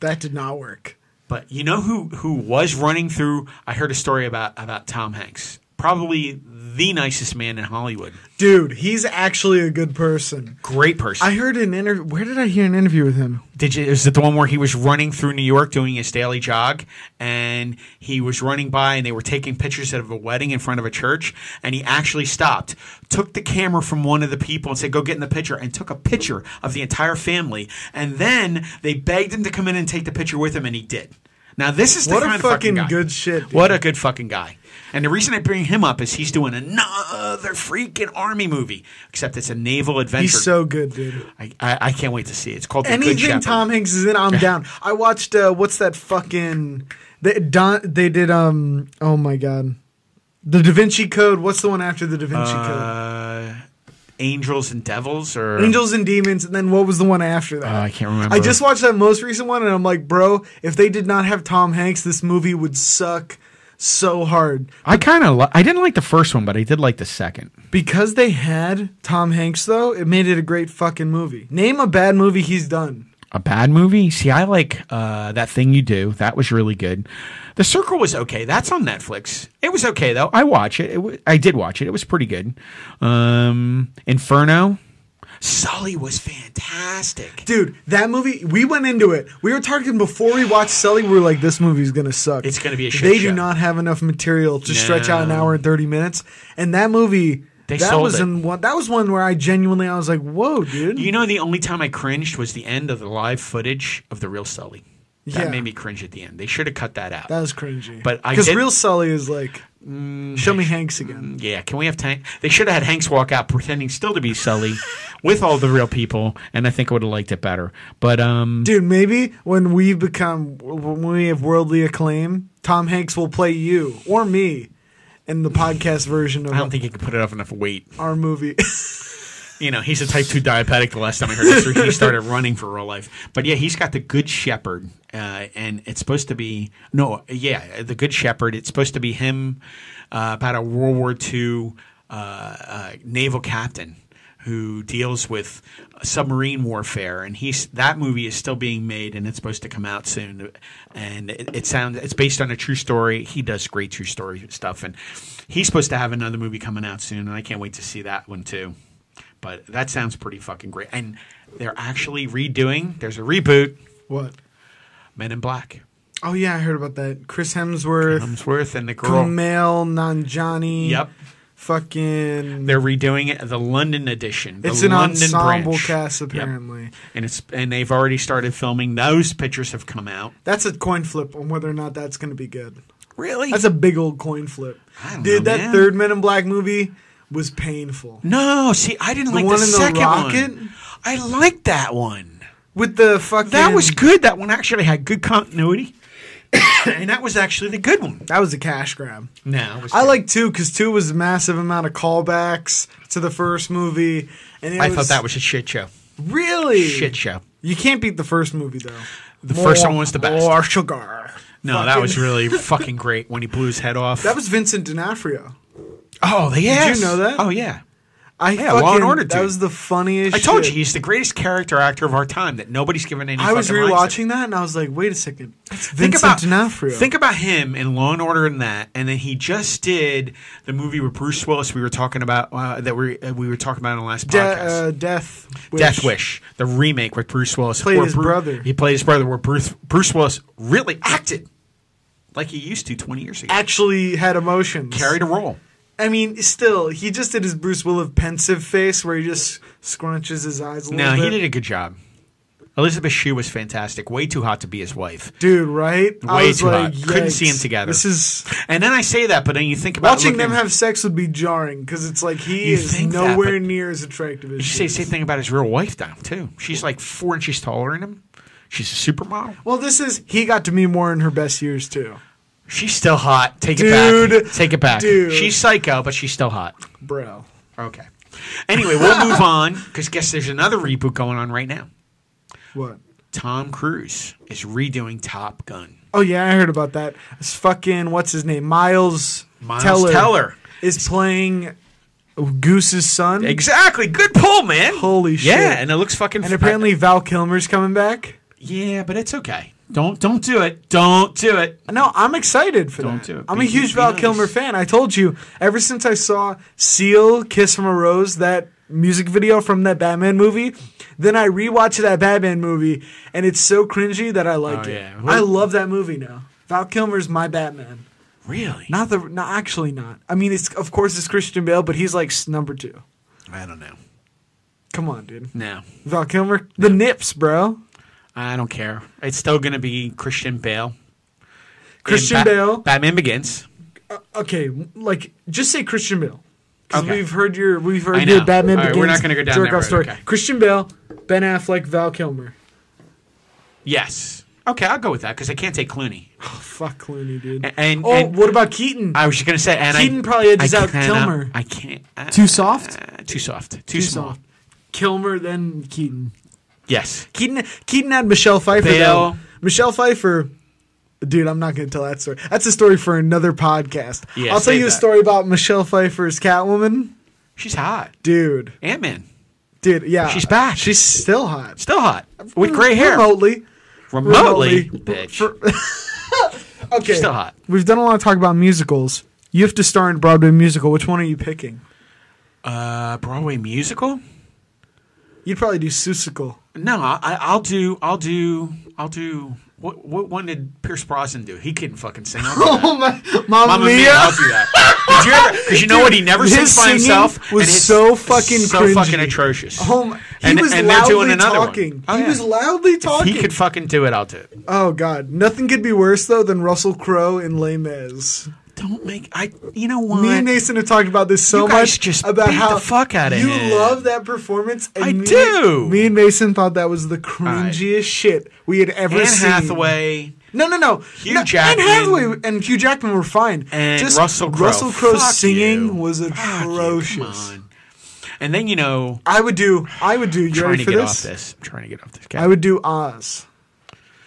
[SPEAKER 2] That did not work.
[SPEAKER 3] But you know who who was running through? I heard a story about about Tom Hanks, probably the nicest man in Hollywood.
[SPEAKER 2] Dude, he's actually a good person.
[SPEAKER 3] Great person.
[SPEAKER 2] I heard an interview. Where did I hear an interview with him?
[SPEAKER 3] Did you? Is it the one where he was running through New York doing his daily jog, and he was running by, and they were taking pictures of a wedding in front of a church, and he actually stopped, took the camera from one of the people, and said, "Go get in the picture," and took a picture of the entire family, and then they begged him to come in and take the picture with him, and he did. Now this is the
[SPEAKER 2] What a
[SPEAKER 3] kind of fucking
[SPEAKER 2] fucking
[SPEAKER 3] guy.
[SPEAKER 2] good shit, dude.
[SPEAKER 3] What a good fucking guy. And the reason I bring him up is he's doing another freaking army movie, except it's a naval adventure.
[SPEAKER 2] He's so good, dude.
[SPEAKER 3] I, I, I can't wait to see it. It's called The Good
[SPEAKER 2] Anything
[SPEAKER 3] Shepherd.
[SPEAKER 2] Tom Hanks is in, I'm down. I watched uh, what's that fucking they Don, they did um oh my god. The Da Vinci Code, what's the one after the Da Vinci Code?
[SPEAKER 3] uh, angels and devils or
[SPEAKER 2] Angels and Demons, and then what was the one after that?
[SPEAKER 3] Uh, I can't remember.
[SPEAKER 2] I just watched that most recent one, and I'm like, bro, if they did not have Tom Hanks, this movie would suck so hard.
[SPEAKER 3] I kind of li- I didn't like the first one, but I did like the second.
[SPEAKER 2] Because they had Tom Hanks, though, it made it a great fucking movie. Name a bad movie he's done.
[SPEAKER 3] A bad movie. See, I like uh, that thing you do. That was really good. The Circle was okay. That's on Netflix. It was okay though. I watch it. it wa- I did watch it. It was pretty good. Um, Inferno. Sully was fantastic.
[SPEAKER 2] Dude, that movie, we went into it. We were talking before we watched Sully, we were like, this movie's gonna suck.
[SPEAKER 3] It's gonna be a shit
[SPEAKER 2] They
[SPEAKER 3] show.
[SPEAKER 2] do not have enough material to stretch out an
[SPEAKER 3] No.
[SPEAKER 2] hour and 30 minutes. And that movie.
[SPEAKER 3] They
[SPEAKER 2] that
[SPEAKER 3] sold
[SPEAKER 2] was
[SPEAKER 3] it.
[SPEAKER 2] in one. That was one where I genuinely I was like, "Whoa, dude!"
[SPEAKER 3] You know, the only time I cringed was the end of the live footage of the real Sully. That
[SPEAKER 2] Yeah.
[SPEAKER 3] made me cringe at the end. They should have cut that out.
[SPEAKER 2] That was cringy.
[SPEAKER 3] But I
[SPEAKER 2] because
[SPEAKER 3] did- Mm,
[SPEAKER 2] real Sully is like, show me Hanks again.
[SPEAKER 3] yeah, can we have Tank? They should have had Hanks walk out pretending still to be Sully with all the real people, and I think I would have liked it better. But um,
[SPEAKER 2] Dude, maybe when we become when we have worldly acclaim, Tom Hanks will play you or me in the podcast version
[SPEAKER 3] I don't
[SPEAKER 2] of
[SPEAKER 3] think he could put it up enough weight.
[SPEAKER 2] our movie.
[SPEAKER 3] You know, he's a type two diabetic. The last time I heard this, he started running for real life. But yeah, he's got the Good Shepherd, uh, and it's supposed to be no, yeah, the Good Shepherd. It's supposed to be him uh, about a World War II uh, uh, naval captain who deals with submarine warfare, and he's that movie is still being made, and it's supposed to come out soon. And it, it sounds it's based on a true story. He does great true story stuff, and he's supposed to have another movie coming out soon, and I can't wait to see that one too. But that sounds pretty fucking great. And they're actually redoing. There's a reboot.
[SPEAKER 2] what?
[SPEAKER 3] Men in Black.
[SPEAKER 2] Oh yeah, I heard about that. Chris Hemsworth,
[SPEAKER 3] Hemsworth and the girl.
[SPEAKER 2] Kumail Nanjiani.
[SPEAKER 3] Yep.
[SPEAKER 2] Fucking.
[SPEAKER 3] They're redoing it. The London edition. The
[SPEAKER 2] It's an
[SPEAKER 3] London
[SPEAKER 2] ensemble
[SPEAKER 3] branch.
[SPEAKER 2] cast
[SPEAKER 3] Yep.
[SPEAKER 2] apparently.
[SPEAKER 3] And it's and they've already started filming. Those pictures have come out.
[SPEAKER 2] That's a coin flip on whether or not that's going to be good.
[SPEAKER 3] Really?
[SPEAKER 2] That's a big old coin flip.
[SPEAKER 3] I don't
[SPEAKER 2] Dude,
[SPEAKER 3] know,
[SPEAKER 2] that
[SPEAKER 3] man.
[SPEAKER 2] third Men in Black movie was painful.
[SPEAKER 3] no, see, I didn't like
[SPEAKER 2] one
[SPEAKER 3] the
[SPEAKER 2] in the
[SPEAKER 3] second
[SPEAKER 2] rocket?
[SPEAKER 3] one. I liked that one.
[SPEAKER 2] With the fucking
[SPEAKER 3] That was good. That one actually had good continuity, and that was actually the good one.
[SPEAKER 2] that was a cash grab.
[SPEAKER 3] No, it was
[SPEAKER 2] I
[SPEAKER 3] good.
[SPEAKER 2] like two because two was a massive amount of callbacks to the first movie, and it
[SPEAKER 3] I thought that was a shit show.
[SPEAKER 2] really
[SPEAKER 3] Shit show.
[SPEAKER 2] You can't beat the first movie though.
[SPEAKER 3] The first one was the best.
[SPEAKER 2] More sugar.
[SPEAKER 3] No, that was
[SPEAKER 2] Fucking-
[SPEAKER 3] really fucking great when he blew his head off.
[SPEAKER 2] that was Vincent D'Onofrio.
[SPEAKER 3] oh, they
[SPEAKER 2] you know that?
[SPEAKER 3] Oh yeah,
[SPEAKER 2] I
[SPEAKER 3] Yeah,
[SPEAKER 2] fucking,
[SPEAKER 3] Law and Order,
[SPEAKER 2] That
[SPEAKER 3] dude.
[SPEAKER 2] was the funniest.
[SPEAKER 3] I told you
[SPEAKER 2] shit.
[SPEAKER 3] he's the greatest character actor of our time that nobody's given any.
[SPEAKER 2] I was
[SPEAKER 3] fucking lines to.
[SPEAKER 2] rewatching that and I was like, wait a second. That's
[SPEAKER 3] Think
[SPEAKER 2] Vincent
[SPEAKER 3] about
[SPEAKER 2] D'Onofrio.
[SPEAKER 3] Think about him in Law and Order and that, and then he just did the movie with Bruce Willis. We were talking about uh, that we uh, we were talking about in the last
[SPEAKER 2] De-
[SPEAKER 3] podcast.
[SPEAKER 2] uh, Death Wish.
[SPEAKER 3] Death Wish, the remake with Bruce Willis.
[SPEAKER 2] Played
[SPEAKER 3] where
[SPEAKER 2] his
[SPEAKER 3] Bru-
[SPEAKER 2] brother.
[SPEAKER 3] He played his brother, where Bruce, Bruce Willis really acted like he used to 20 years ago.
[SPEAKER 2] Actually had emotions.
[SPEAKER 3] Carried a role.
[SPEAKER 2] I mean, still, he just did his Bruce Willis pensive face where he just scrunches his eyes a little
[SPEAKER 3] No,
[SPEAKER 2] bit.
[SPEAKER 3] he did a good job. Elizabeth Shue was fantastic. Way too hot to be his wife.
[SPEAKER 2] Dude, right?
[SPEAKER 3] Way too hot. Couldn't see
[SPEAKER 2] yikes.
[SPEAKER 3] him together.
[SPEAKER 2] This is
[SPEAKER 3] And then I say that, but then you think about
[SPEAKER 2] watching
[SPEAKER 3] looking-
[SPEAKER 2] them have sex would be jarring because it's like he
[SPEAKER 3] You
[SPEAKER 2] is
[SPEAKER 3] think that,
[SPEAKER 2] nowhere
[SPEAKER 3] but-
[SPEAKER 2] near as attractive as
[SPEAKER 3] You
[SPEAKER 2] she
[SPEAKER 3] say the
[SPEAKER 2] is.
[SPEAKER 3] same thing about his real wife now too. She's like four inches taller than him. She's a supermodel.
[SPEAKER 2] Well, this is he got to me more in her best years too,
[SPEAKER 3] She's still hot. Take it
[SPEAKER 2] Dude.
[SPEAKER 3] back. Take it back.
[SPEAKER 2] Dude.
[SPEAKER 3] She's psycho, but she's still hot.
[SPEAKER 2] bro.
[SPEAKER 3] Okay. Anyway, we'll move on because guess there's another reboot going on right now.
[SPEAKER 2] What?
[SPEAKER 3] Tom Cruise is redoing Top Gun.
[SPEAKER 2] Oh yeah, I heard about that. It's fucking what's his name? Miles,
[SPEAKER 3] Miles
[SPEAKER 2] Teller,
[SPEAKER 3] Teller.
[SPEAKER 2] is playing Goose's son,
[SPEAKER 3] Exactly. Good pull, man.
[SPEAKER 2] Holy
[SPEAKER 3] Yeah,
[SPEAKER 2] shit.
[SPEAKER 3] and it looks fucking.
[SPEAKER 2] and apparently Val Kilmer's coming back.
[SPEAKER 3] yeah, but it's okay. Don't don't do it. Don't do it.
[SPEAKER 2] No, I'm excited for
[SPEAKER 3] Don't
[SPEAKER 2] that.
[SPEAKER 3] do it.
[SPEAKER 2] I'm
[SPEAKER 3] Be-
[SPEAKER 2] a huge
[SPEAKER 3] be
[SPEAKER 2] Val
[SPEAKER 3] nice.
[SPEAKER 2] Kilmer fan. I told you ever since I saw Seal Kiss from a Rose that music video from that Batman movie. Then I rewatched that Batman movie, and it's so cringy that I like
[SPEAKER 3] Oh,
[SPEAKER 2] it.
[SPEAKER 3] yeah.
[SPEAKER 2] I love that movie now. Val Kilmer's my Batman.
[SPEAKER 3] Really?
[SPEAKER 2] Not the no, actually not. I mean, it's of course it's Christian Bale, but he's like s- number two.
[SPEAKER 3] I don't know.
[SPEAKER 2] Come on, dude.
[SPEAKER 3] No,
[SPEAKER 2] Val Kilmer, the Nips, bro.
[SPEAKER 3] I don't care. It's still gonna be Christian Bale.
[SPEAKER 2] Christian
[SPEAKER 3] And Ba-
[SPEAKER 2] Bale.
[SPEAKER 3] Batman Begins.
[SPEAKER 2] Uh, Okay, like just say Christian Bale. 'Cause
[SPEAKER 3] Okay.
[SPEAKER 2] we've heard your we've
[SPEAKER 3] I
[SPEAKER 2] heard
[SPEAKER 3] know.
[SPEAKER 2] your Batman
[SPEAKER 3] All right,
[SPEAKER 2] Begins.
[SPEAKER 3] we're not gonna go down that
[SPEAKER 2] jerk-off
[SPEAKER 3] road,
[SPEAKER 2] story.
[SPEAKER 3] okay.
[SPEAKER 2] Christian Bale, Ben Affleck, Val Kilmer.
[SPEAKER 3] Yes. Okay, I'll go with that because I can't take Clooney.
[SPEAKER 2] Oh, fuck Clooney, dude.
[SPEAKER 3] A- and-
[SPEAKER 2] oh,
[SPEAKER 3] and-
[SPEAKER 2] what about Keaton?
[SPEAKER 3] I was just gonna say, and I
[SPEAKER 2] Keaton probably edges
[SPEAKER 3] I
[SPEAKER 2] out
[SPEAKER 3] cannot-
[SPEAKER 2] Kilmer.
[SPEAKER 3] I can't. uh,
[SPEAKER 2] Too soft?
[SPEAKER 3] uh, too soft. Too, small.
[SPEAKER 2] soft. Kilmer then Keaton.
[SPEAKER 3] Yes.
[SPEAKER 2] Keaton Keaton had Michelle Pfeiffer.
[SPEAKER 3] Bale.
[SPEAKER 2] though. Michelle Pfeiffer. Dude, I'm not going to tell that story. That's a story for another podcast.
[SPEAKER 3] Yeah,
[SPEAKER 2] I'll tell
[SPEAKER 3] save
[SPEAKER 2] you a
[SPEAKER 3] that.
[SPEAKER 2] story about Michelle Pfeiffer's Catwoman.
[SPEAKER 3] She's hot.
[SPEAKER 2] Dude,
[SPEAKER 3] Ant Man.
[SPEAKER 2] dude, yeah,
[SPEAKER 3] She's back.
[SPEAKER 2] She's still hot
[SPEAKER 3] Still hot with gray hair.
[SPEAKER 2] Uh, remotely.
[SPEAKER 3] remotely,
[SPEAKER 2] remotely.
[SPEAKER 3] bitch.
[SPEAKER 2] Okay,
[SPEAKER 3] She's still hot.
[SPEAKER 2] We've done a lot of talk about musicals. You have to star in a Broadway musical. Which one are you picking?
[SPEAKER 3] Uh, Broadway musical?
[SPEAKER 2] You'd probably do Susical.
[SPEAKER 3] No, I, I'll do. I'll do. I'll do. What what one did Pierce Brosnan do? He couldn't fucking sing. I'll do that.
[SPEAKER 2] Oh my, Mamma,
[SPEAKER 3] Mamma Mia, I'll do that. Did you ever? Because you know what? He never
[SPEAKER 2] his
[SPEAKER 3] sings by
[SPEAKER 2] singing
[SPEAKER 3] himself.
[SPEAKER 2] was
[SPEAKER 3] and it's
[SPEAKER 2] so fucking
[SPEAKER 3] so
[SPEAKER 2] cringy.
[SPEAKER 3] fucking atrocious.
[SPEAKER 2] Oh my-
[SPEAKER 3] he and,
[SPEAKER 2] was
[SPEAKER 3] and
[SPEAKER 2] loudly
[SPEAKER 3] they're doing another
[SPEAKER 2] talking.
[SPEAKER 3] one. Oh,
[SPEAKER 2] he
[SPEAKER 3] yeah.
[SPEAKER 2] was loudly
[SPEAKER 3] If
[SPEAKER 2] talking.
[SPEAKER 3] he could fucking do it, I'll do it.
[SPEAKER 2] oh god, nothing could be worse though than Russell Crowe in Les Mis.
[SPEAKER 3] Don't make I. You know what?
[SPEAKER 2] Me and Nathan have talked about this so
[SPEAKER 3] You guys
[SPEAKER 2] much
[SPEAKER 3] just
[SPEAKER 2] about
[SPEAKER 3] beat
[SPEAKER 2] how
[SPEAKER 3] the fuck outta
[SPEAKER 2] you
[SPEAKER 3] him.
[SPEAKER 2] love that performance. And
[SPEAKER 3] I
[SPEAKER 2] me,
[SPEAKER 3] do.
[SPEAKER 2] Me and Mason thought that was the
[SPEAKER 3] right.
[SPEAKER 2] cringiest shit we had ever
[SPEAKER 3] Anne
[SPEAKER 2] seen.
[SPEAKER 3] Hathaway.
[SPEAKER 2] No, no, no.
[SPEAKER 3] Hugh
[SPEAKER 2] No,
[SPEAKER 3] Jackman.
[SPEAKER 2] Anne Hathaway and Hugh Jackman were fine.
[SPEAKER 3] And
[SPEAKER 2] Just
[SPEAKER 3] Russell Crowe.
[SPEAKER 2] Russell Crowe's
[SPEAKER 3] Fuck
[SPEAKER 2] singing
[SPEAKER 3] you.
[SPEAKER 2] was
[SPEAKER 3] Fuck you, come
[SPEAKER 2] atrocious.
[SPEAKER 3] on. And then you know,
[SPEAKER 2] I would do. I would do. You
[SPEAKER 3] trying
[SPEAKER 2] ready
[SPEAKER 3] to
[SPEAKER 2] for
[SPEAKER 3] get
[SPEAKER 2] this?
[SPEAKER 3] off this. I'm trying to get off this.
[SPEAKER 2] I would do Oz,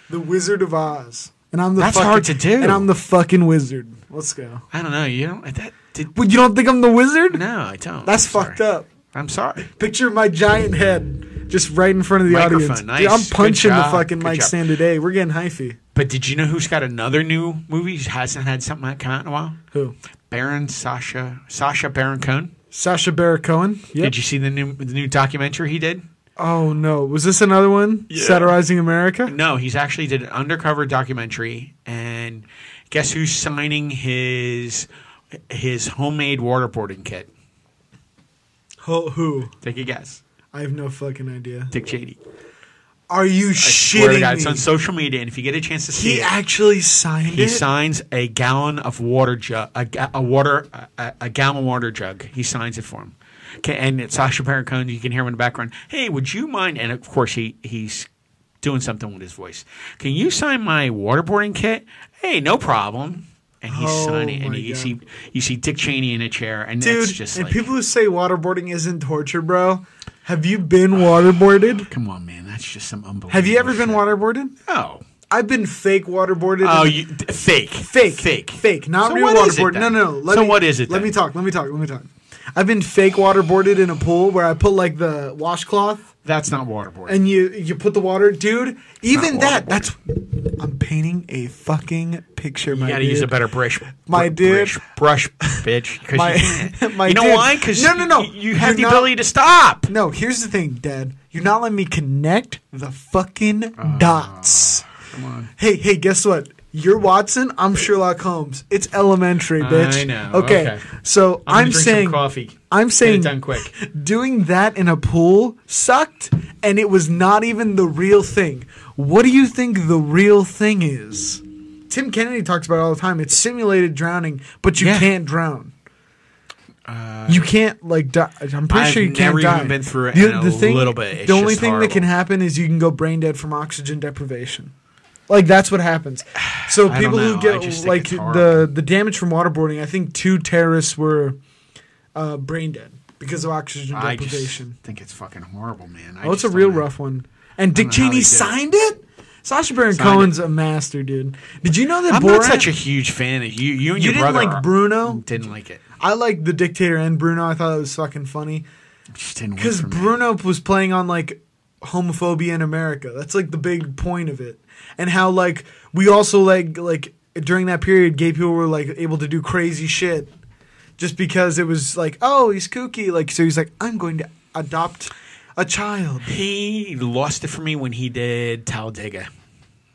[SPEAKER 2] the Wizard of Oz, and I'm the
[SPEAKER 3] That's
[SPEAKER 2] fucking,
[SPEAKER 3] hard to do.
[SPEAKER 2] And I'm the fucking wizard. Let's go.
[SPEAKER 3] I don't know. You don't. That did.
[SPEAKER 2] But you don't think I'm the wizard?
[SPEAKER 3] No, I don't.
[SPEAKER 2] That's
[SPEAKER 3] I'm sorry.
[SPEAKER 2] fucked up.
[SPEAKER 3] I'm sorry.
[SPEAKER 2] Picture my giant head just right in front of the
[SPEAKER 3] Microphone,
[SPEAKER 2] audience.
[SPEAKER 3] nice.
[SPEAKER 2] Dude, I'm
[SPEAKER 3] Good
[SPEAKER 2] punching the
[SPEAKER 3] job.
[SPEAKER 2] fucking
[SPEAKER 3] Good
[SPEAKER 2] mic
[SPEAKER 3] job.
[SPEAKER 2] stand today. We're getting hyphy.
[SPEAKER 3] But did you know who's got another new movie? Who hasn't had something like come out in a while.
[SPEAKER 2] Who?
[SPEAKER 3] Baron Sasha Sasha Baron Cohen.
[SPEAKER 2] Sasha Baron Cohen. Yep.
[SPEAKER 3] Did you see the new the new documentary he did?
[SPEAKER 2] Oh no, was this another one? Satirizing America.
[SPEAKER 3] No, he's actually did an undercover documentary, and guess who's signing his his homemade waterboarding kit?
[SPEAKER 2] Who? who?
[SPEAKER 3] Take a guess.
[SPEAKER 2] I have no fucking idea.
[SPEAKER 3] Dick Cheney.
[SPEAKER 2] Are you
[SPEAKER 3] Swear to
[SPEAKER 2] shitting
[SPEAKER 3] God, it's
[SPEAKER 2] me?
[SPEAKER 3] on social media, and if you get a chance to see
[SPEAKER 2] He
[SPEAKER 3] it,
[SPEAKER 2] actually signed
[SPEAKER 3] he
[SPEAKER 2] it.
[SPEAKER 3] signs a gallon of water jug, a, ga- a water, a- a, a gallon water jug. He signs it for him. Okay, and it's Sasha Baron Cohen. You can hear him in the background. Hey, would you mind? And of course, he he's doing something with his voice. Can you sign my waterboarding kit? Hey, no problem. And he's
[SPEAKER 2] Oh
[SPEAKER 3] signing, and
[SPEAKER 2] my
[SPEAKER 3] you
[SPEAKER 2] God.
[SPEAKER 3] see you see Dick Cheney in a chair, and
[SPEAKER 2] Dude,
[SPEAKER 3] it's just
[SPEAKER 2] and
[SPEAKER 3] like,
[SPEAKER 2] people who say waterboarding isn't torture, bro. Have you been waterboarded?
[SPEAKER 3] come on, man, that's just some unbelievable.
[SPEAKER 2] Have you ever been
[SPEAKER 3] shit.
[SPEAKER 2] waterboarded?
[SPEAKER 3] No.
[SPEAKER 2] I've been fake waterboarded.
[SPEAKER 3] Oh, you, d- fake,
[SPEAKER 2] fake,
[SPEAKER 3] fake,
[SPEAKER 2] fake, not
[SPEAKER 3] So
[SPEAKER 2] real
[SPEAKER 3] what is it
[SPEAKER 2] waterboarded. No,
[SPEAKER 3] then?
[SPEAKER 2] no. no. Let
[SPEAKER 3] so
[SPEAKER 2] me,
[SPEAKER 3] what is it?
[SPEAKER 2] Let
[SPEAKER 3] then?
[SPEAKER 2] me talk. Let me talk. Let me talk. I've been fake waterboarded in a pool where I put like the washcloth
[SPEAKER 3] That's not waterboarding.
[SPEAKER 2] and you you put the water, dude. Even that,
[SPEAKER 3] not
[SPEAKER 2] that's. I'm painting a fucking picture.
[SPEAKER 3] You
[SPEAKER 2] my
[SPEAKER 3] gotta use
[SPEAKER 2] dude.
[SPEAKER 3] a better brush.
[SPEAKER 2] My
[SPEAKER 3] br-
[SPEAKER 2] dude.
[SPEAKER 3] Brush, brush bitch. 'cause
[SPEAKER 2] My-
[SPEAKER 3] you, can't.
[SPEAKER 2] my
[SPEAKER 3] You know
[SPEAKER 2] dude.
[SPEAKER 3] why? Because
[SPEAKER 2] No, no, no.
[SPEAKER 3] You, have
[SPEAKER 2] You're
[SPEAKER 3] the
[SPEAKER 2] not-
[SPEAKER 3] ability to stop.
[SPEAKER 2] No, here's the thing, Dad. You're not letting me connect the fucking dots.
[SPEAKER 3] Ah, Come on.
[SPEAKER 2] Hey, hey, guess what? You're Watson. I'm Sherlock Holmes. It's elementary, bitch.
[SPEAKER 3] I know,
[SPEAKER 2] Okay,
[SPEAKER 3] okay.
[SPEAKER 2] so
[SPEAKER 3] I'm,
[SPEAKER 2] I'm, saying
[SPEAKER 3] some coffee.
[SPEAKER 2] I'm saying
[SPEAKER 3] Get it done quick.
[SPEAKER 2] doing that in a pool sucked, and it was not even the real thing. What do you think the real thing is? Tim Kennedy talks about it all the time. It's simulated drowning, but you
[SPEAKER 3] Yeah. Uh,
[SPEAKER 2] can't drown. you can't like die. I'm pretty
[SPEAKER 3] I've
[SPEAKER 2] sure you can't
[SPEAKER 3] never even
[SPEAKER 2] die.
[SPEAKER 3] been through it in a little bit. It's
[SPEAKER 2] the only
[SPEAKER 3] just
[SPEAKER 2] thing that can
[SPEAKER 3] horrible.
[SPEAKER 2] happen is you can go brain dead from oxygen deprivation. Like that's what happens. So
[SPEAKER 3] I don't
[SPEAKER 2] people who
[SPEAKER 3] know. I
[SPEAKER 2] get
[SPEAKER 3] just think
[SPEAKER 2] like
[SPEAKER 3] it's horrible.
[SPEAKER 2] the the damage from waterboarding, I think two terrorists were uh, brain dead because of oxygen
[SPEAKER 3] I just
[SPEAKER 2] deprivation.
[SPEAKER 3] think it's fucking horrible, man. I
[SPEAKER 2] Oh, it's a
[SPEAKER 3] just
[SPEAKER 2] real
[SPEAKER 3] don't know.
[SPEAKER 2] rough one. And Dick
[SPEAKER 3] know how they
[SPEAKER 2] Cheney
[SPEAKER 3] did it.
[SPEAKER 2] signed it. Sasha Baron
[SPEAKER 3] Signed it.
[SPEAKER 2] Cohen's a master, dude. Did you know that
[SPEAKER 3] I'm
[SPEAKER 2] Borat?
[SPEAKER 3] not such a huge fan of you. You and
[SPEAKER 2] you
[SPEAKER 3] your
[SPEAKER 2] didn't
[SPEAKER 3] brother
[SPEAKER 2] like
[SPEAKER 3] are-
[SPEAKER 2] Bruno.
[SPEAKER 3] Didn't like it.
[SPEAKER 2] I liked the Dictator and Bruno. I thought it was fucking funny
[SPEAKER 3] Just didn't work
[SPEAKER 2] because
[SPEAKER 3] for me.
[SPEAKER 2] Bruno was playing on like homophobia in America. That's like the big point of it, and how like we also like like during that period, gay people were like able to do crazy shit just because it was like, oh, he's kooky. Like so, he's like, I'm going to adopt a child.
[SPEAKER 3] He lost it for me when he did Talladega.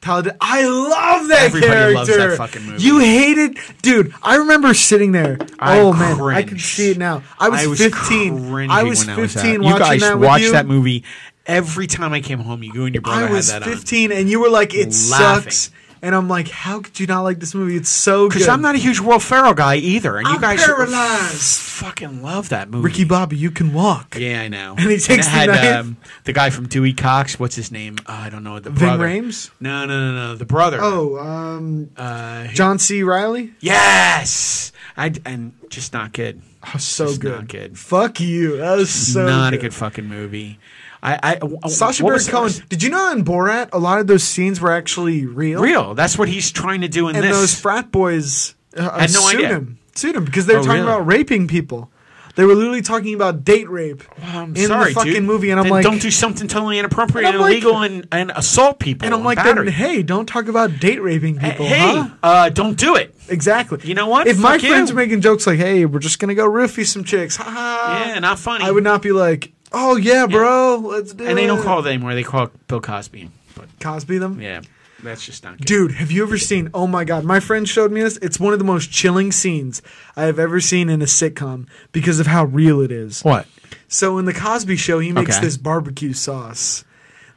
[SPEAKER 2] Talladega. I love that
[SPEAKER 3] Everybody
[SPEAKER 2] character.
[SPEAKER 3] loves that fucking movie.
[SPEAKER 2] You hated, dude. I remember sitting there.
[SPEAKER 3] I
[SPEAKER 2] oh man, I can
[SPEAKER 3] cringed.
[SPEAKER 2] see it now. I was, fifteen. I
[SPEAKER 3] cringy
[SPEAKER 2] was
[SPEAKER 3] when
[SPEAKER 2] fifteen.
[SPEAKER 3] out. You
[SPEAKER 2] watching
[SPEAKER 3] guys
[SPEAKER 2] that with
[SPEAKER 3] watched
[SPEAKER 2] you.
[SPEAKER 3] that movie every time I came home. You and your brother
[SPEAKER 2] I was
[SPEAKER 3] had that on.
[SPEAKER 2] fifteen, and you were like, "It
[SPEAKER 3] Laughing.
[SPEAKER 2] sucks," and I'm like, "How could you not like this movie? It's so good."
[SPEAKER 3] Because I'm not a huge Will Ferrell guy either, and you
[SPEAKER 2] I'm
[SPEAKER 3] guys
[SPEAKER 2] paralyzed.
[SPEAKER 3] fucking love that movie.
[SPEAKER 2] Ricky Bobby. You can walk.
[SPEAKER 3] yeah, I know.
[SPEAKER 2] And he takes
[SPEAKER 3] it um,
[SPEAKER 2] the knife.
[SPEAKER 3] the guy from Dewey Cox. What's his name? Oh, I don't know. The
[SPEAKER 2] Ving
[SPEAKER 3] brother.
[SPEAKER 2] Rhames?
[SPEAKER 3] No, no, no, no. The brother.
[SPEAKER 2] Oh, um,
[SPEAKER 3] uh,
[SPEAKER 2] John C. Riley.
[SPEAKER 3] yes. I and just not good.
[SPEAKER 2] Oh, so
[SPEAKER 3] Just
[SPEAKER 2] good.
[SPEAKER 3] not good.
[SPEAKER 2] Fuck you. That was so
[SPEAKER 3] not
[SPEAKER 2] good.
[SPEAKER 3] a good fucking movie. I, I
[SPEAKER 2] Sasha
[SPEAKER 3] what
[SPEAKER 2] Baron
[SPEAKER 3] was the
[SPEAKER 2] Cohen.
[SPEAKER 3] rest-
[SPEAKER 2] Did you know in Borat, a lot of those scenes were actually real?
[SPEAKER 3] Real. That's what he's trying to do in
[SPEAKER 2] and
[SPEAKER 3] this.
[SPEAKER 2] those frat boys uh,
[SPEAKER 3] Had no
[SPEAKER 2] sued
[SPEAKER 3] idea.
[SPEAKER 2] him, sued him because they were
[SPEAKER 3] Oh,
[SPEAKER 2] talking
[SPEAKER 3] really?
[SPEAKER 2] about raping people. They were literally talking about date rape
[SPEAKER 3] I'm
[SPEAKER 2] in
[SPEAKER 3] sorry,
[SPEAKER 2] the fucking
[SPEAKER 3] dude.
[SPEAKER 2] movie, and I'm
[SPEAKER 3] Then
[SPEAKER 2] like,
[SPEAKER 3] don't do something totally inappropriate
[SPEAKER 2] And
[SPEAKER 3] and,
[SPEAKER 2] I'm like-
[SPEAKER 3] illegal and, and assault people.
[SPEAKER 2] and I'm like, then,
[SPEAKER 3] battery.
[SPEAKER 2] hey, don't talk about date raping people,
[SPEAKER 3] hey,
[SPEAKER 2] huh?
[SPEAKER 3] uh, don't do it.
[SPEAKER 2] Exactly.
[SPEAKER 3] You know what?
[SPEAKER 2] If my
[SPEAKER 3] Fuck
[SPEAKER 2] friends
[SPEAKER 3] you.
[SPEAKER 2] were making jokes like, "Hey, we're just gonna go roofie some chicks," ha ha,
[SPEAKER 3] Yeah, not funny.
[SPEAKER 2] I would not be like, "Oh yeah, bro, let's do it."
[SPEAKER 3] And they don't call it anymore. They call it Bill Cosby. But
[SPEAKER 2] Cosby them.
[SPEAKER 3] yeah, That's just not good.
[SPEAKER 2] Dude, have you ever seen? Oh my god, my friend showed me this. It's one of the most chilling scenes I have ever seen in a sitcom because of how real it is.
[SPEAKER 3] What?
[SPEAKER 2] So in the Cosby Show, he makes
[SPEAKER 3] Okay.
[SPEAKER 2] this barbecue sauce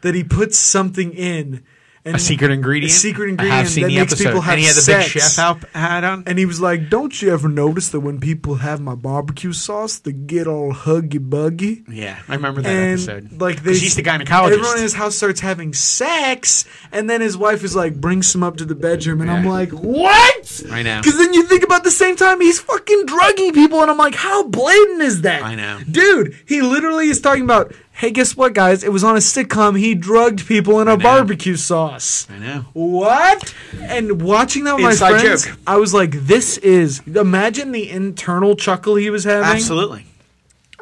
[SPEAKER 2] that he puts something in, and
[SPEAKER 3] A secret ingredient?
[SPEAKER 2] Mm-hmm. a secret
[SPEAKER 3] I
[SPEAKER 2] ingredient
[SPEAKER 3] have seen
[SPEAKER 2] that
[SPEAKER 3] the
[SPEAKER 2] makes
[SPEAKER 3] episode.
[SPEAKER 2] people have
[SPEAKER 3] and he had the
[SPEAKER 2] sex.
[SPEAKER 3] big chef out, hat on.
[SPEAKER 2] And he was like, "Don't you ever notice that when people have my barbecue sauce, they get all huggy buggy?"
[SPEAKER 3] yeah, I remember that
[SPEAKER 2] and
[SPEAKER 3] episode.
[SPEAKER 2] like they,
[SPEAKER 3] 'Cause he's the gynecologist.
[SPEAKER 2] Everyone in his house starts having sex, and then his wife is like, brings him up to the bedroom, and I'm
[SPEAKER 3] Yeah.
[SPEAKER 2] like, what?
[SPEAKER 3] I know.
[SPEAKER 2] Because then you think about the same time he's fucking drugging people, and I'm like, how blatant is that?
[SPEAKER 3] I know.
[SPEAKER 2] dude. He literally is talking about, hey, guess what, guys? It was on a sitcom. He drugged people in a
[SPEAKER 3] know.
[SPEAKER 2] barbecue sauce.
[SPEAKER 3] I know.
[SPEAKER 2] What? And watching that with my
[SPEAKER 3] Inside
[SPEAKER 2] friends,
[SPEAKER 3] joke.
[SPEAKER 2] I was like, this is. Imagine the internal chuckle he was having.
[SPEAKER 3] Absolutely.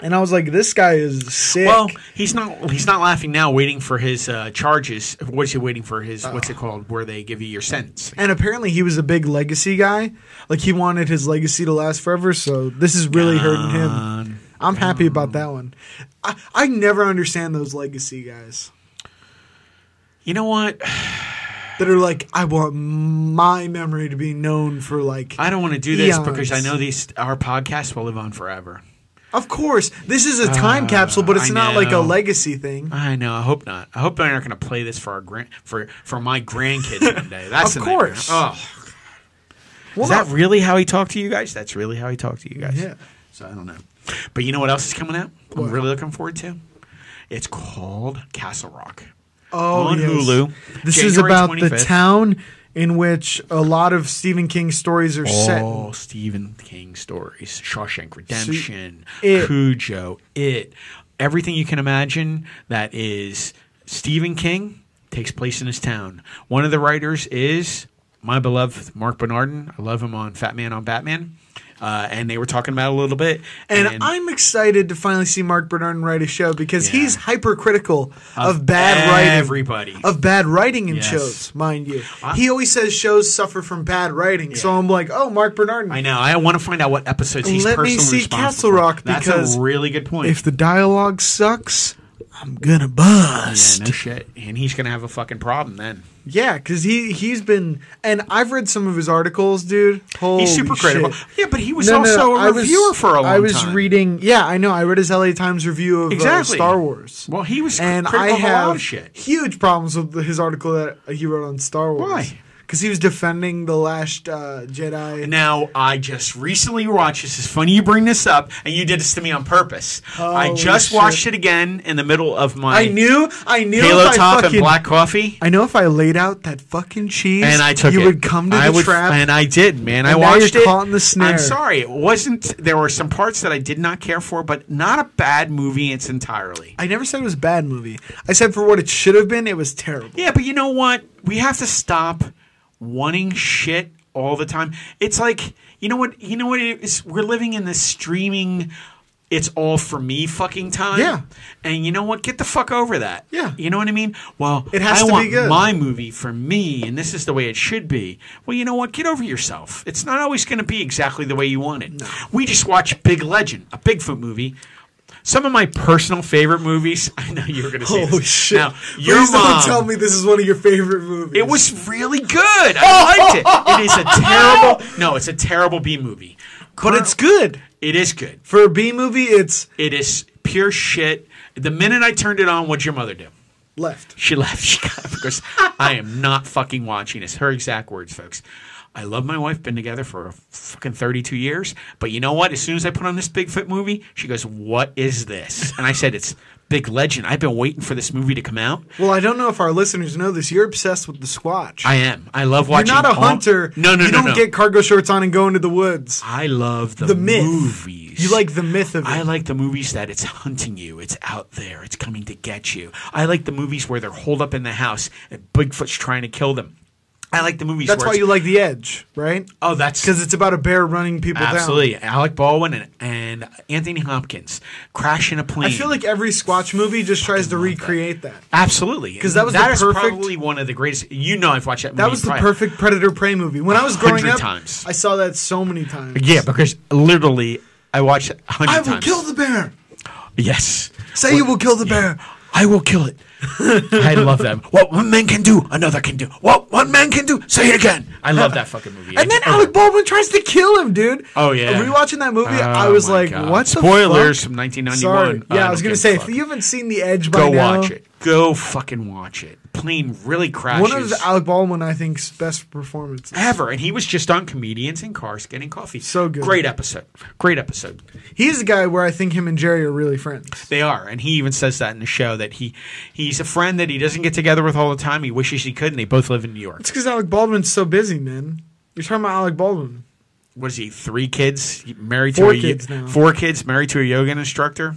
[SPEAKER 2] And I was like, this guy is sick.
[SPEAKER 3] Well, he's not he's not laughing now, waiting for his uh, charges. What is he waiting for? His what's it called? Where they give you your sentence?
[SPEAKER 2] And apparently he was a big legacy guy. Like he wanted his legacy to last forever, so this is really hurting him. I'm happy about that one. I, I never understand those legacy guys
[SPEAKER 3] You know what?
[SPEAKER 2] that are like, I want my memory to be known for like.
[SPEAKER 3] I don't want to do this
[SPEAKER 2] Eons.
[SPEAKER 3] because I know these our podcast will live on forever.
[SPEAKER 2] of course, this is a time
[SPEAKER 3] Uh,
[SPEAKER 2] capsule, but it's
[SPEAKER 3] I
[SPEAKER 2] not like a
[SPEAKER 3] know.
[SPEAKER 2] legacy thing.
[SPEAKER 3] I know. I hope not. I hope they're not going to play this for our grand for for my grandkids one day. That's
[SPEAKER 2] Of
[SPEAKER 3] the nightmare.
[SPEAKER 2] course.
[SPEAKER 3] Oh,
[SPEAKER 2] Well,
[SPEAKER 3] is that really how he talked to you guys? That's really how he talked to you guys.
[SPEAKER 2] Yeah.
[SPEAKER 3] So I don't know. But you know what else is coming out?
[SPEAKER 2] What?
[SPEAKER 3] I'm really looking forward to. It's called Castle Rock.
[SPEAKER 2] Oh,
[SPEAKER 3] on
[SPEAKER 2] yes.
[SPEAKER 3] Hulu.
[SPEAKER 2] This is
[SPEAKER 3] January
[SPEAKER 2] about the
[SPEAKER 3] 25th.
[SPEAKER 2] town in which a lot of Stephen King stories are set.
[SPEAKER 3] All Stephen King stories: Shawshank Redemption,
[SPEAKER 2] It.
[SPEAKER 3] Cujo, It, everything you can imagine that is Stephen King takes place in his town. One of the writers is my beloved Mark Bernardin. I love him on Fat Man on Batman, uh, and they were talking about it a little bit.
[SPEAKER 2] And, I'm excited to finally see Mark Bernard write a show because
[SPEAKER 3] Yeah.
[SPEAKER 2] he's hypercritical of, bad writing.
[SPEAKER 3] everybody.
[SPEAKER 2] Of bad writing in
[SPEAKER 3] Yes.
[SPEAKER 2] shows, mind you.
[SPEAKER 3] I-
[SPEAKER 2] he always says shows suffer from bad writing. So I'm like, oh, Mark Bernard.
[SPEAKER 3] I know. I want to find out what episodes he's
[SPEAKER 2] Let me
[SPEAKER 3] personally
[SPEAKER 2] see
[SPEAKER 3] responsible
[SPEAKER 2] Castle
[SPEAKER 3] for.
[SPEAKER 2] Rock
[SPEAKER 3] That's
[SPEAKER 2] because
[SPEAKER 3] a really good point.
[SPEAKER 2] If the dialogue sucks, I'm gonna
[SPEAKER 3] yeah,
[SPEAKER 2] bust.
[SPEAKER 3] no shit. And he's gonna have a fucking problem then.
[SPEAKER 2] Yeah, because he he's been and I've read some of his articles, dude. Holy
[SPEAKER 3] He's super credible.
[SPEAKER 2] shit.
[SPEAKER 3] Yeah, but he was
[SPEAKER 2] No, no,
[SPEAKER 3] also
[SPEAKER 2] I
[SPEAKER 3] a
[SPEAKER 2] was-
[SPEAKER 3] reviewer for a long time.
[SPEAKER 2] I was reading. Yeah, I know. I read his LA Times review of uh,
[SPEAKER 3] Exactly.
[SPEAKER 2] Star Wars.
[SPEAKER 3] Well, he was
[SPEAKER 2] and I
[SPEAKER 3] critical of a lot
[SPEAKER 2] have
[SPEAKER 3] of shit.
[SPEAKER 2] huge problems with his article that he wrote on Star Wars.
[SPEAKER 3] Why?
[SPEAKER 2] Because he was defending the last uh, Jedi.
[SPEAKER 3] Now I just recently watched this. It's funny you bring this up, and you did this to me on purpose. I
[SPEAKER 2] Holy
[SPEAKER 3] just
[SPEAKER 2] shit.
[SPEAKER 3] watched it again in the middle of my
[SPEAKER 2] I knew. I knew.
[SPEAKER 3] Halo
[SPEAKER 2] if I
[SPEAKER 3] Top
[SPEAKER 2] fucking,
[SPEAKER 3] and Black Coffee,
[SPEAKER 2] I know if I laid out that fucking cheese,
[SPEAKER 3] and I took
[SPEAKER 2] you
[SPEAKER 3] it.
[SPEAKER 2] would come to
[SPEAKER 3] I
[SPEAKER 2] the
[SPEAKER 3] would-
[SPEAKER 2] trap.
[SPEAKER 3] and I did, man. I
[SPEAKER 2] And now you're
[SPEAKER 3] watched it.
[SPEAKER 2] caught in the snare.
[SPEAKER 3] I'm sorry, it wasn't. There were some parts that I did not care for, but not a bad movie. It's entirely.
[SPEAKER 2] I never said it was a bad movie. I said for what it should have been, it was terrible.
[SPEAKER 3] Yeah, but you know what? We have to stop wanting shit all the time. It's like you know what? You know what? It is? We're living in this streaming. It's all for me fucking time.
[SPEAKER 2] Yeah.
[SPEAKER 3] And you know what? Get the fuck over that.
[SPEAKER 2] Yeah.
[SPEAKER 3] You know what I mean? Well,
[SPEAKER 2] It has
[SPEAKER 3] I
[SPEAKER 2] to be
[SPEAKER 3] want
[SPEAKER 2] good.
[SPEAKER 3] my movie for me, and this is the way it should be. Well, you know what? Get over yourself. It's not always going to be exactly the way you want it. We just watched Big Legend, a Bigfoot movie. Some of my personal favorite movies. I know you were going to say
[SPEAKER 2] Holy
[SPEAKER 3] this.
[SPEAKER 2] shit!
[SPEAKER 3] Now, your
[SPEAKER 2] Please
[SPEAKER 3] mom,
[SPEAKER 2] don't tell me this is one of your favorite movies.
[SPEAKER 3] it was really good. I liked it. It is a terrible. No, it's a terrible B movie.
[SPEAKER 2] but it's good
[SPEAKER 3] It is good.
[SPEAKER 2] for a B movie. It's
[SPEAKER 3] It is pure shit. The minute I turned it on, what'd your mother do?
[SPEAKER 2] left.
[SPEAKER 3] She left. She got up because I am not fucking watching this. Her exact words, folks. I love my wife. Been together for fucking thirty-two years. But you know what? As soon as I put on this Bigfoot movie, she goes, "What is this?" And I said, "It's Big Legend." I've been waiting for this movie to come out.
[SPEAKER 2] Well, I don't know if our listeners know this. You're obsessed with the Squatch.
[SPEAKER 3] I am. I love
[SPEAKER 2] You're
[SPEAKER 3] watching.
[SPEAKER 2] not a
[SPEAKER 3] all-
[SPEAKER 2] hunter.
[SPEAKER 3] No, no,
[SPEAKER 2] you
[SPEAKER 3] no.
[SPEAKER 2] don't
[SPEAKER 3] no.
[SPEAKER 2] get cargo shorts on and go into the woods.
[SPEAKER 3] I love the,
[SPEAKER 2] The myth.
[SPEAKER 3] movies.
[SPEAKER 2] You like the myth of it.
[SPEAKER 3] I like the movies that it's hunting you. It's out there. It's coming to get you. I like the movies where they're holed up in the house and Bigfoot's trying to kill them. I like the movies.
[SPEAKER 2] That's
[SPEAKER 3] where
[SPEAKER 2] why
[SPEAKER 3] it's-
[SPEAKER 2] you like The Edge, right?
[SPEAKER 3] Oh, that's
[SPEAKER 2] Because it's about a bear running people down.
[SPEAKER 3] absolutely Alec Baldwin and, and Anthony Hopkins crash in a plane.
[SPEAKER 2] I feel like every Squatch movie just tries to recreate that.
[SPEAKER 3] absolutely
[SPEAKER 2] 'Cause that was the
[SPEAKER 3] is
[SPEAKER 2] perfect-
[SPEAKER 3] probably one of the greatest. You know, I've watched that.
[SPEAKER 2] That
[SPEAKER 3] movie
[SPEAKER 2] was the
[SPEAKER 3] probably-
[SPEAKER 2] perfect predator prey movie. When I was growing
[SPEAKER 3] 100
[SPEAKER 2] up,
[SPEAKER 3] times.
[SPEAKER 2] I saw that so many times.
[SPEAKER 3] Yeah, because literally, I watched it a hundred
[SPEAKER 2] I
[SPEAKER 3] times.
[SPEAKER 2] will kill the bear.
[SPEAKER 3] Yes.
[SPEAKER 2] Say you will kill the bear.
[SPEAKER 3] I will kill it. I love that. What one man can do, another can do. What one man can do, say it again. I love that fucking movie. Oh
[SPEAKER 2] And then
[SPEAKER 3] It's over.
[SPEAKER 2] Alec Baldwin tries to kill him, dude.
[SPEAKER 3] Oh, yeah.
[SPEAKER 2] Rewatching that movie,
[SPEAKER 3] Oh,
[SPEAKER 2] I was
[SPEAKER 3] my
[SPEAKER 2] like,
[SPEAKER 3] God.
[SPEAKER 2] "What the
[SPEAKER 3] Spoilers
[SPEAKER 2] fuck?
[SPEAKER 3] from 1991.
[SPEAKER 2] Sorry.
[SPEAKER 3] Uh,
[SPEAKER 2] yeah,
[SPEAKER 3] I
[SPEAKER 2] I was
[SPEAKER 3] don't
[SPEAKER 2] gonna
[SPEAKER 3] give a
[SPEAKER 2] say
[SPEAKER 3] fuck.
[SPEAKER 2] if you haven't seen The Edge by
[SPEAKER 3] Go
[SPEAKER 2] now,
[SPEAKER 3] watch it. Go fucking watch it. Plane really crashes.
[SPEAKER 2] One of the Alec Baldwin, I think's best performances.
[SPEAKER 3] ever, and he was just on comedians in cars getting coffee.
[SPEAKER 2] So good.
[SPEAKER 3] Great episode. Great episode.
[SPEAKER 2] He's the guy where I think him and Jerry are really friends.
[SPEAKER 3] They are, and he even says that in the show that he he's a friend that he doesn't get together with all the time. He wishes he could, and they both live in New York.
[SPEAKER 2] It's because Alec Baldwin's so busy, man. You're talking about Alec Baldwin.
[SPEAKER 3] What is he? Three kids, married
[SPEAKER 2] Four
[SPEAKER 3] to a
[SPEAKER 2] kids now.
[SPEAKER 3] four kids, married to a yoga instructor.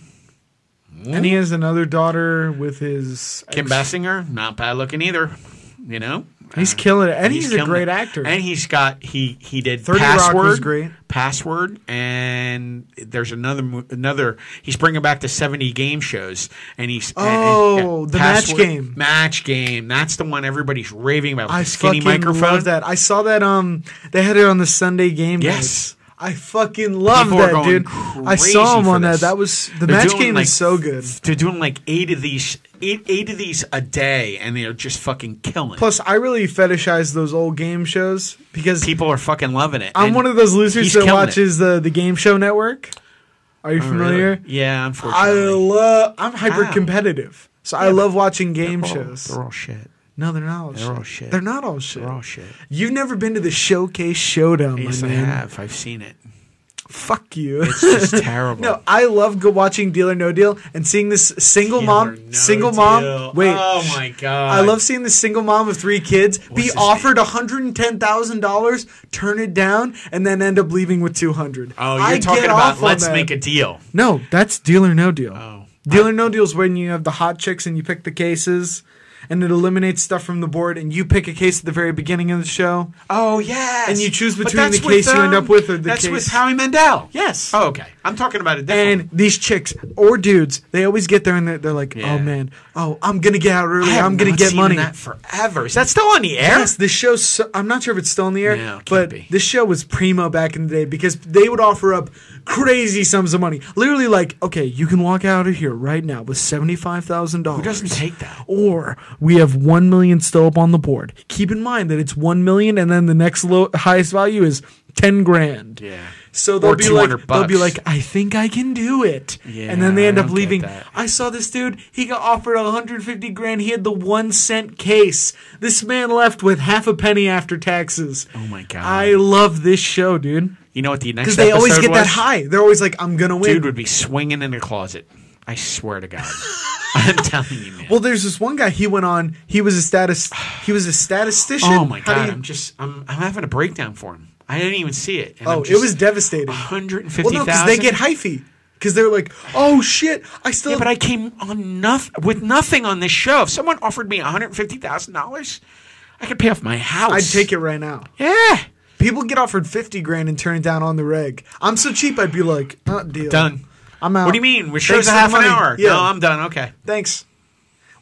[SPEAKER 2] And he has another daughter with his
[SPEAKER 3] Kim
[SPEAKER 2] ex-
[SPEAKER 3] Bassinger, not bad looking either. You know,
[SPEAKER 2] He's killing it, and he's, a
[SPEAKER 3] killing
[SPEAKER 2] great
[SPEAKER 3] it.
[SPEAKER 2] actor.
[SPEAKER 3] And he's got he he did
[SPEAKER 2] 30 Rock
[SPEAKER 3] password,
[SPEAKER 2] was great.
[SPEAKER 3] password, and there's another mo- another. He's bringing back the seventy game shows, and he's and- and-
[SPEAKER 2] Oh,
[SPEAKER 3] yeah,
[SPEAKER 2] the Match Game.
[SPEAKER 3] match game. That's the one everybody's raving about. with
[SPEAKER 2] I
[SPEAKER 3] the skinny
[SPEAKER 2] fucking
[SPEAKER 3] microphone.
[SPEAKER 2] love that. I saw that. Um, they had it on the Sunday game.
[SPEAKER 3] Yes.
[SPEAKER 2] nights. I fucking love
[SPEAKER 3] People are
[SPEAKER 2] that,
[SPEAKER 3] going
[SPEAKER 2] dude. I saw
[SPEAKER 3] crazy
[SPEAKER 2] him
[SPEAKER 3] for
[SPEAKER 2] on
[SPEAKER 3] this.
[SPEAKER 2] that. That was the
[SPEAKER 3] They're
[SPEAKER 2] match
[SPEAKER 3] doing,
[SPEAKER 2] game
[SPEAKER 3] like,
[SPEAKER 2] is so good.
[SPEAKER 3] They're doing like eight of these, eight eight of these a day, and they're just fucking killing.
[SPEAKER 2] Plus, I really fetishize those old game shows because
[SPEAKER 3] People are fucking loving it.
[SPEAKER 2] I'm
[SPEAKER 3] and
[SPEAKER 2] one of those losers
[SPEAKER 3] he's
[SPEAKER 2] that
[SPEAKER 3] killing it.
[SPEAKER 2] watches the the game show network. Are you
[SPEAKER 3] Oh, really?
[SPEAKER 2] familiar?
[SPEAKER 3] Yeah,
[SPEAKER 2] I
[SPEAKER 3] unfortunately. Oh,
[SPEAKER 2] love. I'm hyper competitive, so I love watching game
[SPEAKER 3] They're all-
[SPEAKER 2] shows.
[SPEAKER 3] They're all shit.
[SPEAKER 2] no, they're not all shit.
[SPEAKER 3] all shit.
[SPEAKER 2] They're not all shit.
[SPEAKER 3] They're all shit.
[SPEAKER 2] You've never been to the showcase showdown,
[SPEAKER 3] Yes,
[SPEAKER 2] my
[SPEAKER 3] I
[SPEAKER 2] man.
[SPEAKER 3] have. I've seen it.
[SPEAKER 2] Fuck you.
[SPEAKER 3] It's just terrible.
[SPEAKER 2] No, I love go watching Deal or No Deal and seeing this single
[SPEAKER 3] Deal or
[SPEAKER 2] mom,
[SPEAKER 3] No
[SPEAKER 2] single
[SPEAKER 3] Deal.
[SPEAKER 2] mom. Wait,
[SPEAKER 3] Oh
[SPEAKER 2] shh.
[SPEAKER 3] my God.
[SPEAKER 2] I love seeing the single mom with three kids be
[SPEAKER 3] his name?
[SPEAKER 2] offered one hundred and ten thousand dollars, turn it down, and then end up leaving with two hundred.
[SPEAKER 3] Oh, you're talking about let's make a deal.
[SPEAKER 2] No, that's Deal or No Deal.
[SPEAKER 3] Oh.
[SPEAKER 2] Deal or No Deal is when you have the hot chicks and you pick the cases. And it eliminates stuff from the board, and you pick a case at the very beginning of the show.
[SPEAKER 3] Oh yes.
[SPEAKER 2] And you choose
[SPEAKER 3] But
[SPEAKER 2] between
[SPEAKER 3] that's
[SPEAKER 2] the case you end up with or the
[SPEAKER 3] that's
[SPEAKER 2] case-
[SPEAKER 3] with Howie Mandel.
[SPEAKER 2] Yes.
[SPEAKER 3] Oh, okay. I'm talking about a different.
[SPEAKER 2] And these chicks or dudes, they always get there and they're, they're like,
[SPEAKER 3] Yeah.
[SPEAKER 2] "Oh man, oh I'm gonna get out early.
[SPEAKER 3] I have
[SPEAKER 2] I'm gonna
[SPEAKER 3] not
[SPEAKER 2] get
[SPEAKER 3] seen
[SPEAKER 2] money."
[SPEAKER 3] That forever. Is that still on the air?
[SPEAKER 2] Yes, this show. So, I'm not sure if it's still in the air,
[SPEAKER 3] No, it can't
[SPEAKER 2] but
[SPEAKER 3] be.
[SPEAKER 2] this show was primo back in the day because they would offer up crazy sums of money. Literally, like, okay, you can walk out of here right now with seventy five thousand dollars. Who
[SPEAKER 3] doesn't take that?
[SPEAKER 2] Or we have one million still up on the board. Keep in mind that it's one million, and then the next low, highest value is ten grand.
[SPEAKER 3] Yeah.
[SPEAKER 2] So
[SPEAKER 3] Or
[SPEAKER 2] they'll be like,
[SPEAKER 3] 200
[SPEAKER 2] they'll be
[SPEAKER 3] bucks.
[SPEAKER 2] like, I think I can do it.
[SPEAKER 3] Yeah,
[SPEAKER 2] and then they end
[SPEAKER 3] I
[SPEAKER 2] up
[SPEAKER 3] don't get
[SPEAKER 2] leaving.
[SPEAKER 3] that.
[SPEAKER 2] I saw this dude. He got offered 150 grand. He had the one cent case. This man left with half a penny after taxes.
[SPEAKER 3] Oh my God.
[SPEAKER 2] I love this show, dude.
[SPEAKER 3] You know what the next
[SPEAKER 2] Because they always
[SPEAKER 3] episode
[SPEAKER 2] get that
[SPEAKER 3] was?
[SPEAKER 2] high. They're always like, I'm gonna win.
[SPEAKER 3] Dude would be swinging in the closet. I swear to God. I'm telling you, man.
[SPEAKER 2] well, there's this one guy. He went on. He was a status. He was a statistician.
[SPEAKER 3] oh my
[SPEAKER 2] How do
[SPEAKER 3] God.
[SPEAKER 2] you-
[SPEAKER 3] I'm just. I'm. I'm having a breakdown for him. I didn't even see it. and I'm
[SPEAKER 2] oh, it
[SPEAKER 3] just-
[SPEAKER 2] was devastating. Well,
[SPEAKER 3] 150,000.
[SPEAKER 2] no, because they get hyphy. Because they're like, oh shit, I still.
[SPEAKER 3] Yeah, but I came on noth- with nothing on this show. If someone offered me $150,000, I could pay off my house.
[SPEAKER 2] I'd take it right now.
[SPEAKER 3] Yeah.
[SPEAKER 2] People get offered fifty grand and turn it down on the reg. I'm so cheap, I'd be like, uh, deal.
[SPEAKER 3] Done.
[SPEAKER 2] I'm out.
[SPEAKER 3] What do you mean? We're show's
[SPEAKER 2] Thanks
[SPEAKER 3] a
[SPEAKER 2] for Uh, the
[SPEAKER 3] half an
[SPEAKER 2] money.
[SPEAKER 3] hour.
[SPEAKER 2] Yeah.
[SPEAKER 3] No, I'm done. Okay.
[SPEAKER 2] Thanks.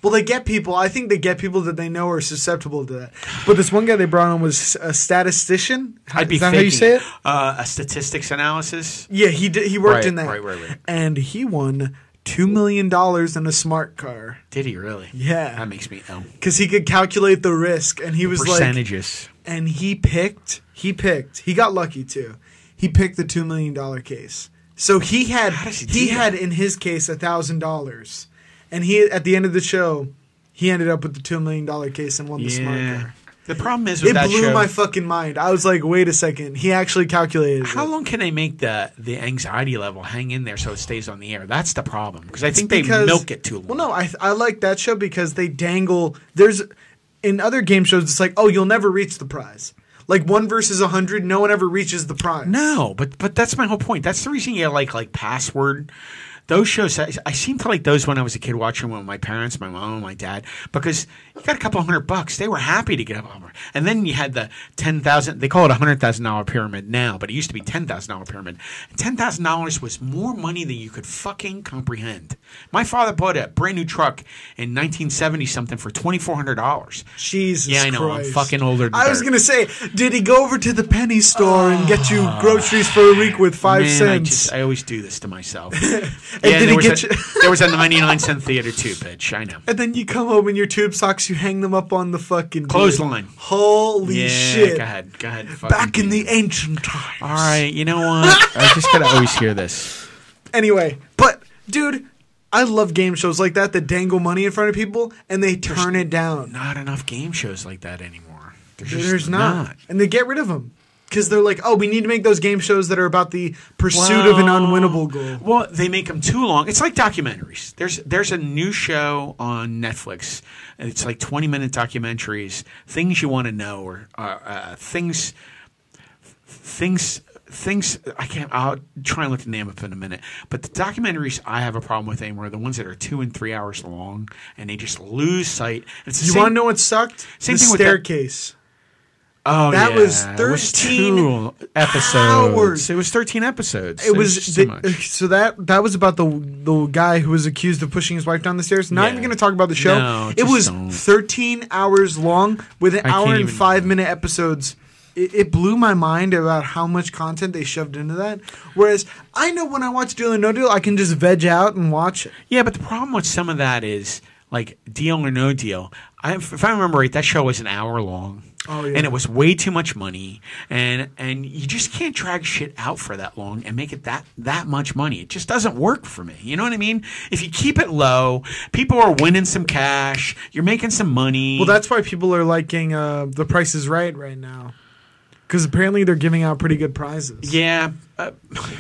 [SPEAKER 2] Well, they get people. I think they get people that they know are susceptible to that. But this one guy they brought on was a statistician.
[SPEAKER 3] I'd be
[SPEAKER 2] Is that
[SPEAKER 3] faking
[SPEAKER 2] how you say it?
[SPEAKER 3] Uh, a statistics analysis.
[SPEAKER 2] Yeah, he did. He worked
[SPEAKER 3] Right,
[SPEAKER 2] in that.
[SPEAKER 3] right, right, right.
[SPEAKER 2] And he won two million dollars in a smart car
[SPEAKER 3] Did he really?
[SPEAKER 2] Yeah.
[SPEAKER 3] That makes me ill.
[SPEAKER 2] because he could calculate the risk, and he was like,
[SPEAKER 3] Percentages.
[SPEAKER 2] and he picked he picked he got lucky too he picked the two million dollar case so he had
[SPEAKER 3] How does he
[SPEAKER 2] he,
[SPEAKER 3] do that?
[SPEAKER 2] had in his case a thousand dollars and he at the end of the show he ended up with the two million dollar case and won the smart
[SPEAKER 3] yeah.
[SPEAKER 2] car
[SPEAKER 3] The problem is with
[SPEAKER 2] it
[SPEAKER 3] that
[SPEAKER 2] blew
[SPEAKER 3] show.
[SPEAKER 2] my fucking mind i was like wait a second he actually calculated
[SPEAKER 3] how
[SPEAKER 2] it.
[SPEAKER 3] long can they make the, the anxiety level hang in there so it stays on the air? That's the problem. Because I think they
[SPEAKER 2] because-
[SPEAKER 3] milk it too long.
[SPEAKER 2] Well, no, I I like that show because they dangle. There's in other game shows, it's like, oh, you'll never reach the prize. Like one versus a hundred, no one ever reaches the prize.
[SPEAKER 3] No, but but that's my whole point. That's the reason you like like password. Those shows, I, I seem to like those when I was a kid watching them with my parents, my mom, and my dad, because you got a couple hundred bucks. They were happy to get up. on it. And then you had the ten thousand. They call it a hundred thousand dollar pyramid now, but it used to be ten thousand dollar pyramid. Ten thousand dollars was more money than you could fucking comprehend. My father bought a brand new truck in nineteen seventy something for twenty four hundred dollars.
[SPEAKER 2] Jesus.
[SPEAKER 3] Yeah, I know. I'm
[SPEAKER 2] Christ.
[SPEAKER 3] fucking older than
[SPEAKER 2] I was
[SPEAKER 3] dirt.
[SPEAKER 2] gonna say, did he go over to the penny store and get you groceries for a week with five
[SPEAKER 3] Ah, Man, I,
[SPEAKER 2] cents?
[SPEAKER 3] just, I always do this to myself.
[SPEAKER 2] And
[SPEAKER 3] Yeah,
[SPEAKER 2] did
[SPEAKER 3] there
[SPEAKER 2] it
[SPEAKER 3] was,
[SPEAKER 2] get
[SPEAKER 3] a,
[SPEAKER 2] you?
[SPEAKER 3] there was a 99 cent theater too, bitch. I know.
[SPEAKER 2] And then you come home in your tube socks, you hang them up on the fucking
[SPEAKER 3] Clothesline.
[SPEAKER 2] beam. Holy
[SPEAKER 3] yeah,
[SPEAKER 2] shit!
[SPEAKER 3] Go ahead. Go ahead. fucking
[SPEAKER 2] Back in
[SPEAKER 3] do
[SPEAKER 2] the
[SPEAKER 3] it.
[SPEAKER 2] ancient times.
[SPEAKER 3] All right. You know what? I just gotta always hear this.
[SPEAKER 2] Anyway, but dude, I love game shows like that that dangle money in front of people and they turn it down.
[SPEAKER 3] Not enough game shows like that anymore. There's, just
[SPEAKER 2] There's not. and they get rid of them because they're like, oh, we need to make those game shows that are about the pursuit of an
[SPEAKER 3] Well,
[SPEAKER 2] unwinnable goal.
[SPEAKER 3] Well, they make them too long. It's like documentaries. There's there's a new show on Netflix. and It's like 20 minute documentaries, things you want to know or uh, uh, things things things I can't I'll try and look the name up in a minute. But the documentaries I have a problem with anymore are the ones that are 2 and 3 hours long and they just lose sight. It's the
[SPEAKER 2] You
[SPEAKER 3] same-
[SPEAKER 2] want to know what sucked?
[SPEAKER 3] same
[SPEAKER 2] the
[SPEAKER 3] thing with that-
[SPEAKER 2] staircase.
[SPEAKER 3] Oh,
[SPEAKER 2] that
[SPEAKER 3] yeah.
[SPEAKER 2] was
[SPEAKER 3] It was
[SPEAKER 2] 13
[SPEAKER 3] two episodes.
[SPEAKER 2] hours.
[SPEAKER 3] It was 13 episodes.
[SPEAKER 2] It was
[SPEAKER 3] just too
[SPEAKER 2] the-
[SPEAKER 3] much.
[SPEAKER 2] so that that was about the the guy who was accused of pushing his wife down the stairs. Not
[SPEAKER 3] Yeah.
[SPEAKER 2] even going to talk about the show.
[SPEAKER 3] No,
[SPEAKER 2] it
[SPEAKER 3] just
[SPEAKER 2] was
[SPEAKER 3] don't.
[SPEAKER 2] 13 hours long with an
[SPEAKER 3] I
[SPEAKER 2] hour
[SPEAKER 3] can't
[SPEAKER 2] and
[SPEAKER 3] even-
[SPEAKER 2] five minute episodes. It, it blew my mind about how much content they shoved into that. Whereas I know when I watch Deal or No Deal, I can just veg out and watch it.
[SPEAKER 3] Yeah, but the problem with some of that is like Deal or No Deal. I, if I remember right, that show was an hour long.
[SPEAKER 2] Oh, yeah.
[SPEAKER 3] And it was way too much money, and and you just can't drag shit out for that long and make it that that much money. It just doesn't work for me. You know what I mean? If you keep it low, people are winning some cash. You're making some money.
[SPEAKER 2] Well, that's why people are liking uh, The Price Is Right right now, because apparently they're giving out pretty good prizes.
[SPEAKER 3] Yeah, uh,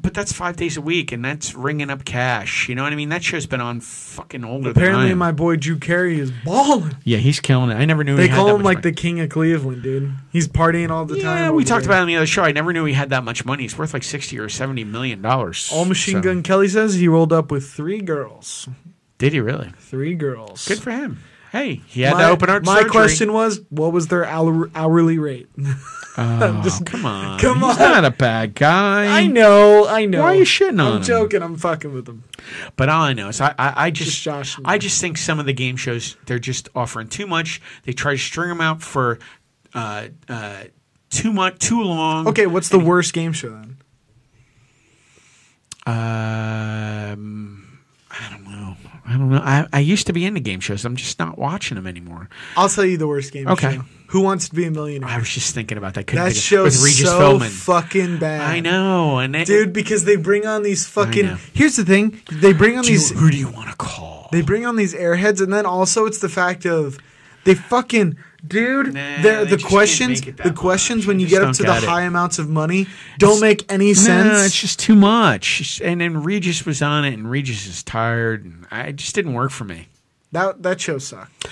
[SPEAKER 3] but that's five days a week, and that's ringing up cash. You know what I mean? That show's been on fucking older. than I
[SPEAKER 2] Apparently,
[SPEAKER 3] am.
[SPEAKER 2] my boy Drew Carey is balling.
[SPEAKER 3] yeah, he's killing it. I never knew
[SPEAKER 2] They
[SPEAKER 3] he had that
[SPEAKER 2] call him
[SPEAKER 3] much
[SPEAKER 2] like
[SPEAKER 3] money.
[SPEAKER 2] the king of Cleveland, dude. He's partying all the time.
[SPEAKER 3] Yeah, we
[SPEAKER 2] over
[SPEAKER 3] talked
[SPEAKER 2] there.
[SPEAKER 3] about it on the other show. I never knew he had that much money. He's worth like sixty or seventy million dollars.
[SPEAKER 2] All Machine
[SPEAKER 3] So-
[SPEAKER 2] Gun Kelly says he rolled up with three girls.
[SPEAKER 3] Did he really?
[SPEAKER 2] Three girls.
[SPEAKER 3] Good for him. Hey, he had
[SPEAKER 2] my,
[SPEAKER 3] that open heart
[SPEAKER 2] My
[SPEAKER 3] surgery.
[SPEAKER 2] question was, what was their hour, hourly rate?
[SPEAKER 3] Oh,
[SPEAKER 2] just-
[SPEAKER 3] come on,
[SPEAKER 2] come
[SPEAKER 3] He's
[SPEAKER 2] on.
[SPEAKER 3] not a bad guy.
[SPEAKER 2] I know, I know.
[SPEAKER 3] Why are you shitting on
[SPEAKER 2] I'm
[SPEAKER 3] him?
[SPEAKER 2] joking. I'm fucking with him.
[SPEAKER 3] But all I know is I, I, I just,
[SPEAKER 2] Just joshing
[SPEAKER 3] I
[SPEAKER 2] them.
[SPEAKER 3] just think some of the game shows they're just offering too much. They try to string them out for uh, uh, too much, too long.
[SPEAKER 2] Okay, what's the worst game show then?
[SPEAKER 3] Um, I don't know. I don't know. I, I used to be into game shows. I'm just not watching them anymore.
[SPEAKER 2] I'll tell you the worst game
[SPEAKER 3] Okay.
[SPEAKER 2] show. Who wants to be a millionaire?
[SPEAKER 3] I was just thinking about that. Couldn't
[SPEAKER 2] that
[SPEAKER 3] think of-
[SPEAKER 2] show's
[SPEAKER 3] with Regis
[SPEAKER 2] so
[SPEAKER 3] Philbin.
[SPEAKER 2] fucking bad.
[SPEAKER 3] I know, and it,
[SPEAKER 2] Dude, because they bring on these fucking
[SPEAKER 3] know.
[SPEAKER 2] Here's the thing. They bring on
[SPEAKER 3] do you-
[SPEAKER 2] these
[SPEAKER 3] who do you want to call?
[SPEAKER 2] They bring on these airheads, and then also it's the fact of they fucking dude.
[SPEAKER 3] Nah,
[SPEAKER 2] the
[SPEAKER 3] they
[SPEAKER 2] the
[SPEAKER 3] just can't
[SPEAKER 2] questions,
[SPEAKER 3] make it that
[SPEAKER 2] the questions
[SPEAKER 3] much.
[SPEAKER 2] when
[SPEAKER 3] I
[SPEAKER 2] you
[SPEAKER 3] just
[SPEAKER 2] get up
[SPEAKER 3] don't
[SPEAKER 2] to the
[SPEAKER 3] get it.
[SPEAKER 2] high amounts of money don't make any
[SPEAKER 3] Nah,
[SPEAKER 2] sense.
[SPEAKER 3] it's just too much. And then Regis was on it, and Regis is tired, and I, it just didn't work for me.
[SPEAKER 2] that that show sucked.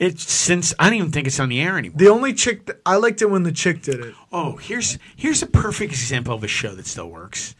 [SPEAKER 3] It's since I don't even think it's on the air anymore.
[SPEAKER 2] The only chick that, I liked it when the chick did it.
[SPEAKER 3] Oh, here's here's a perfect example of a show that still works.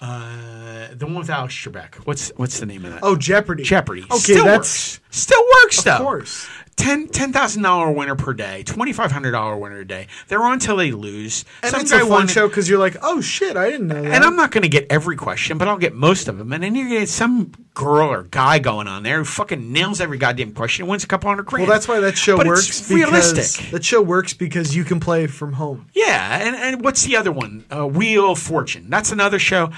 [SPEAKER 3] Uh, the one with Alex Trebek. What's what's the name of that?
[SPEAKER 2] Oh, Jeopardy.
[SPEAKER 3] Jeopardy.
[SPEAKER 2] Okay,
[SPEAKER 3] still
[SPEAKER 2] that's
[SPEAKER 3] works. Still works though.
[SPEAKER 2] course.
[SPEAKER 3] Ten ten thousand dollar winner per day, twenty five hundred dollar winner a day. They're on till they lose.
[SPEAKER 2] and it's a fun
[SPEAKER 3] won-
[SPEAKER 2] show because you're like, oh shit, I didn't know that.
[SPEAKER 3] And I'm not going to get every question, but I'll get most of them. And then you're going to get some girl or guy going on there who fucking nails every goddamn question and wins a couple hundred grand.
[SPEAKER 2] well, that's why that show
[SPEAKER 3] But
[SPEAKER 2] works.
[SPEAKER 3] It's
[SPEAKER 2] because-
[SPEAKER 3] realistic.
[SPEAKER 2] That show works because you can play from home.
[SPEAKER 3] Yeah, and, and what's the other one? Uh, Wheel of Fortune. That's another show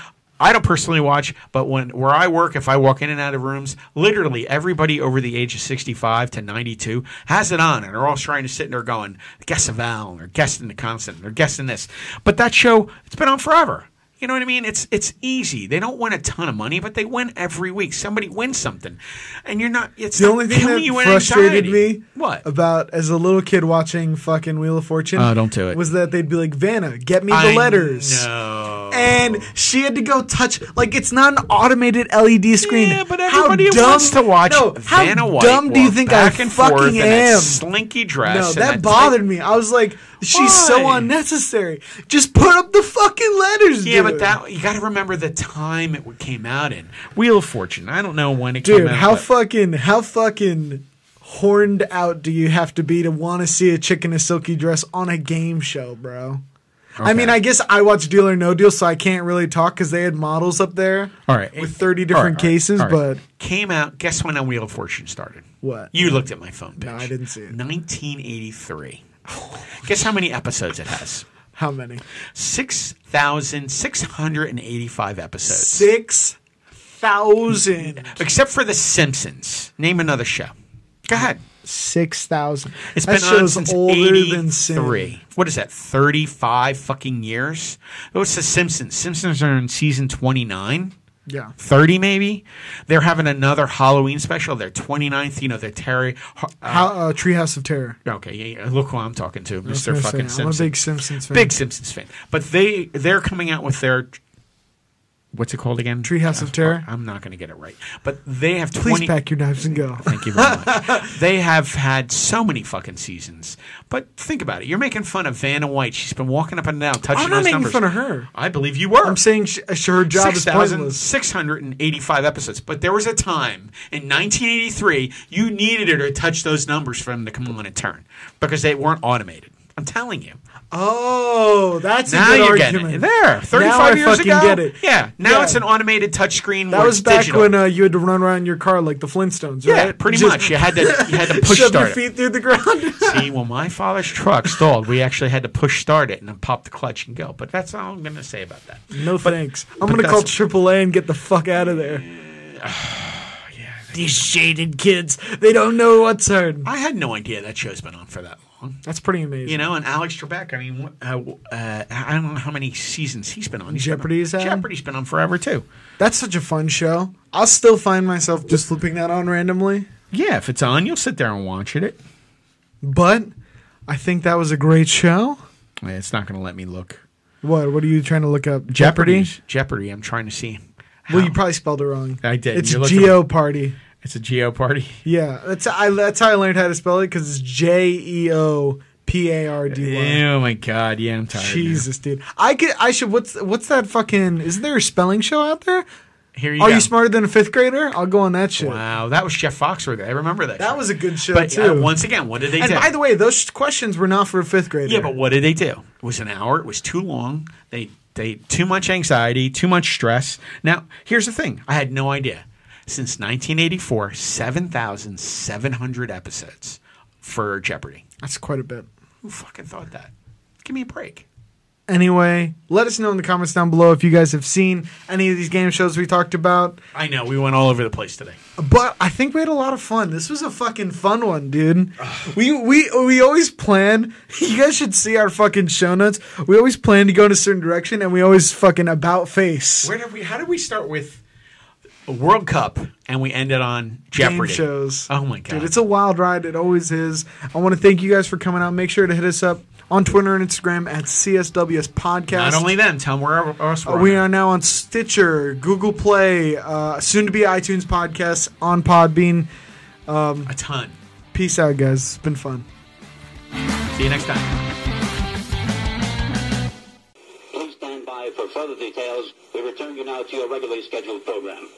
[SPEAKER 3] I don't personally watch, but when where I work, if I walk in and out of rooms, literally everybody over the age of sixty-five to ninety-two has it on, and they're all trying to sit in there going, "Guess a vowel," or "Guessing the consonant," or "Guessing this." But that show, it's been on forever. You know what I mean? It's it's easy. They don't win a ton of money, but they win every week. Somebody wins something, and you're not. It's
[SPEAKER 2] The
[SPEAKER 3] not
[SPEAKER 2] only thing
[SPEAKER 3] killing
[SPEAKER 2] that
[SPEAKER 3] you in
[SPEAKER 2] frustrated
[SPEAKER 3] anxiety.
[SPEAKER 2] me
[SPEAKER 3] What?
[SPEAKER 2] about as a little kid watching fucking Wheel of Fortune
[SPEAKER 3] Oh, don't do it.
[SPEAKER 2] was that they'd be like, Vanna, get me the
[SPEAKER 3] I
[SPEAKER 2] letters.
[SPEAKER 3] know.
[SPEAKER 2] And she had to go touch like it's not an automated LED screen.
[SPEAKER 3] Yeah, but
[SPEAKER 2] How
[SPEAKER 3] everybody
[SPEAKER 2] dumb-
[SPEAKER 3] wants to watch
[SPEAKER 2] no,
[SPEAKER 3] Vanna
[SPEAKER 2] how
[SPEAKER 3] White
[SPEAKER 2] dumb do you
[SPEAKER 3] walk
[SPEAKER 2] think I
[SPEAKER 3] back and forth
[SPEAKER 2] fucking
[SPEAKER 3] in that
[SPEAKER 2] am?
[SPEAKER 3] slinky dress.
[SPEAKER 2] No,
[SPEAKER 3] and
[SPEAKER 2] that
[SPEAKER 3] tight-
[SPEAKER 2] bothered me. I was like, she's so
[SPEAKER 3] Why?
[SPEAKER 2] thousand.
[SPEAKER 3] Except for The Simpsons. Name another show. Go ahead.
[SPEAKER 2] Six thousand.
[SPEAKER 3] It's
[SPEAKER 2] that
[SPEAKER 3] been on
[SPEAKER 2] show's
[SPEAKER 3] since
[SPEAKER 2] older than Sim.
[SPEAKER 3] three. What is that? Thirty-five fucking years. What's The Simpsons? Simpsons are in season twenty-nine.
[SPEAKER 2] Yeah.
[SPEAKER 3] 30 maybe they're having another halloween special their 29th you know they're terry uh,
[SPEAKER 2] How, uh, Treehouse of Terror.
[SPEAKER 3] okay yeah, yeah, look who i'm talking to
[SPEAKER 2] I was
[SPEAKER 3] mr
[SPEAKER 2] gonna
[SPEAKER 3] fucking
[SPEAKER 2] say, I'm a
[SPEAKER 3] simpson
[SPEAKER 2] big Simpsons fan.
[SPEAKER 3] big simpsons fan but they they're coming out with their what's it called again
[SPEAKER 2] Treehouse of Terror.
[SPEAKER 3] i'm not going to get it right but they have
[SPEAKER 2] Please
[SPEAKER 3] 20
[SPEAKER 2] pack your knives and go.
[SPEAKER 3] Thank you very much. they have had so many fucking seasons. But think about it. You're making fun of Vanna White. She's been walking up and down, touching
[SPEAKER 2] I'm not
[SPEAKER 3] those
[SPEAKER 2] making
[SPEAKER 3] numbers.
[SPEAKER 2] fun of her.
[SPEAKER 3] I believe you were.
[SPEAKER 2] I'm saying sh- sh- her job is pointless.
[SPEAKER 3] 6,685 episodes. But there was a time in 1983 you needed her to touch those numbers for them to come on and turn because they weren't automated. I'm telling you.
[SPEAKER 2] Oh, that's
[SPEAKER 3] Now
[SPEAKER 2] a good
[SPEAKER 3] you're
[SPEAKER 2] argument.
[SPEAKER 3] getting it. There. 35
[SPEAKER 2] I
[SPEAKER 3] years
[SPEAKER 2] fucking
[SPEAKER 3] ago.
[SPEAKER 2] get it.
[SPEAKER 3] Yeah. Now
[SPEAKER 2] Yeah.
[SPEAKER 3] it's an automated touchscreen.
[SPEAKER 2] That
[SPEAKER 3] where
[SPEAKER 2] was
[SPEAKER 3] it's
[SPEAKER 2] back
[SPEAKER 3] digital.
[SPEAKER 2] when uh, you had to run around your car like the Flintstones,
[SPEAKER 3] Yeah,
[SPEAKER 2] right?
[SPEAKER 3] pretty
[SPEAKER 2] Just
[SPEAKER 3] much. You had to you had to push
[SPEAKER 2] Shove
[SPEAKER 3] start
[SPEAKER 2] your
[SPEAKER 3] it.
[SPEAKER 2] feet through the ground.
[SPEAKER 3] See, when my father's truck stalled, we actually had to push start it and then pop the clutch and go. But that's all I'm going to say about that.
[SPEAKER 2] no thanks. I'm
[SPEAKER 3] but
[SPEAKER 2] gonna call
[SPEAKER 3] that's-
[SPEAKER 2] AAA and get the fuck out of there. These jaded kids, they don't know what's hard.
[SPEAKER 3] I had no idea that show's been on for that long.
[SPEAKER 2] That's pretty amazing.
[SPEAKER 3] You know, and Alex Trebek. I mean, wh- uh, w- uh, I don't know how many seasons he's been on. He's
[SPEAKER 2] Jeopardy's
[SPEAKER 3] been on,
[SPEAKER 2] had?
[SPEAKER 3] Jeopardy's been on forever too.
[SPEAKER 2] That's such a fun show. I'll still find myself just flipping that on randomly.
[SPEAKER 3] Yeah, if it's on, you'll sit there and watch it. it
[SPEAKER 2] But I think that was a great show.
[SPEAKER 3] it's not going to let me look.
[SPEAKER 2] What? What are you trying to look up?
[SPEAKER 3] Jeopardy's- Jeopardy. I'm trying to see.
[SPEAKER 2] Well,
[SPEAKER 3] how-
[SPEAKER 2] you probably spelled it wrong.
[SPEAKER 3] I did.
[SPEAKER 2] It's
[SPEAKER 3] You're looking-
[SPEAKER 2] Geo Party.
[SPEAKER 3] it's a Geo party.
[SPEAKER 2] Yeah, that's I. That's how I learned how to spell it because it's J E O P A R D Y.
[SPEAKER 3] Oh my god. Yeah, I'm tired. now.
[SPEAKER 2] Jesus, dude. I could. I should. What's what's that fucking? Is there a spelling show out there?
[SPEAKER 3] Here you
[SPEAKER 2] Are
[SPEAKER 3] go.
[SPEAKER 2] you smarter than a fifth grader? I'll go on that shit.
[SPEAKER 3] Wow, that was Jeff Foxworthy. I remember that.
[SPEAKER 2] That
[SPEAKER 3] show.
[SPEAKER 2] was a good show
[SPEAKER 3] But uh,
[SPEAKER 2] too.
[SPEAKER 3] once again, what did they
[SPEAKER 2] and
[SPEAKER 3] do?
[SPEAKER 2] by the way, those questions were not for a fifth grader.
[SPEAKER 3] yeah, but what did they do? It was an hour. It was too long. They they too much anxiety, too much stress. Now here's the thing: I had no idea. Since 1984, 7,700 episodes for Jeopardy.
[SPEAKER 2] that's quite a bit.
[SPEAKER 3] Who fucking thought that? Give me a break.
[SPEAKER 2] Anyway, let us know in the comments down below if you guys have seen any of these game shows we talked about.
[SPEAKER 3] I know we went all over the place today.
[SPEAKER 2] But I think we had a lot of fun. This was a fucking fun one, dude. We we we always plan. You guys should see our fucking show notes. We always plan to go in a certain direction, and we always fucking about face
[SPEAKER 3] Where did we? How did we start with a World Cup and we ended on
[SPEAKER 2] game
[SPEAKER 3] Jeopardy
[SPEAKER 2] shows.
[SPEAKER 3] Oh my god!
[SPEAKER 2] dude, it's a wild ride. It always is. I want to thank you guys for coming out. Make sure to hit us up on Twitter and Instagram at CSWS Podcast.
[SPEAKER 3] not only them. Tell them where else we're
[SPEAKER 2] Uh,
[SPEAKER 3] on.
[SPEAKER 2] We are now on Stitcher, Google Play, uh, soon to be iTunes podcasts on Podbean.
[SPEAKER 3] a ton.
[SPEAKER 2] Peace out, guys. It's been fun.
[SPEAKER 3] See you next time.
[SPEAKER 5] Please stand by for further details. We return you now to your regularly scheduled program.